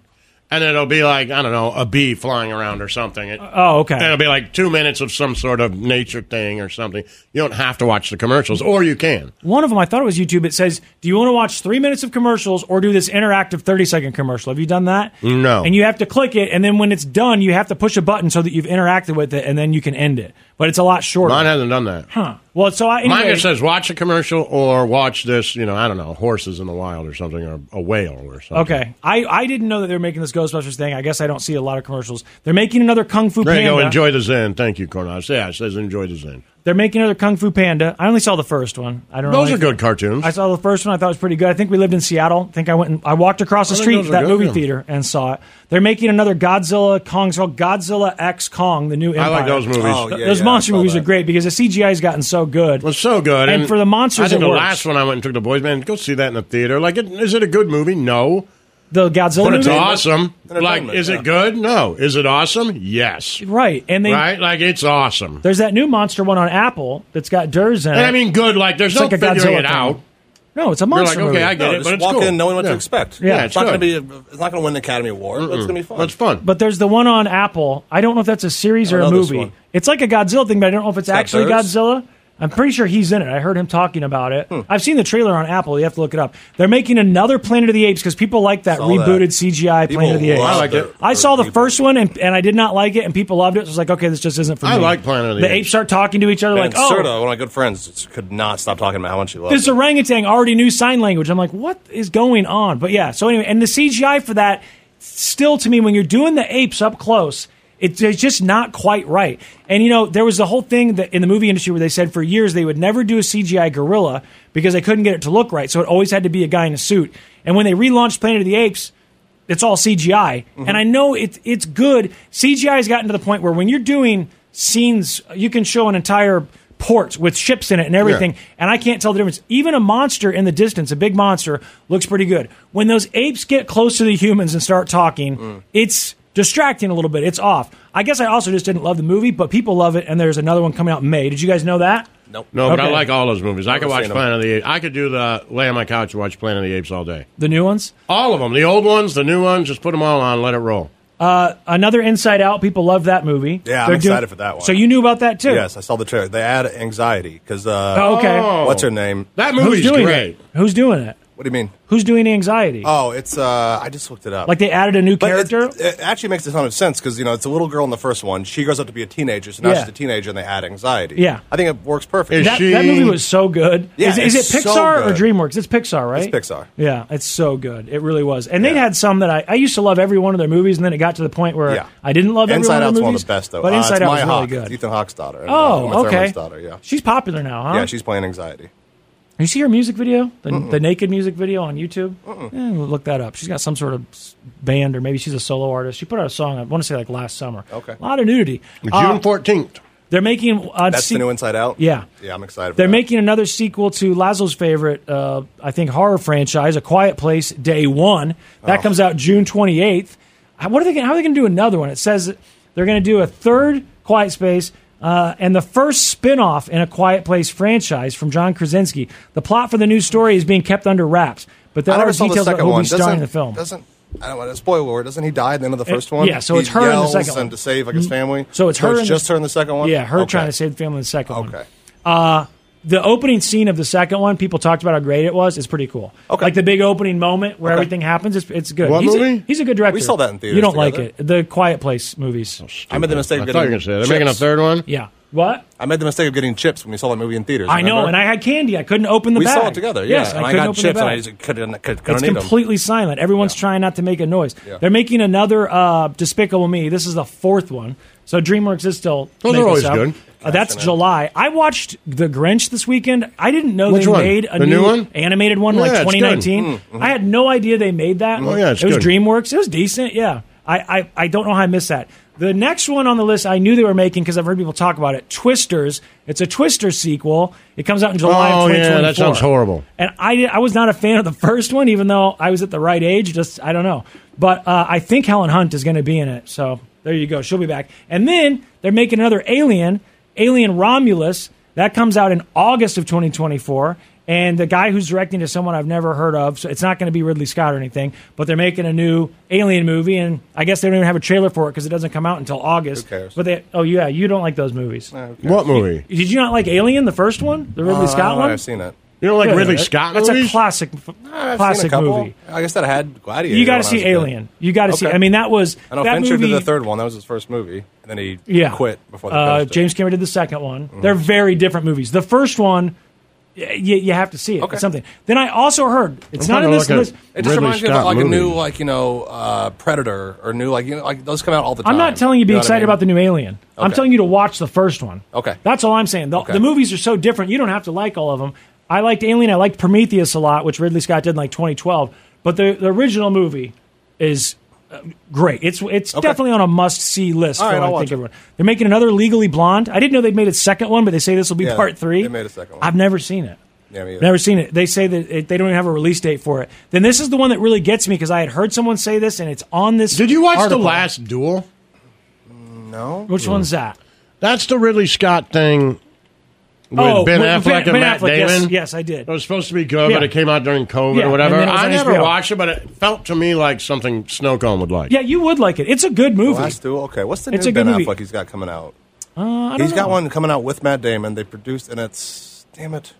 C: and it'll be like I don't know, a bee flying around or something. It-
D: Oh, okay.
C: And it'll be like two minutes of some sort of nature thing or something. You don't have to watch the commercials, or you can.
D: One of them, I thought it was YouTube. It says, "Do you want to watch three minutes of commercials or do this interactive thirty-second commercial?" Have you done that?
C: No.
D: And you have to click it, and then when it's done, you have to push a button so that you've interacted with it, and then you can end it. But it's a lot shorter.
C: Mine hasn't done that.
D: huh? Well, so I
C: Mine
D: anyway,
C: just says watch a commercial or watch this. You know, I don't know, horses in the wild or something, or a whale or something.
D: okay. I I didn't know that they were making this Ghostbusters thing. I guess I don't see a lot of commercials. They're making another Kung Fu
C: There you
D: Panda.
C: go. Enjoy the zen. Thank you, Cornelius. Yeah, it says enjoy the zen.
D: They're making another Kung Fu Panda. I only saw the first one. I don't. know.
C: Those are good cartoons.
D: I saw the first one. I thought it was pretty good. I think we lived in Seattle. I think I went and I walked across the
C: I think
D: street
C: those
D: to
C: are
D: that
C: good,
D: movie
C: yeah.
D: theater and saw it. They're making another Godzilla Kong. It's called Godzilla X Kong, the new. Empire.
C: I like those movies. Oh,
D: Th-
C: yeah,
D: those
C: yeah,
D: monster
C: I saw
D: movies
C: that.
D: are great because the CGI's gotten so good.
C: Well, so good.
D: And for the monsters,
C: I think
D: it
C: the
D: works.
C: last one I went and took the boys, man, go see that in the theater. Like, it, is it a good movie? No.
D: The Godzilla
C: But it's
D: movie?
C: awesome. Like,
D: Entertainment,
C: is
D: yeah.
C: it good? No. Is it awesome? Yes.
D: Right, and they
C: right? Like, it's awesome.
D: there's that new monster one on Apple that's got Durs in it.
C: And I mean, good. Like, there's
D: It's
C: no
D: like a
C: figuring
D: Godzilla
C: it
D: thing.
C: out.
D: No, it's a
C: You're
D: monster.
C: like, okay,
D: movie.
C: I get
H: No,
C: it,
H: just
C: but it's
H: walk
C: cool.
H: in knowing what
C: Yeah.
H: to expect.
D: Yeah,
H: it's,
D: it's
H: not going
D: good.
H: to be. It's not going to win the Academy Award. But it's going to be fun.
C: That's fun.
D: But there's the one on Apple. I don't know if that's a series
H: I
D: or a
H: don't know this
D: movie.
H: one.
D: It's like a Godzilla thing, but I don't know if it's
H: got
D: actually
H: birds?
D: Godzilla. I'm pretty sure he's in it. I heard him talking about it.
H: Hmm.
D: I've seen the trailer on Apple. You have to look it up. They're making another Planet of the Apes because people like that
H: Saw that.
D: rebooted CGI
H: People
D: Planet of the
C: Oh,
D: Apes.
H: loved I liked it. it.
D: I saw the first one and, and I did not like it, and people loved it. So I was like, okay, this just isn't for
H: I
D: me.
H: like Planet of the
D: apes.
H: Apes.
D: start talking to each other
H: Man,
D: like, oh,
H: Serta, one of my good friends, just could not stop talking about how much he loved.
D: this
H: it.
D: orangutan already knew sign language. I'm like, what is going on? But yeah, so anyway, and the CGI for that, still to me, when you're doing the apes up close, it, it's just not quite right. And you know, there was the whole thing that in the movie industry where they said for years they would never do a CGI gorilla because they couldn't get it to look right. So it always had to be a guy in a suit. And when they relaunched Planet of the Apes, it's all CGI.
H: Mm-hmm.
D: And I know it, it's good. CGI has gotten to the point where when you're doing scenes, you can show an entire port with ships in it and everything,
C: Yeah.
D: and I can't tell the difference. Even a monster in the distance, a big monster, looks pretty good. When those apes get close to the humans and start talking,
H: Mm.
D: it's distracting a little bit. It's off. I guess I also just didn't love the movie, but people love it, and there's another one coming out in May. Did you guys know that?
H: Nope.
C: No, but I
D: Okay.
C: like all those movies. I
H: Never
C: could watch
H: seen 'em.
C: Planet of the Apes. I could do the lay on my couch and watch Planet of the Apes all day.
D: The new ones?
C: All of them. The old ones, the new ones, just put them all on, let it roll.
D: Uh, another Inside Out. People love that movie.
H: Yeah, I'm
D: They're
H: excited for that one.
D: So you knew about that too?
H: Yes, I saw the trailer. They add anxiety because. Uh,
D: Oh, okay.
H: What's her name?
C: That
D: Who's doing it? Who's doing it?
H: What do you mean?
D: Who's doing anxiety?
H: Oh, it's uh, I just looked it up.
D: Like they added a new
H: But it-
D: character?
H: It, actually makes a ton of sense because you know it's a little girl in the first one. She grows up to be a teenager, so now
D: Yeah.
H: she's a teenager, and they add anxiety.
D: Yeah.
H: I think it works perfect.
D: that, that movie was so good.
H: Yeah,
D: is, is
H: it's
D: it Pixar
H: so
D: or
H: good.
D: DreamWorks? It's Pixar, right?
H: It's Pixar.
D: Yeah, it's so good. It really was. And they had some that I, I used to love every one of their movies, and then it got to the point where
H: Yeah.
D: I didn't love every
H: Inside
D: one of
H: Out's
D: their
H: one of
D: movies.
H: the best though.
D: But
H: Uh,
D: Inside
H: it's
D: Out
H: Maya
D: was
H: Hawke.
D: really good.
H: It's Ethan Hawke's daughter. and, uh, Uma
D: Oh,
H: Thurman's
D: okay.
H: daughter, yeah.
D: She's popular now, huh?
H: Yeah, she's playing anxiety.
D: You see her music video, the,
H: Mm-mm.
D: the naked music video on YouTube. Eh, we'll look that up. She's got some sort of s- band, or maybe she's a solo artist. She put out a song. I want to say like last summer. Okay, a lot of nudity. Uh,
H: June fourteenth.
D: they're making. Uh,
H: That's
D: se-
H: the new Inside Out.
D: Yeah.
H: yeah, I'm excited. For
D: They're
H: that.
D: making another sequel to Lazo's favorite, uh, I think, horror franchise, A Quiet Place Day One. That
H: Oh.
D: comes out June 28th. How- What are they? Gonna, how are they going to do another one? It says they're going to do a third Quiet Space uh, and the first spin-off in a Quiet Place franchise from John Krasinski. The plot for the new story is being kept under wraps, but there
H: I never
D: are
H: saw the
D: details about
H: second
D: who will
H: one.
D: be starring in the
H: Doesn't-
D: film.
H: Doesn't I don't want to spoil war. Doesn't he die at the end of the
D: It- Mm.
H: first one?
D: yeah, so it's
H: He
D: her in the
H: yells
D: second
H: and
D: one.
H: to save like his family.
D: So it's her in
H: It's
D: the-
H: just her in the second one.
D: Yeah, her
H: Okay.
D: trying to save the family in the second one. Okay. Uh, the opening scene of the second one, people talked about how great it was. It's pretty cool. Okay. Like the big opening moment where
H: Okay.
D: everything happens. It's, it's good.
H: What
D: he's
H: movie?
D: A, he's a good director.
H: We saw that in theaters
D: You don't
H: together.
D: like it. The Quiet Place movies.
H: I made the mistake of
D: I
H: getting.
D: thought you were gonna say, they're making a
H: chips.
D: third one? Yeah. What?
H: I made the mistake of getting chips when we saw that movie in theaters.
D: I know,
H: remember?
D: and I had candy. I couldn't open the
H: we
D: bag.
H: saw it together. Yeah,
D: Yes,
H: and I,
D: couldn't
H: got
D: open
H: chips
D: the
H: and
D: bag.
H: I just couldn't, couldn't,
D: it's
H: couldn't eat them.
D: completely silent. Everyone's trying not to make a noise.
H: Yeah.
D: They're making another uh, Despicable Me. This is the fourth one. So DreamWorks is still.
C: Those
D: making
C: are always
D: stuff.
C: good.
D: Uh, that's July. I watched The Grinch this weekend. I didn't know
C: Which
D: they
C: one?
D: made a
C: The new one?
D: animated one
C: Yeah,
D: like
C: it's good.
D: 2019.
C: Mm, mhm.
D: I had no idea they made that.
C: Oh, yeah, it's
D: it was
C: good.
D: DreamWorks. It was decent. Yeah, I, I I don't know how I missed that. The next one on the list I knew they were making because I've heard people talk about it. Twisters. It's a Twister sequel. It comes out in July
C: Oh,
D: of
C: yeah,
D: 2024.
C: that sounds horrible.
D: And I, I was not a fan of the first one, even though I was at the right age. Just I don't know, but uh, I think Helen Hunt is going to be in it. So there you go, she'll be back. And then they're making another Alien, Alien Romulus, that comes out in August of 2024. And the guy who's directing is someone I've never heard of, so it's not going to be Ridley Scott or anything. But they're making a new Alien movie, and I guess they don't even have a trailer for it because it doesn't come out until August.
H: Who cares?
D: But they, oh yeah, you don't like those movies.
C: What movie?
D: Did you not like Alien, the first one, the Ridley
H: Uh,
D: Scott one?
H: I've seen it.
C: You don't like
D: Yeah,
C: Ridley
D: that-
C: Scott
D: That's
C: movies?
D: a classic, f-
H: I've seen a
D: classic
H: couple.
D: movie.
H: I guess that had Gladiator.
D: You got
H: when
D: to
H: I
D: see
H: was a kid.
D: Alien. You got to see.
H: Okay.
D: I mean, that was
H: I know
D: that
H: Fincher
D: movie.
H: did the third one. That was his first movie, and then he
D: yeah,
H: quit before the
D: uh,
H: James.
D: James Cameron did the second one.
H: Mm-hmm.
D: They're very different movies. The first one, y- you, you have to see it. It's something. Then I also heard it's
H: I'm
D: not in
H: talking
D: this
H: like a
D: list.
H: It just reminds me of like a new, like you know, uh, Predator or new, like you know, like those come out all the time.
D: I'm not telling you to be
H: know what I
D: excited
H: mean?
D: about the new Alien. I'm
H: Okay.
D: telling you to watch the first one.
H: Okay.
D: That's all I'm saying. The,
H: Okay.
D: the movies are so different. You don't have to like all of them. I liked Alien. I liked Prometheus a lot, which Ridley Scott did in like 2012. But the, the original movie is uh, great. It's it's definitely on a must see list.
H: All
D: for
H: right,
D: I
H: I'll watch
D: think
H: it.
D: everyone. They're making another Legally Blonde. I didn't know they'd made a second one, but they say this will be
H: Yeah,
D: part three.
H: They made a second one.
D: I've never seen it.
H: Yeah, me either.
D: Never seen it. They say that it, they don't even have a release date for it. Then this is the one that really gets me because I had heard someone say this, and it's on this. Did
C: you watch The Last Duel?
H: No.
D: Which one's that?
C: That's the Ridley Scott thing with
D: Oh,
C: Ben
D: with
C: Affleck
D: Ben-
C: and
D: Ben
C: Matt
D: Affleck, yes,
C: Damon.
D: yes, I did.
C: It was supposed to be good, but
D: Yeah.
C: it came out during COVID
D: Yeah,
C: or
D: and
C: whatever.
D: then it was
C: I
D: on
C: never
D: HBO.
C: watched it, but it felt to me like something Snow Cone would like.
D: Yeah, you would like it. It's a good movie.
H: Well, that's two. Okay, what's the
D: It's
H: new
D: a good
H: Ben
D: movie.
H: Affleck he's got coming out?
D: Uh, I don't
H: He's got
D: know.
H: one coming out with Matt Damon. They produced, and it's damn it.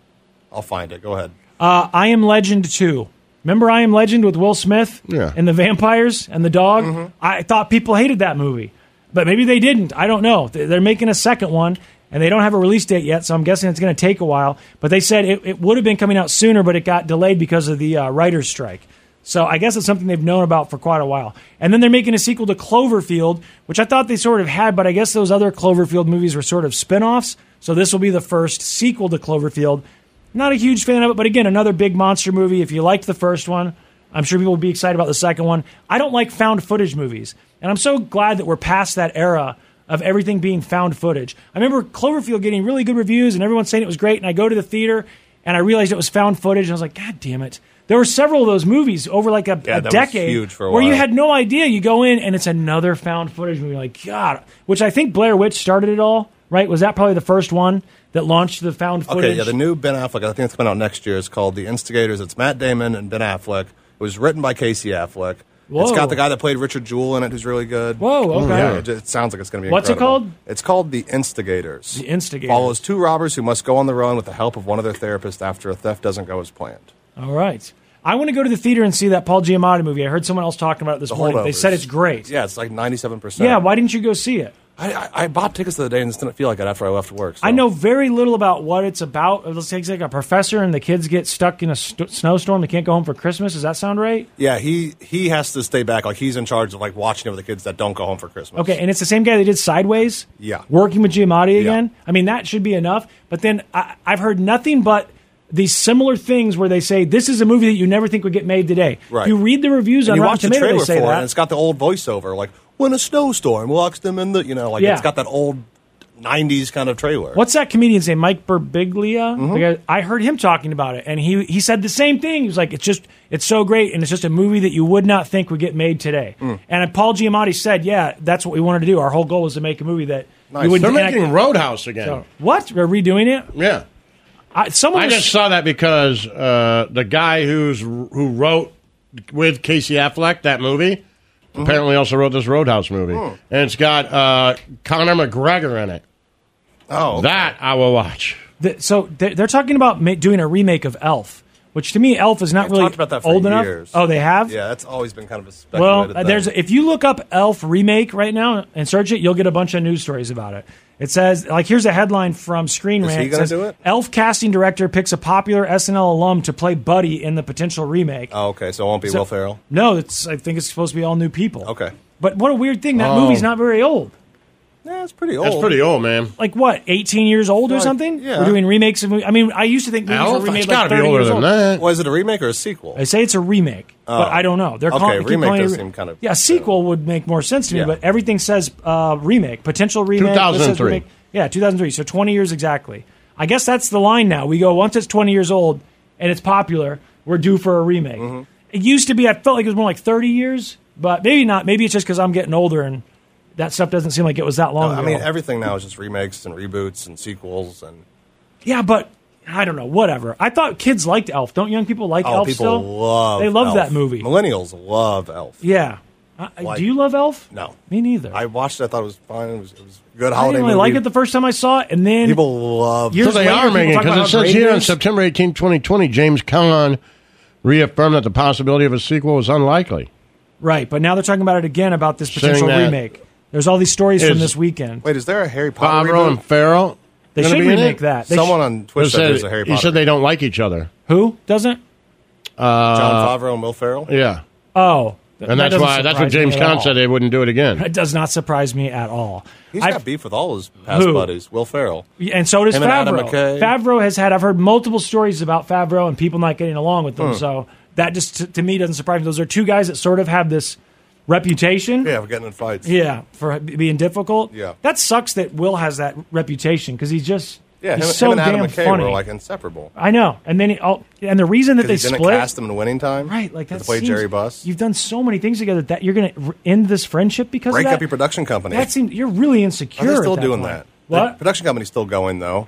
H: I'll find it. Go ahead.
D: Uh, I Am Legend 2. Remember I Am Legend with Will Smith
H: Yeah.
D: and the vampires and the dog? I thought people hated that movie, but maybe they didn't. I don't know. They- They're making a second one, and they don't have a release date yet, so I'm guessing it's going to take a while. But they said it, it would have been coming out sooner, but it got delayed because of the uh, writer's strike. So I guess it's something they've known about for quite a while. And then they're making a sequel to Cloverfield, which I thought they sort of had, but I guess those other Cloverfield movies were sort of spin-offs. So this will be the first sequel to Cloverfield. Not a huge fan of it, but again, another big monster movie. If you liked the first one, I'm sure people will be excited about the second one. I don't like found footage movies, and I'm so glad that we're past that era of everything being found footage. I remember Cloverfield getting really good reviews and everyone saying it was great, and I go to the theater and I realized it was found footage, and I was like, God damn it. There were several of those movies over like a,
H: Yeah,
D: a
H: that was
D: decade
H: huge for a
D: where you
H: while.
D: had no idea. You go in and it's another found footage movie. Like God, which I think Blair Witch started it all. Right? Was that probably the first one that launched the found footage?
H: Okay, yeah, the new Ben Affleck, I think it's coming out next year, is called The Instigators. It's Matt Damon and Ben Affleck. It was written by Casey Affleck. It's
D: Whoa.
H: got the guy that played Richard Jewell in it, who's really good.
D: Whoa, Oh,
C: Mm,
D: okay.
H: Yeah, it, it sounds like it's going to be.
D: What's it
H: incredible.
D: called?
H: It's called The Instigators.
D: The Instigators.
H: follows two robbers who must go on the run with the help of one of their therapists after a theft doesn't go as planned.
D: All right. I want to go to the theater and see that Paul Giamatti movie. I heard someone else talking about it this
H: The
D: morning. They
H: Holdovers.
D: said it's great.
H: Yeah, it's like 97%.
D: Yeah, why didn't you go see it?
H: I, I, I bought tickets the other day and just didn't feel like it after I left work. So.
D: I know very little about what it's about. It looks like it's like a professor and the kids get stuck in a st- snowstorm. They can't go home for Christmas. Does that sound right?
H: Yeah, he, he has to stay back. Like, he's in charge of, like, watching over the kids that don't go home for Christmas.
D: Okay, and it's the same guy that did Sideways.
H: Yeah.
D: working with Giamatti again. I mean, that should be enough. But then I, I've heard nothing but these similar things where they say this is a movie that you never think would get made today.
H: Right.
D: You read the reviews
H: And
D: on
H: you
D: Rotten
H: watch the
D: Tomatoes,
H: trailer
D: they
H: for
D: say
H: it,
D: that.
H: and it's got the old voiceover, like, when a snowstorm walks them in the, you know, like,
D: Yeah.
H: it's got that old 90s kind of trailer.
D: What's that comedian's name? Mike Birbiglia.
C: Mm-hmm.
D: The guy- I heard him talking about it, and he he said the same thing. He was like, "It's just it's so great, and it's just a movie that you would not think would get made today."
C: Mm.
D: And Paul Giamatti said, "Yeah, that's what we wanted to do. Our whole goal was to make a movie that
C: Nice.
D: you wouldn't."
C: They're
D: and I-
C: making Roadhouse again.
D: So- what? They're redoing it?
C: Yeah.
D: I, someone
C: I
D: was-
C: just saw that because uh, the guy who's who wrote with Casey Affleck that movie apparently also wrote this Roadhouse movie,
H: Hmm.
C: and it's got uh, Conor McGregor in it.
H: Oh,
C: that I will watch.
D: The, so they're, they're talking about ma- doing a remake of Elf, which to me, Elf is not really
H: talked about that for
D: old
H: years.
D: enough. Oh, they have.
H: Yeah, that's always been kind of a
D: Well,
H: speculated
D: uh, there's
H: thing.
D: if you look up Elf remake right now and search it, you'll get a bunch of news stories about it. It says like here's a headline from Screen
H: Is
D: Rant.
H: he gonna
D: says,
H: do it?
D: Elf casting director picks a popular SNL alum to play Buddy in the potential remake.
H: Oh, okay, so it won't be
D: So-
H: Will Ferrell.
D: No, it's I think it's supposed to be all new people.
H: Okay.
D: But what a weird thing! That
H: Oh.
D: movie's not very old.
H: Yeah, it's pretty
C: That's pretty old, man.
D: Like what, eighteen years old or
H: Like,
D: something?
H: yeah.
D: We're doing remakes of movies. I mean, I used to think movies were remade like thirty years old.
H: Well, is it a remake or a sequel?
D: They say it's a remake, but
H: Oh.
D: I don't know. They're
H: Okay,
D: calling, they keep
H: remake
D: calling it
H: does
D: re-
H: seem kind of-
D: yeah. Sequel would make more sense to me,
H: Yeah.
D: but everything says uh, remake, potential remake. This says
C: 2003.
D: remake. Yeah, 2003. So 20 years exactly. I guess that's the line now. We go once it's 20 years old and it's popular, we're due for a remake.
H: Mm-hmm.
D: It used to be. I felt like it was more like 30 years, but maybe not. Maybe it's just because I'm getting older and that stuff doesn't seem like it was that long.
H: I
D: ago.
H: mean, everything now is just remakes and reboots and sequels and
D: Yeah, but I don't know. Whatever. I thought kids liked Elf. Don't young people like
H: oh,
D: Elf
H: people
D: still?
H: love
D: They love
H: Elf.
D: that movie.
H: Millennials love Elf.
D: Yeah. I- I-
H: Like-
D: do you love Elf?
H: No,
D: me neither.
H: I watched it. I thought it was fine. It was, it was a good
D: I
H: holiday
D: didn't really
H: movie.
D: like it the first time I saw it, and then
H: people love.
C: So they are making because it says here on September 18, 2020, James Caan reaffirmed that the possibility of a sequel was unlikely.
D: Right, but now they're talking about it again about this
C: Saying
D: potential
C: that
D: remake. There's all these stories from
C: is-
D: this weekend.
H: Wait, is there a Harry
C: Bob
H: Potter
C: Rowe
H: reboot?
C: and Farrell.
D: They
C: gonna
D: should
C: be in
D: remake
C: it?
D: that. They Someone sh- on Twitter
C: They
H: said there's a Harry
C: He
H: Potter
C: said they don't like each other.
D: Who doesn't?
C: Uh,
H: John Favreau and Will Ferrell.
C: Yeah,
D: Oh, th-
C: and
D: that
C: that's
D: doesn't
C: why that's what
D: surprise me
C: James
D: at
C: Caan
D: all.
C: said they wouldn't do it again.
D: It does not surprise me at all.
H: He's
D: I've-
H: got beef with all his past
D: Who?
H: buddies. Will Ferrell.
D: and so does
H: Him and Adam
D: Favreau.
H: McKay.
D: Favreau has had. I've heard multiple stories about Favreau and people not getting along with them.
H: Hmm.
D: So that just to, to me doesn't surprise me. Those are two guys that sort of have this reputation.
H: Yeah, we're getting in fights.
D: Yeah, for b- being difficult.
H: Yeah.
D: that sucks that Will has that reputation because he's just
H: Yeah,
D: he's
H: him,
D: so
H: him and Adam
D: damn
H: McKay
D: funny.
H: were like inseparable.
D: I know, and then he, all, and the reason that
H: 'Cause
D: they
H: he didn't
D: split.
H: cast him in Winning Time.
D: Right, like
H: to
D: that.
H: play
D: seems-
H: Jerry Buss.
D: You've done so many things together that you're going to end this friendship because
H: Break
D: of that.
H: up your production company.
D: That seems you're really insecure.
H: Are they still
D: at that
H: doing
D: point.
H: that?
D: What?
H: The production company's still going
D: Oh.
H: though.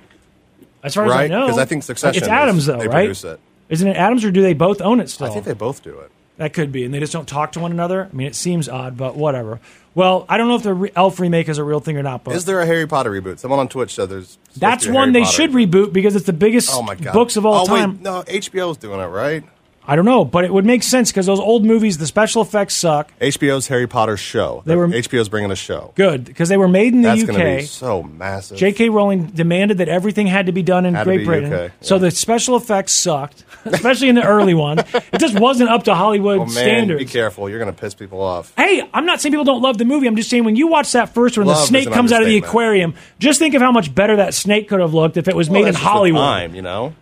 D: As far as I
H: right?
D: know,
H: Because I think Succession.
D: It's
H: is-
D: Adams though,
H: they
D: right?
H: Produce it.
D: Isn't it Adams, or do they both own it still?
H: I think they both do it.
D: That could be, and they just don't talk to one another. I mean, it seems odd, but whatever. Well, I don't know if the re- Elf remake is a real thing or not, but
H: Is there a Harry Potter reboot? Someone on Twitch said there's. supposed to be
D: that's
H: a
D: one
H: Harry
D: they
H: Potter.
D: should reboot because it's the biggest
H: Oh my god!
D: books of all
H: oh,
D: time.
H: Wait, no, HBO's doing it right.
D: I don't know, but it would make sense because those old movies, the special effects suck.
H: HBO's Harry Potter show.
D: They were-
H: HBO's bringing a show.
D: Good because they were made in the
H: That's
D: UK.
H: gonna be so massive.
D: J.K. Rowling demanded that everything had to be done in
H: Had to
D: Great
H: be
D: Britain.
H: UK,
D: So the special effects sucked, especially in the early ones. It just wasn't up to Hollywood
H: oh man, be
D: standards.
H: careful! You're gonna piss people off.
D: Hey, I'm not saying people don't love the movie. I'm just saying when you watch that first one, the
H: Love is
D: snake
H: an
D: comes out of the
H: understatement.
D: aquarium. Just think of how much better that snake could have looked if it was made
H: Well,
D: in
H: that's just the
D: Hollywood.
H: time, you know.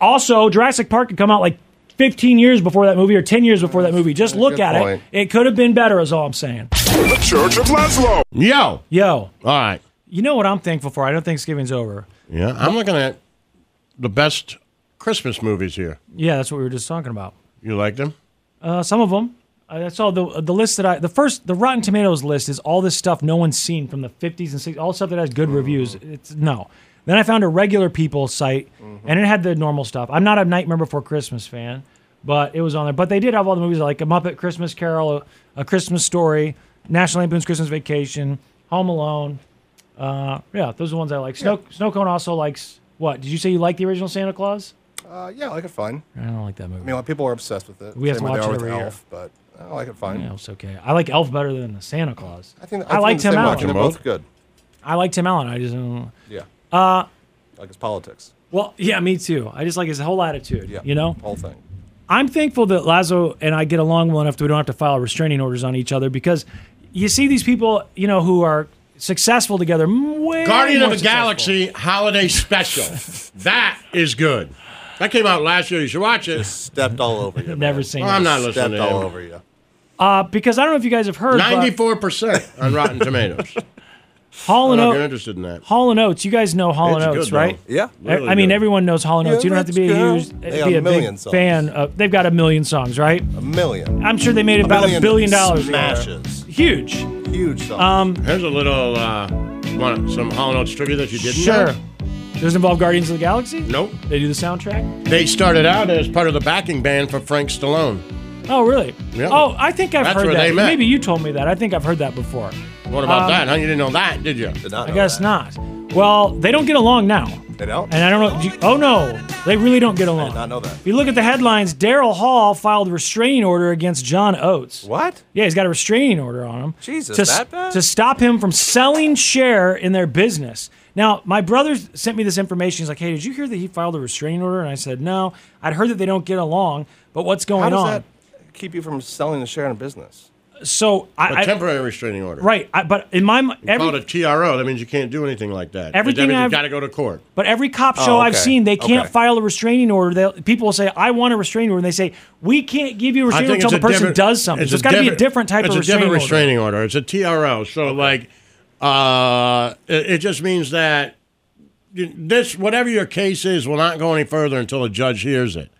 D: Also, Jurassic Park could come out like 15 years before that movie or 10 years before that movie. Just look
C: good
D: at
C: point.
D: it. It could have been better, is all I'm saying.
R: The Church of Laszlo.
C: Yo,
D: yo, all
C: right.
D: You know what I'm thankful for? I know Thanksgiving's over.
C: Yeah, I'm looking at the best Christmas movies here.
D: Yeah, that's what we were just talking about.
C: You like them?
D: Uh, some of them. I saw the the list that I the first the Rotten Tomatoes list is all this stuff no one's seen from the 50s and 60s, all stuff that has good reviews.
H: Mm-hmm.
D: It's no. Then I found a regular people site and it had the normal stuff. I'm not a Nightmare Before Christmas fan, but it was on there. But they did have all the movies like A Muppet Christmas Carol, A Christmas Story, National Lampoon's Christmas Vacation, Home Alone. Uh, yeah, those are the ones I like. Snow Snow Cone also likes what? Did you say you like the original Santa Claus?
H: Uh, yeah, I like it fine.
D: I don't like that
H: I
D: movie.
H: mean, a lot of people are obsessed with it.
D: We have
H: Same
D: to watch
H: way they
D: it
H: are with
D: every year.
H: Elf, but I like it fine.
D: Yeah, it's okay. I like Elf better than the Santa Claus. I
H: think
D: I, liked
H: feel
D: Tim
H: the same way.
D: Allen.
H: They're both good.
D: I like Tim Allen. I just don't.
H: Yeah,
D: Uh,
H: like his politics.
D: well, yeah, me too. I just like his whole attitude.
H: Yeah,
D: you know,
H: whole thing.
D: I'm thankful that Lazo and I get along well enough that we don't have to file restraining orders on each other because you see these people, you know, who are successful together. m- Way
C: Guardian of
D: more
C: the Galaxy Holiday Special. that is good. That came out last year. You should watch it.
H: stepped all over you.
D: Never seen.
C: I'm
D: it.
C: not listening
H: Stepped
C: to him.
H: all over you.
D: Uh, because I don't know if you guys have heard. but-
C: Ninety-four percent on Rotten Tomatoes.
D: Hall
C: I
D: and
C: don't get
D: Oates.
C: interested in that.
D: Hall and Oates. You guys know Hall and
C: It's good,
D: Oates,
C: though.
D: right? E,
C: Yeah.
D: I- I
C: Really
D: mean,
C: good.
D: everyone knows Hall and
H: Yeah,
D: Oates. you don't have to be
H: let's
D: a
H: go.
D: huge,
H: They
D: be
H: got a
D: a
H: million
D: big
H: songs.
D: fan. Of, they've got a million songs, right?
H: A million.
D: I'm sure they made about a
H: million
D: billion dollars. together.
H: Smashes.
D: Huge.
H: Huge. Song.
D: Um,
C: Here's a little uh, one, some Hall and Oates trivia that you didn't
D: sure.
C: know.
D: Does it involve Guardians of the Galaxy?
C: Nope.
D: They do the soundtrack.
C: They started out as part of the backing band for Frank Stallone.
D: Oh, really?
C: Yeah.
D: Oh, I think I've
C: That's
D: heard
C: where
D: that.
C: they met.
D: Maybe you told me that. I think I've heard that before.
C: What about
D: Um,
C: that? Huh? You didn't know that, did you? Did
D: I guess not. Well, they don't get along now.
H: They don't.
D: And I don't know. do you- oh no, they really don't get along. I did not
H: know that.
D: If you look at the headlines, Daryl Hall filed a restraining order against John Oates.
H: What?
D: Yeah, he's got a restraining order on him.
H: Jesus,
D: to,
H: that bad?
D: to stop him from selling share in their business. Now, my brother sent me this information. He's like, "Hey, did you hear that he filed a restraining order?" And I said, "No, I'd heard that they don't get along, but what's going
H: How does
D: on?"
H: that keep you from selling the share in a business?
D: So
C: A
D: I, I
C: temporary restraining order.
D: right, I, but in my m- every
C: Called a TRO. That means you can't do anything like that.
D: Everything I've-
C: you've got to go to court.
D: But every cop
C: Oh,
D: show I've
C: okay.
D: seen, they can't
C: Okay.
D: file a restraining order. They'll, people will say, "I want a restraining order," and they say, "We can't give you a restraining
C: I
D: order
C: think
D: until
C: it's
D: the
C: a
D: person
C: different-
D: does something." So it's got to be a different type of restraining,
C: It's a different
D: order.
C: restraining order. It's a TRO. So like, uh, it, it just means that you- this whatever your case is will not go any further until a judge hears it.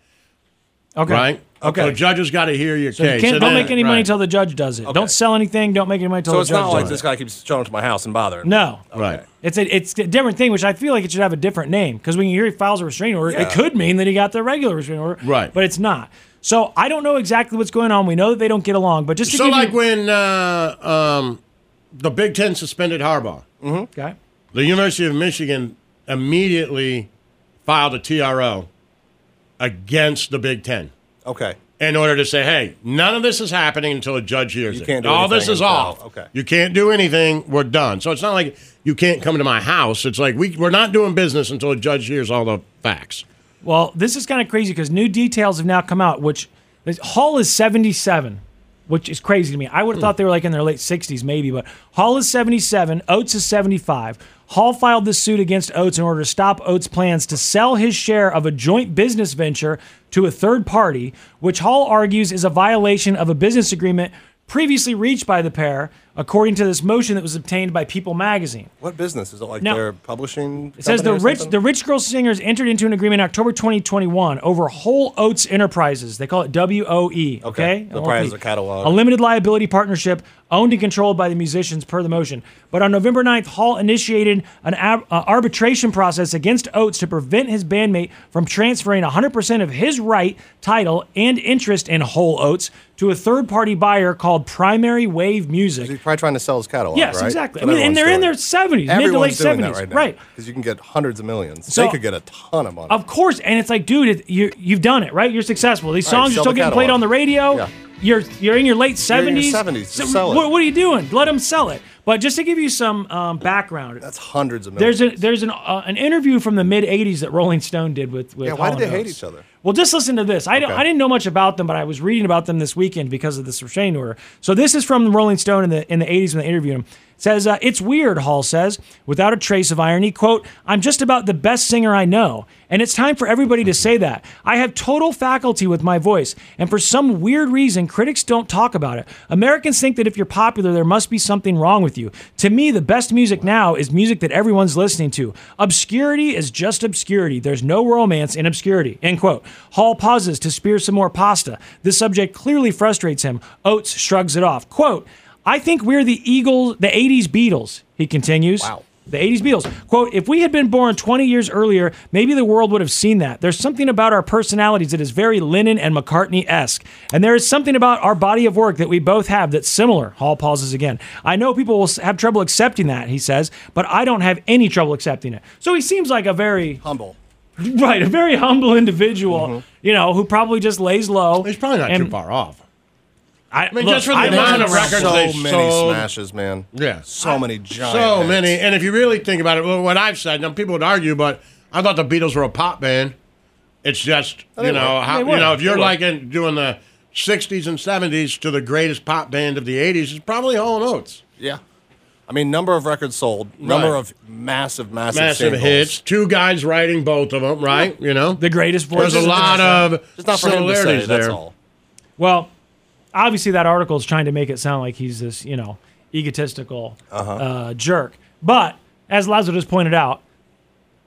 D: Okay.
C: Right.
D: Okay.
C: So a judge has got to hear your
D: So
C: case.
D: you can't,
C: And
D: don't
C: then-
D: make any money
C: right.
D: until the judge does it. Don't sell anything. Don't make any money until
H: So
D: the
H: it's
D: judge
H: not like
D: does
H: this
D: it.
H: guy keeps showing up to my house and bothering. me.
D: No,
C: Right.
D: it's a it's a different thing, which I feel like it should have a different name because when you hear he files a restraining order,
H: Yeah.
D: it could mean that he got the regular restraining order,
C: Right.
D: But it's not. So I don't know exactly what's going on. We know that they don't get along, but just to
C: So
D: give you-
C: like when uh, um, the Big Ten suspended Harbaugh,
D: okay,
C: the University of Michigan immediately filed a TRO against the Big Ten.
H: Okay.
C: in order to say, hey, none of this is happening until a judge hears
H: You
C: it.
H: can't do
C: All this
H: anything
C: is
H: until-
C: off.
H: okay.
C: You can't do anything. We're done. So it's not like you can't come to my house. It's like we, we're not doing business until a judge hears all the facts.
D: Well, this is kind of crazy because new details have now come out, which this, Hall is 77, which is crazy to me. I would have thought they were like in their late 60s, maybe, but Hall is 77, Oates is 75. Hall filed this suit against Oates in order to stop Oates' plans to sell his share of a joint business venture to a third party, which Hall argues is a violation of a business agreement previously reached by the pair, according to this motion that was obtained by People magazine.
H: What business is it? Like
D: Now-
H: their publishing?
D: It says the
H: company or
D: rich
H: something?
D: the rich girl singers entered into an agreement in October 2021 over Whole Oats Enterprises. They call it WOE. Okay,
H: The
D: LLP.
H: prize is a catalog.
D: A limited liability partnership owned and controlled by the musicians per the motion. But on November 9th, Hall initiated an ab- uh, arbitration process against Oates to prevent his bandmate from transferring 100% of his right, title, and interest in Whole Oats to a third party buyer called Primary Wave Music.
H: He's probably trying to sell his catalog.
D: Yes,
H: right?
D: exactly.
H: So
D: I mean, and
H: everyone's
D: they're in
H: doing
D: their 70s, mid to
H: it.
D: late
H: Everyone's doing
D: 70s.
H: that right now.
D: right.
H: Because you can get hundreds of millions.
D: So-
H: they could get a ton of money.
D: Of course, and it's like, dude, it, you you've done it, right? You're successful. These
H: Right,
D: songs are
H: sell
D: still
H: the
D: getting played
H: catalog.
D: on the radio.
H: Yeah.
D: You're you're in your late
H: You're in your
D: seventies.
H: 70s. Just sell it.
D: What, what are you doing? Let them sell it. But just to give you some um, background,
H: That's hundreds of millions.
D: there's a there's an uh, an interview from the mid '80s that Rolling Stone did with with.
H: yeah, why
D: Hall
H: did they
D: and
H: hate
D: Oates.
H: each other?
D: Well, just listen to this. I, don't,
H: Okay.
D: I didn't know much about them, but I was reading about them this weekend because of this restraining order. So this is from Rolling Stone in the in the 80s when they interviewed him. It says uh, it's weird. Hall says without a trace of irony. "Quote: I'm just about the best singer I know, and it's time for everybody to say that. I have total faculty with my voice, and for some weird reason, critics don't talk about it. Americans think that if you're popular, there must be something wrong with you. To me, the best music now is music that everyone's listening to. Obscurity is just obscurity. There's no romance in obscurity. End quote. Hall pauses to spear some more pasta. This subject clearly frustrates him. Oates shrugs it off. Quote, I think we're the Eagles, the 80s Beatles, he continues. Wow. The 80s Beatles. Quote, if we had been born 20 years earlier, maybe the world would have seen that. There's something about our personalities that is very Lennon and McCartney esque. And there is something about our body of work that we both have that's similar. Hall pauses again. I know people will s- have trouble accepting that, he says, but I don't have any trouble accepting it. So he seems like a very
H: humble.
D: Right, a very humble individual, you know, who probably just lays low. He's probably
C: Mm-hmm. not too far off.
D: I,
C: I mean,
D: look,
C: just for the
D: I
C: amount
D: wasn't
C: of records
H: so
C: they
H: many
C: sold.
H: smashes, man.
C: Yeah,
H: so many giant.
C: so
H: hits.
C: many. And if you really think about it, well, what I've said, now people would argue, but I thought the Beatles were a pop band. It's just
H: They
C: you
H: were.
C: know how
H: They
C: you
H: were.
C: know if you're
H: They were.
C: like in doing the '60s and '70s to the greatest pop band of the '80s, it's probably Hall and Oates.
H: Yeah. I mean, number of records sold, number
C: Right.
H: of massive, massive,
C: Massive
H: singles.
C: hits, two guys writing both of them, right? You know the
D: greatest
C: There's
H: voices
C: a
H: in
C: lot
H: the-
C: of
H: It's not for him to say,
C: similarities
H: that's
C: there.
H: all.
D: Well, obviously that article is trying to make it sound like he's this, you know, egotistical uh, jerk. But as Lazo just pointed out,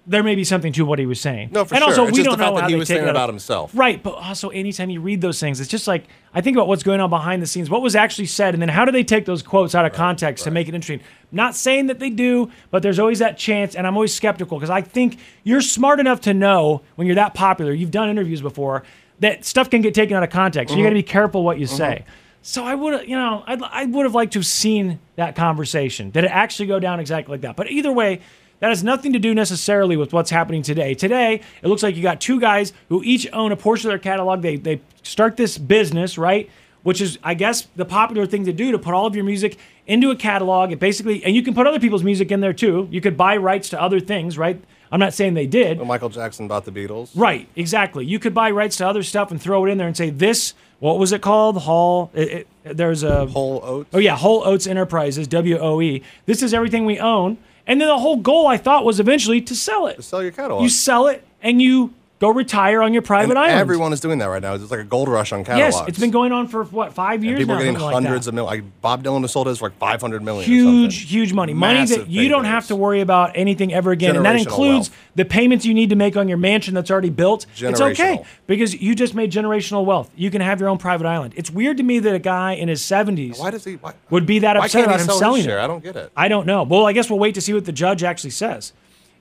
D: there may be something to what he was saying.
H: No, for
D: and
H: sure.
D: also
H: It's
D: we
H: just
D: don't
H: the fact
D: know
H: that
D: how
H: he
D: they
H: was
D: take
H: thinking
D: that up.
H: about himself.
D: Right, but also anytime you read those things, it's just like I think about what's going on behind the scenes, what was actually said, and then how do they take those quotes out of context to make it interesting? Not saying that they do, but there's always that chance, and I'm always skeptical because I think you're smart enough to know when you're that popular, you've done interviews before, that stuff can get taken out of context. You
H: Mm-hmm.
I: Mhm.
D: got to be careful what you
I: Mhm.
D: say. So I would, you know, I'd, I would have liked to have seen that conversation. Did it actually go down exactly like that? But either way, that has nothing to do necessarily with what's happening today. Today, it looks like you got two guys who each own a portion of their catalog. They they start this business, right? Which is, I guess, the popular thing to do to put all of your music into a catalog. It basically, and you can put other people's music in there too. You could buy rights to other things, right? I'm not saying they did.
H: When Michael Jackson bought the Beatles.
D: Right, exactly. You could buy rights to other stuff and throw it in there and say this. What was it called? Hall. It, it, there's a
H: Whole Oats.
D: Oh yeah, Whole Oats Enterprises W O E. This is everything we own. And then the whole goal I thought was eventually to sell it. To
H: sell your catalog.
D: You sell it and you go retire on your private
H: And
D: island.
H: everyone is doing that right now. It's like a gold rush on catalogs.
D: yes, it's been going on for what five years
H: People
D: now.
H: are getting
D: something
H: hundreds
D: like
H: of millions. Like Bob Dylan was sold as for like 500
D: that.
H: million. or something.
D: huge, huge money, money that
H: Massive
D: you don't have to worry about anything ever again, and that
H: Generational
D: includes the payments you need to make on your mansion that's already built. It's okay
H: Generational.
D: because you just made generational wealth. You can have your own private island. It's weird to me that a guy in his seventies
H: Why does he? Why,
D: would be that
H: why
D: upset
H: can't
D: about
H: he
D: him
H: sell
D: selling
H: his share?
D: it.
H: I don't get it.
D: I don't know. Well, I guess we'll wait to see what the judge actually says.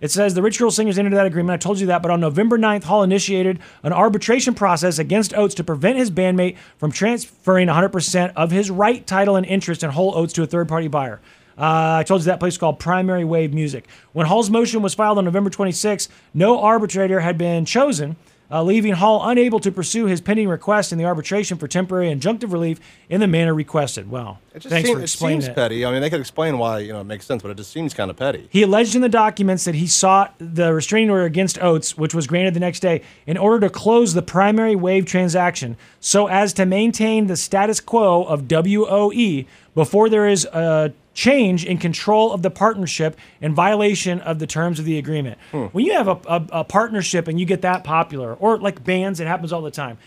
D: It says the Rich Girl Singers entered that agreement. I told you that, but on November 9th, Hall initiated an arbitration process against Oates to prevent his bandmate from transferring 100% of his right title and interest in Whole Oates to a third party buyer. Uh, I told you that place is called Primary Wave Music. When Hall's motion was filed on November 26th, no arbitrator had been chosen uh, leaving Hall unable to pursue his pending request in the arbitration for temporary injunctive relief in the manner requested. Wow.
H: It just
D: Thanks
H: seems,
D: for
H: it
D: explaining
H: seems
D: that.
H: petty. I mean, they could explain why you know it makes sense, but it just seems kind of petty.
D: He alleged in the documents that he sought the restraining order against Oates, which was granted the next day, in order to close the primary wave transaction so as to maintain the status quo of WOE before there is a change in control of the partnership in violation of the terms of the agreement. When you have a, a, a partnership and you get that popular, or like bands, it happens all the time.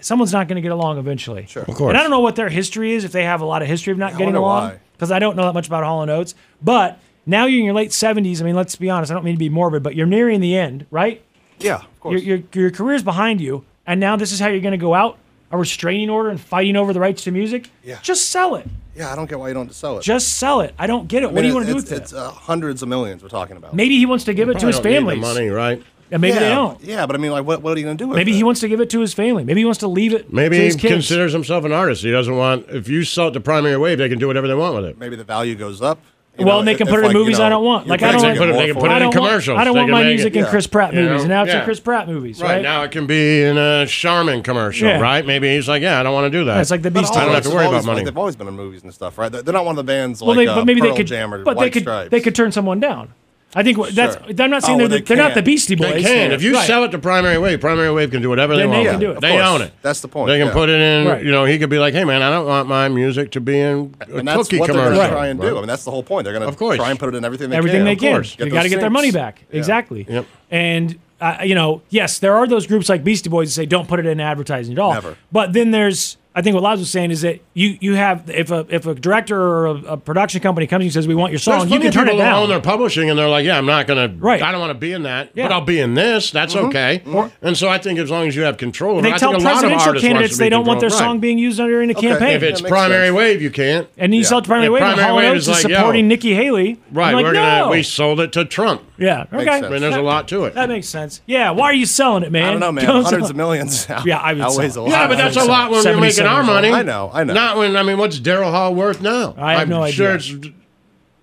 D: Someone's not going to get along eventually. Sure,
I: Of course.
D: And I don't know what their history is if they have a lot of history of
I: I
D: not getting
I: wonder
D: along
I: why.
D: because I don't know that much about Hall and Oates. But now you're in your late 70s. I mean, let's be honest. I don't mean to be morbid, but you're nearing the end, right?
H: Yeah, of
D: course. Your, your, your career's behind you, and now this is how you're going to go out a restraining order and fighting over the rights to music. Yeah. Just sell it.
H: Yeah, I don't get why you don't sell it.
D: Just sell it. I don't get it.
H: I
D: what
H: mean,
D: do you want to do
H: it's-
D: with it?
H: It's uh, hundreds of millions we're talking about.
D: Maybe he wants to give it to his family.
C: right?
D: And maybe
H: yeah,
D: they don't.
H: Yeah, but I mean, like, what, what are you going to do with
D: Maybe
H: it?
D: he wants to give it to his family. Maybe he wants to leave it
C: Maybe
D: to
C: he
D: his kids.
C: considers himself an artist. He doesn't want if you sell it to Primary Wave, they can do whatever they want with it.
H: Maybe the value goes up. You
D: well,
H: know,
D: and they can
H: if,
D: put it
H: like,
D: in
H: you
D: movies
H: know,
D: I don't want.
H: you
D: Like
H: can
D: I don't
C: They
D: want.
C: can put it- they can
D: I
C: put it in
D: don't want-
C: commercials.
D: I don't
C: They
D: want
C: can
D: my
C: make it-
D: music in
C: yeah.
D: Chris Pratt
C: You
D: movies, and
C: know?
D: now it's in
C: Yeah.
D: Chris Pratt movies,
C: Right
D: right?
C: now, it can be in a Charmin commercial,
D: Yeah.
C: right? Maybe he's like, "Yeah, I don't want to do that."
D: Yeah, it's like the
C: I
D: Beastie
C: don't have
D: Boys.
C: to worry
H: They've
C: about
H: always-
C: money.
H: Like, they've always been in movies and stuff, right? They're, they're not one of the bands
D: Well,
H: like
D: they,
H: uh,
D: but maybe
H: Pearl
D: they could,
H: Jam or
D: but
H: White
D: they could,
H: Stripes.
D: they could turn someone down. I think what- that's. I'm not saying
C: Oh,
D: they're,
C: well,
D: the,
C: they
D: they're not the
C: can't.
D: Beastie Boys.
C: They can. If you
D: Right.
C: sell it to Primary Wave, Primary Wave can do whatever they
D: Then they
C: want.
D: can
C: with
D: do it.
C: it.
D: Of
C: They
D: course.
C: own it.
H: That's the point,
C: They can
H: yeah.
C: put it in.
H: Right.
C: You know, he could be like, "Hey, man, I don't want my music to be in a
H: and that's
C: cookie
H: what they're
C: commercial."
H: going to try and do. I mean, that's the whole point. They're going
C: Of course.
H: to try and put it in everything they
D: everything
H: can.
D: they
H: Of
D: can.
H: course.
D: They
H: Get
D: got to
H: those
D: get their
H: sinks.
D: money back. Exactly. And uh, you know, yes, there are those groups like Beastie Boys that say don't put it in advertising at all.
H: Never.
D: But then there's, I think what Laz was saying is that you you have if a if a director or a, a production company comes and says we want your song,
C: There's
D: you
C: plenty
D: can
C: of
D: turn it
C: people that
D: down.
C: own their publishing, and they're like, "Yeah, I'm not going to. Right. I don't want to be in that, but I'll be in this. That's
D: Mhm.
C: okay." And so I think as long as you have control, of
D: they
C: it, I
D: tell
C: think a lot of
D: presidential
C: artists wants to
D: candidates
C: be
D: they don't want their
C: controlled. Right.
D: song being used during
H: Mm-hmm.
D: a campaign.
C: If it's primary wave, you can't.
D: and you sell to primary
C: If
D: wave, and
C: primary
D: Hall
C: wave
D: and
C: is
D: Oates is
C: like, yo,
D: supporting Nikki Haley.
C: Right,
D: I'm like,
C: we're
D: no.
C: gonna we sold it to Trump.
D: Yeah,
C: Makes
D: okay.
C: sense. I mean, there's a lot to it.
D: That makes sense. Yeah, why are you selling it, man?
H: I don't know, man.
D: Don't sell it.
H: Hundreds of millions.
D: Yeah, I would
H: Outweighs
D: sell
H: a
D: it.
H: lot.
C: Yeah, but that's a lot when we're making our
H: 77
C: money.
H: I know, I know.
C: Not when I mean, what's Daryl Hall worth now?
D: I have
C: am
D: no
C: sure
D: idea.
C: It's,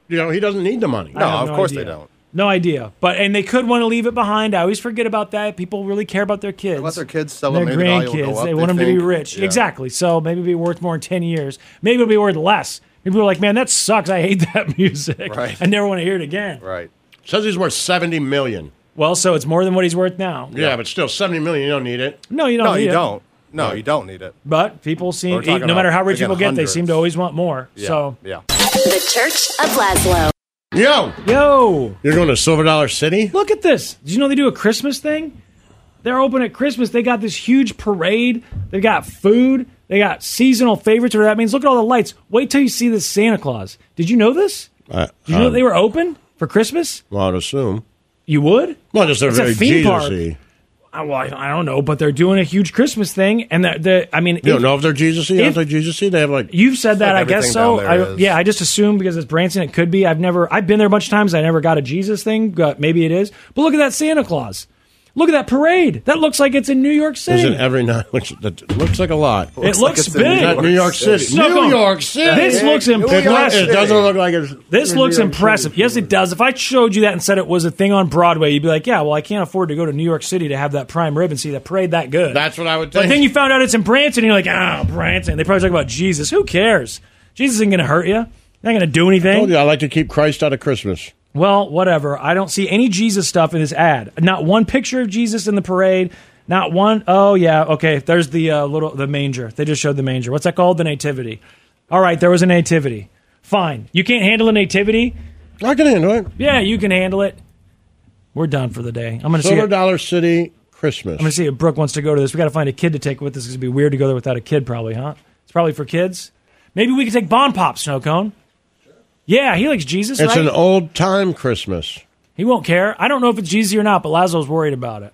C: you know, he doesn't need the money.
D: I have no idea. No idea. But and they could want to leave it behind. I always forget about that. People really care about their kids.
H: Let their kids sell
D: their
H: them. Maybe the value will go
D: grandkids.
H: up,
D: They want them to
H: think.
D: be rich.
H: Yeah.
D: Exactly. So maybe it'll be worth more in 10 years. Maybe it'll be worth less. Maybe we're like, man, that sucks. I hate that music.
C: Right.
D: I never want to hear it again.
H: Right.
C: Says he's worth seventy million.
D: Well, so it's more than what he's worth now.
C: Yeah, but still seventy million. You don't need it.
D: No, you don't
H: No,
D: need
H: you
D: it.
H: don't. No, you don't need it.
D: But people
H: We're
D: seem,
H: talking
D: no matter
H: about,
D: how rich
H: again,
D: people get,
H: hundreds.
D: they seem to always want more.
H: Yeah.
D: So
H: yeah.
I: The Church of Laszlo.
C: Yo,
D: yo,
C: you're going to Silver Dollar City?
D: Look at this. Did you know they do a Christmas thing? They're open at Christmas. They got this huge parade. They've got food. They got seasonal favorites, or that means look at all the lights. Wait till you see this Santa Claus. Did you know this?
C: I,
D: Did you know
C: um,
D: that they were open for Christmas?
C: Well, I'd assume.
D: You would?
C: Well, just they're
D: It's a
C: very
D: theme park.
C: Jesus-y.
D: I, well, I I don't know, but they're doing a huge Christmas thing, and they're, they're- I mean,
C: You don't
D: if-
C: know if they're Jesus-y?
D: if-
C: Aren't they Jesus-y? They have like
D: You've said that,
C: Like
D: I guess
C: everything
D: so.
C: down there
D: I,
C: is.
D: yeah, I just assume because it's Branson, it could be. I've never, I've been there a bunch of times. I never got a Jesus thing. But maybe it is. But look at that Santa Claus. Look at that parade. That looks like it's in New York
C: is
D: City.
C: in every night, which that looks like a lot.
D: It looks looks big.
C: Is that New York City.
D: Snuck
C: New
D: on.
C: York City.
D: This looks
C: It doesn't-
D: impressive.
C: It doesn't look like it's.
D: This looks impressive. Yes, it does. If I showed you that and said it was a thing on Broadway, you'd be like, "Yeah, well, I can't afford to go to New York City to have that prime rib and see the parade that good."
C: That's what I would
D: But
C: think.
D: then you found out it's in Branson, and you're like, "Ah, Branson." They probably talk about Jesus. Who cares? Jesus isn't going to hurt you. Not going to do anything.
C: I told you I like to keep Christ out of Christmas.
D: Well, whatever. I don't see any Jesus stuff in this ad. Not one picture of Jesus in the parade. Not one oh yeah. Okay, there's the uh, little the manger. They just showed the manger. What's that called? The nativity. All right, there was a nativity. Fine. You can't handle a nativity.
C: I can handle it.
D: Yeah, you can handle it. We're done for the day. I'm going to see.
C: Silver
D: It.
C: Dollar City Christmas.
D: I'm going to see if Brooke wants to go to this. We got to find a kid to take with us. It's going to be weird to go there without a kid, probably, huh? It's probably for kids. Maybe we could take Bon Pop Snow Cone. Yeah, he likes Jesus.
C: It's
D: right?
C: an old time Christmas.
D: He won't care. I don't know if it's Jeezy or not, but Lazo's worried about it.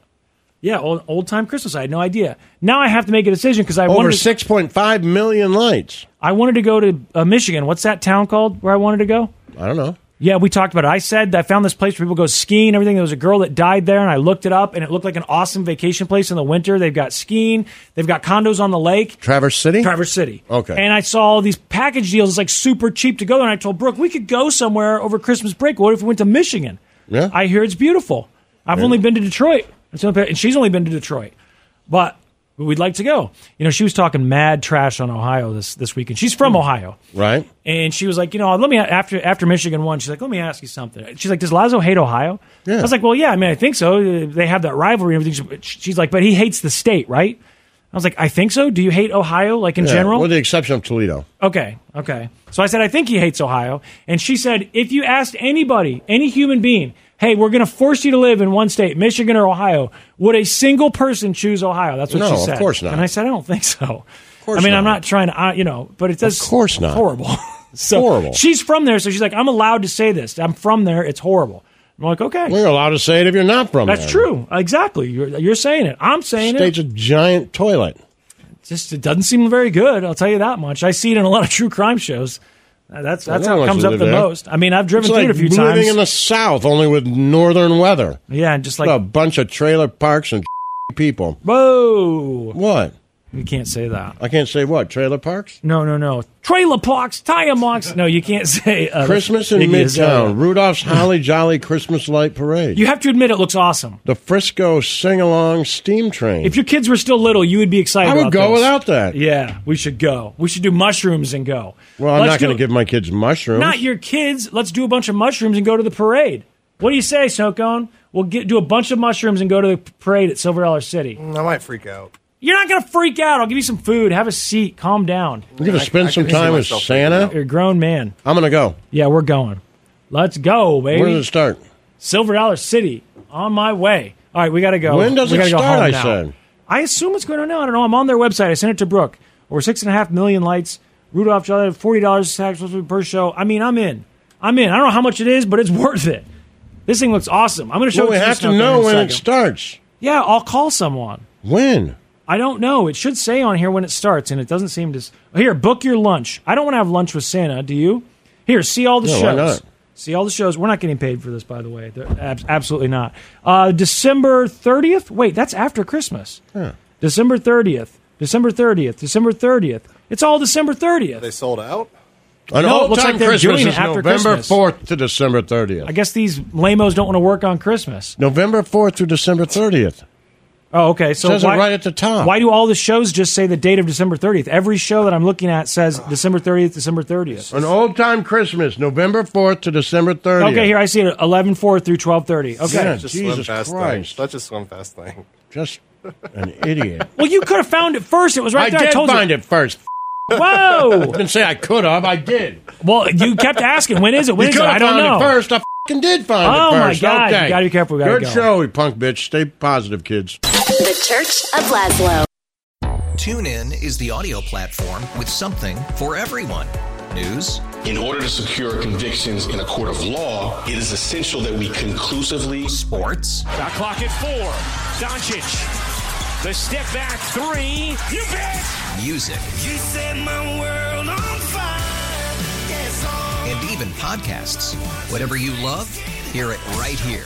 D: Yeah, old, old time Christmas. I had no idea. Now I have to make a decision because I
C: Over
D: wanted to-
C: 6.5 million lights.
D: I wanted to go to uh, Michigan. What's that town called where I wanted to go?
C: I don't know.
D: Yeah, we talked about it. I said I found this place where people go skiing and everything. There was a girl that died there, and I looked it up, and it looked like an awesome vacation place in the winter. They've got skiing, they've got condos on the lake.
C: Traverse City?
D: Traverse City.
C: Okay.
D: And I saw all these package deals. It's like super cheap to go there. And I told Brooke, we could go somewhere over Christmas break. What if we went to Michigan?
C: Yeah.
D: I hear it's beautiful. I've only been to Detroit. It's the only pa- And she's only been to Detroit. But we'd like to go. You know, she was talking mad trash on Ohio this, this weekend. She's
C: Hmm.
D: from Ohio.
C: Right?
D: And she was like, you know, let me after after Michigan won. She's like, let me ask you something. She's like, does Lazo hate Ohio? I was like, well, yeah. I mean, I think so. They have that rivalry and everything. She- She's like, but he hates the state, right? I was like, I think so. Do you hate Ohio, like in
C: Yeah,
D: general?
C: With the exception of Toledo.
D: Okay, okay. So I said, I think he hates Ohio. And she said, if you asked anybody, any human being, hey, we're going to force you to live in one state, Michigan or Ohio, would a single person choose Ohio? That's what
C: No,
D: she
C: of
D: said.
C: course not.
D: And I said, I don't think so.
C: course
D: I mean,
C: not.
D: I'm not trying to, uh, you know, but it does.
C: Of course not.
D: It's horrible. so
C: Horrible.
D: She's from there, so she's like, I'm allowed to say this. I'm from there. It's horrible. I'm like, okay.
C: Well, you're allowed to say it if you're not from
D: That's
C: there.
D: true. Exactly. You're, you're saying it. I'm saying it.
C: State's a giant toilet.
D: Just it doesn't seem very good. I'll tell you that much. I see it in a lot of true crime shows. Uh, That's
C: Well,
D: that's
C: no
D: how
C: one
D: it
C: wants
D: comes
C: to
D: up
C: live
D: the
C: there.
D: most. I mean, I've driven
C: It's
D: through
C: like
D: it a few
C: living
D: times.
C: in the South, only with northern weather.
D: yeah, and just
C: What a
D: like
C: bunch of trailer parks and people.
D: whoa,
C: What?
D: you can't say that.
C: I can't say what? Trailer parks?
D: No, no, no. Trailer parks, tire marks. No, you can't say uh,
C: Christmas in
D: Iggy Azalea.
C: Midtown. Rudolph's Holly Jolly Christmas Light Parade.
D: You have to admit it looks awesome.
C: the Frisco Sing Along Steam Train.
D: If your kids were still little, you would be excited.
C: I would
D: about
C: go
D: this.
C: without that.
D: Yeah, we should go. We should do mushrooms and go.
C: Well, I'm
D: Let's
C: not going
D: do-
C: to give my kids mushrooms.
D: Not your kids. Let's do a bunch of mushrooms and go to the parade. What do you say, Snowcone? We'll get, do a bunch of mushrooms and go to the parade at Silver Dollar City.
H: I might freak out.
D: You're not going to freak out. I'll give you some food. Have a seat. Calm down.
C: You're going to spend some
D: can see
C: time with
D: myself
C: Santa?
D: You're a grown man.
C: I'm going to go.
D: Yeah, we're going. Let's go, baby.
C: Where does it start?
D: Silver Dollar City. On my way. All right, we got to go.
C: When does
D: we
C: it
D: gotta go
C: start,
D: home
C: I
D: now.
C: said?
D: I assume it's going on now. I don't know. I'm on their website. I sent it to Brooke. Over six and a half million lights. Rudolph Jolly, forty dollars tax per show. I mean, I'm in. I'm in. I don't know how much it is, but it's worth it. This thing looks awesome. I'm going to show.
C: Well, we
D: it to you,
C: have to
D: Snowcone,
C: know
D: in a
C: when it
D: second.
C: starts.
D: Yeah, I'll call someone.
C: When?
D: I don't know. It should say on here when it starts, and it doesn't seem to. s- Here, book your lunch. I don't want to have lunch with Santa. Do you? Here, see all the
C: No, why
D: shows.
C: not?
D: See all the shows. We're not getting paid for this, by the way. They're ab- absolutely not. Uh, December thirtieth. Wait, that's after Christmas.
C: Huh.
D: December thirtieth. December thirtieth. December thirtieth. It's all December thirtieth.
H: They sold out.
C: An
D: No, it
C: all
D: looks
C: time
D: like they're
C: Christmas
D: doing it
C: is
D: after
C: November
D: Christmas.
C: 4th to December 30th.
D: I guess these lamos don't want to work on Christmas.
C: November 4th through December 30th.
D: Oh, okay. So
C: Says it
D: why,
C: right at the top.
D: Why do all the shows just say the date of December 30th? Every show that I'm looking at says December 30th, December 30th.
C: An old time Christmas, November 4th to December 30th.
D: Okay, here I see it. 11 4 through 12 30. Okay.
C: Yeah, Jesus Christ.
T: That's just one fast thing.
C: Just an idiot.
D: Well, you could have found it first. It was right
C: I
D: there.
C: did
D: I told
C: find
D: you.
C: it first.
D: Whoa! I
C: didn't say I could have. I did.
D: Well, you kept asking, when is it? When
C: You
D: is it?
C: could've
D: I don't
C: found it
D: know.
C: first. I fucking did find
D: Oh,
C: it
D: my
C: first.
D: God.
C: Okay.
D: You gotta be careful. We gotta
C: Good
D: go.
C: show, you punk bitch. Stay positive, kids.
U: The Church of Laszlo.
I: TuneIn is the audio platform with something for everyone. News,
V: In order to secure convictions in a court of law, it is essential that we conclusively.
I: Sports.
W: The clock at four. Doncic. The step back three. You bet.
I: music,
H: You set my world on fire. Yes, oh.
I: and even podcasts. Whatever you love, hear it right here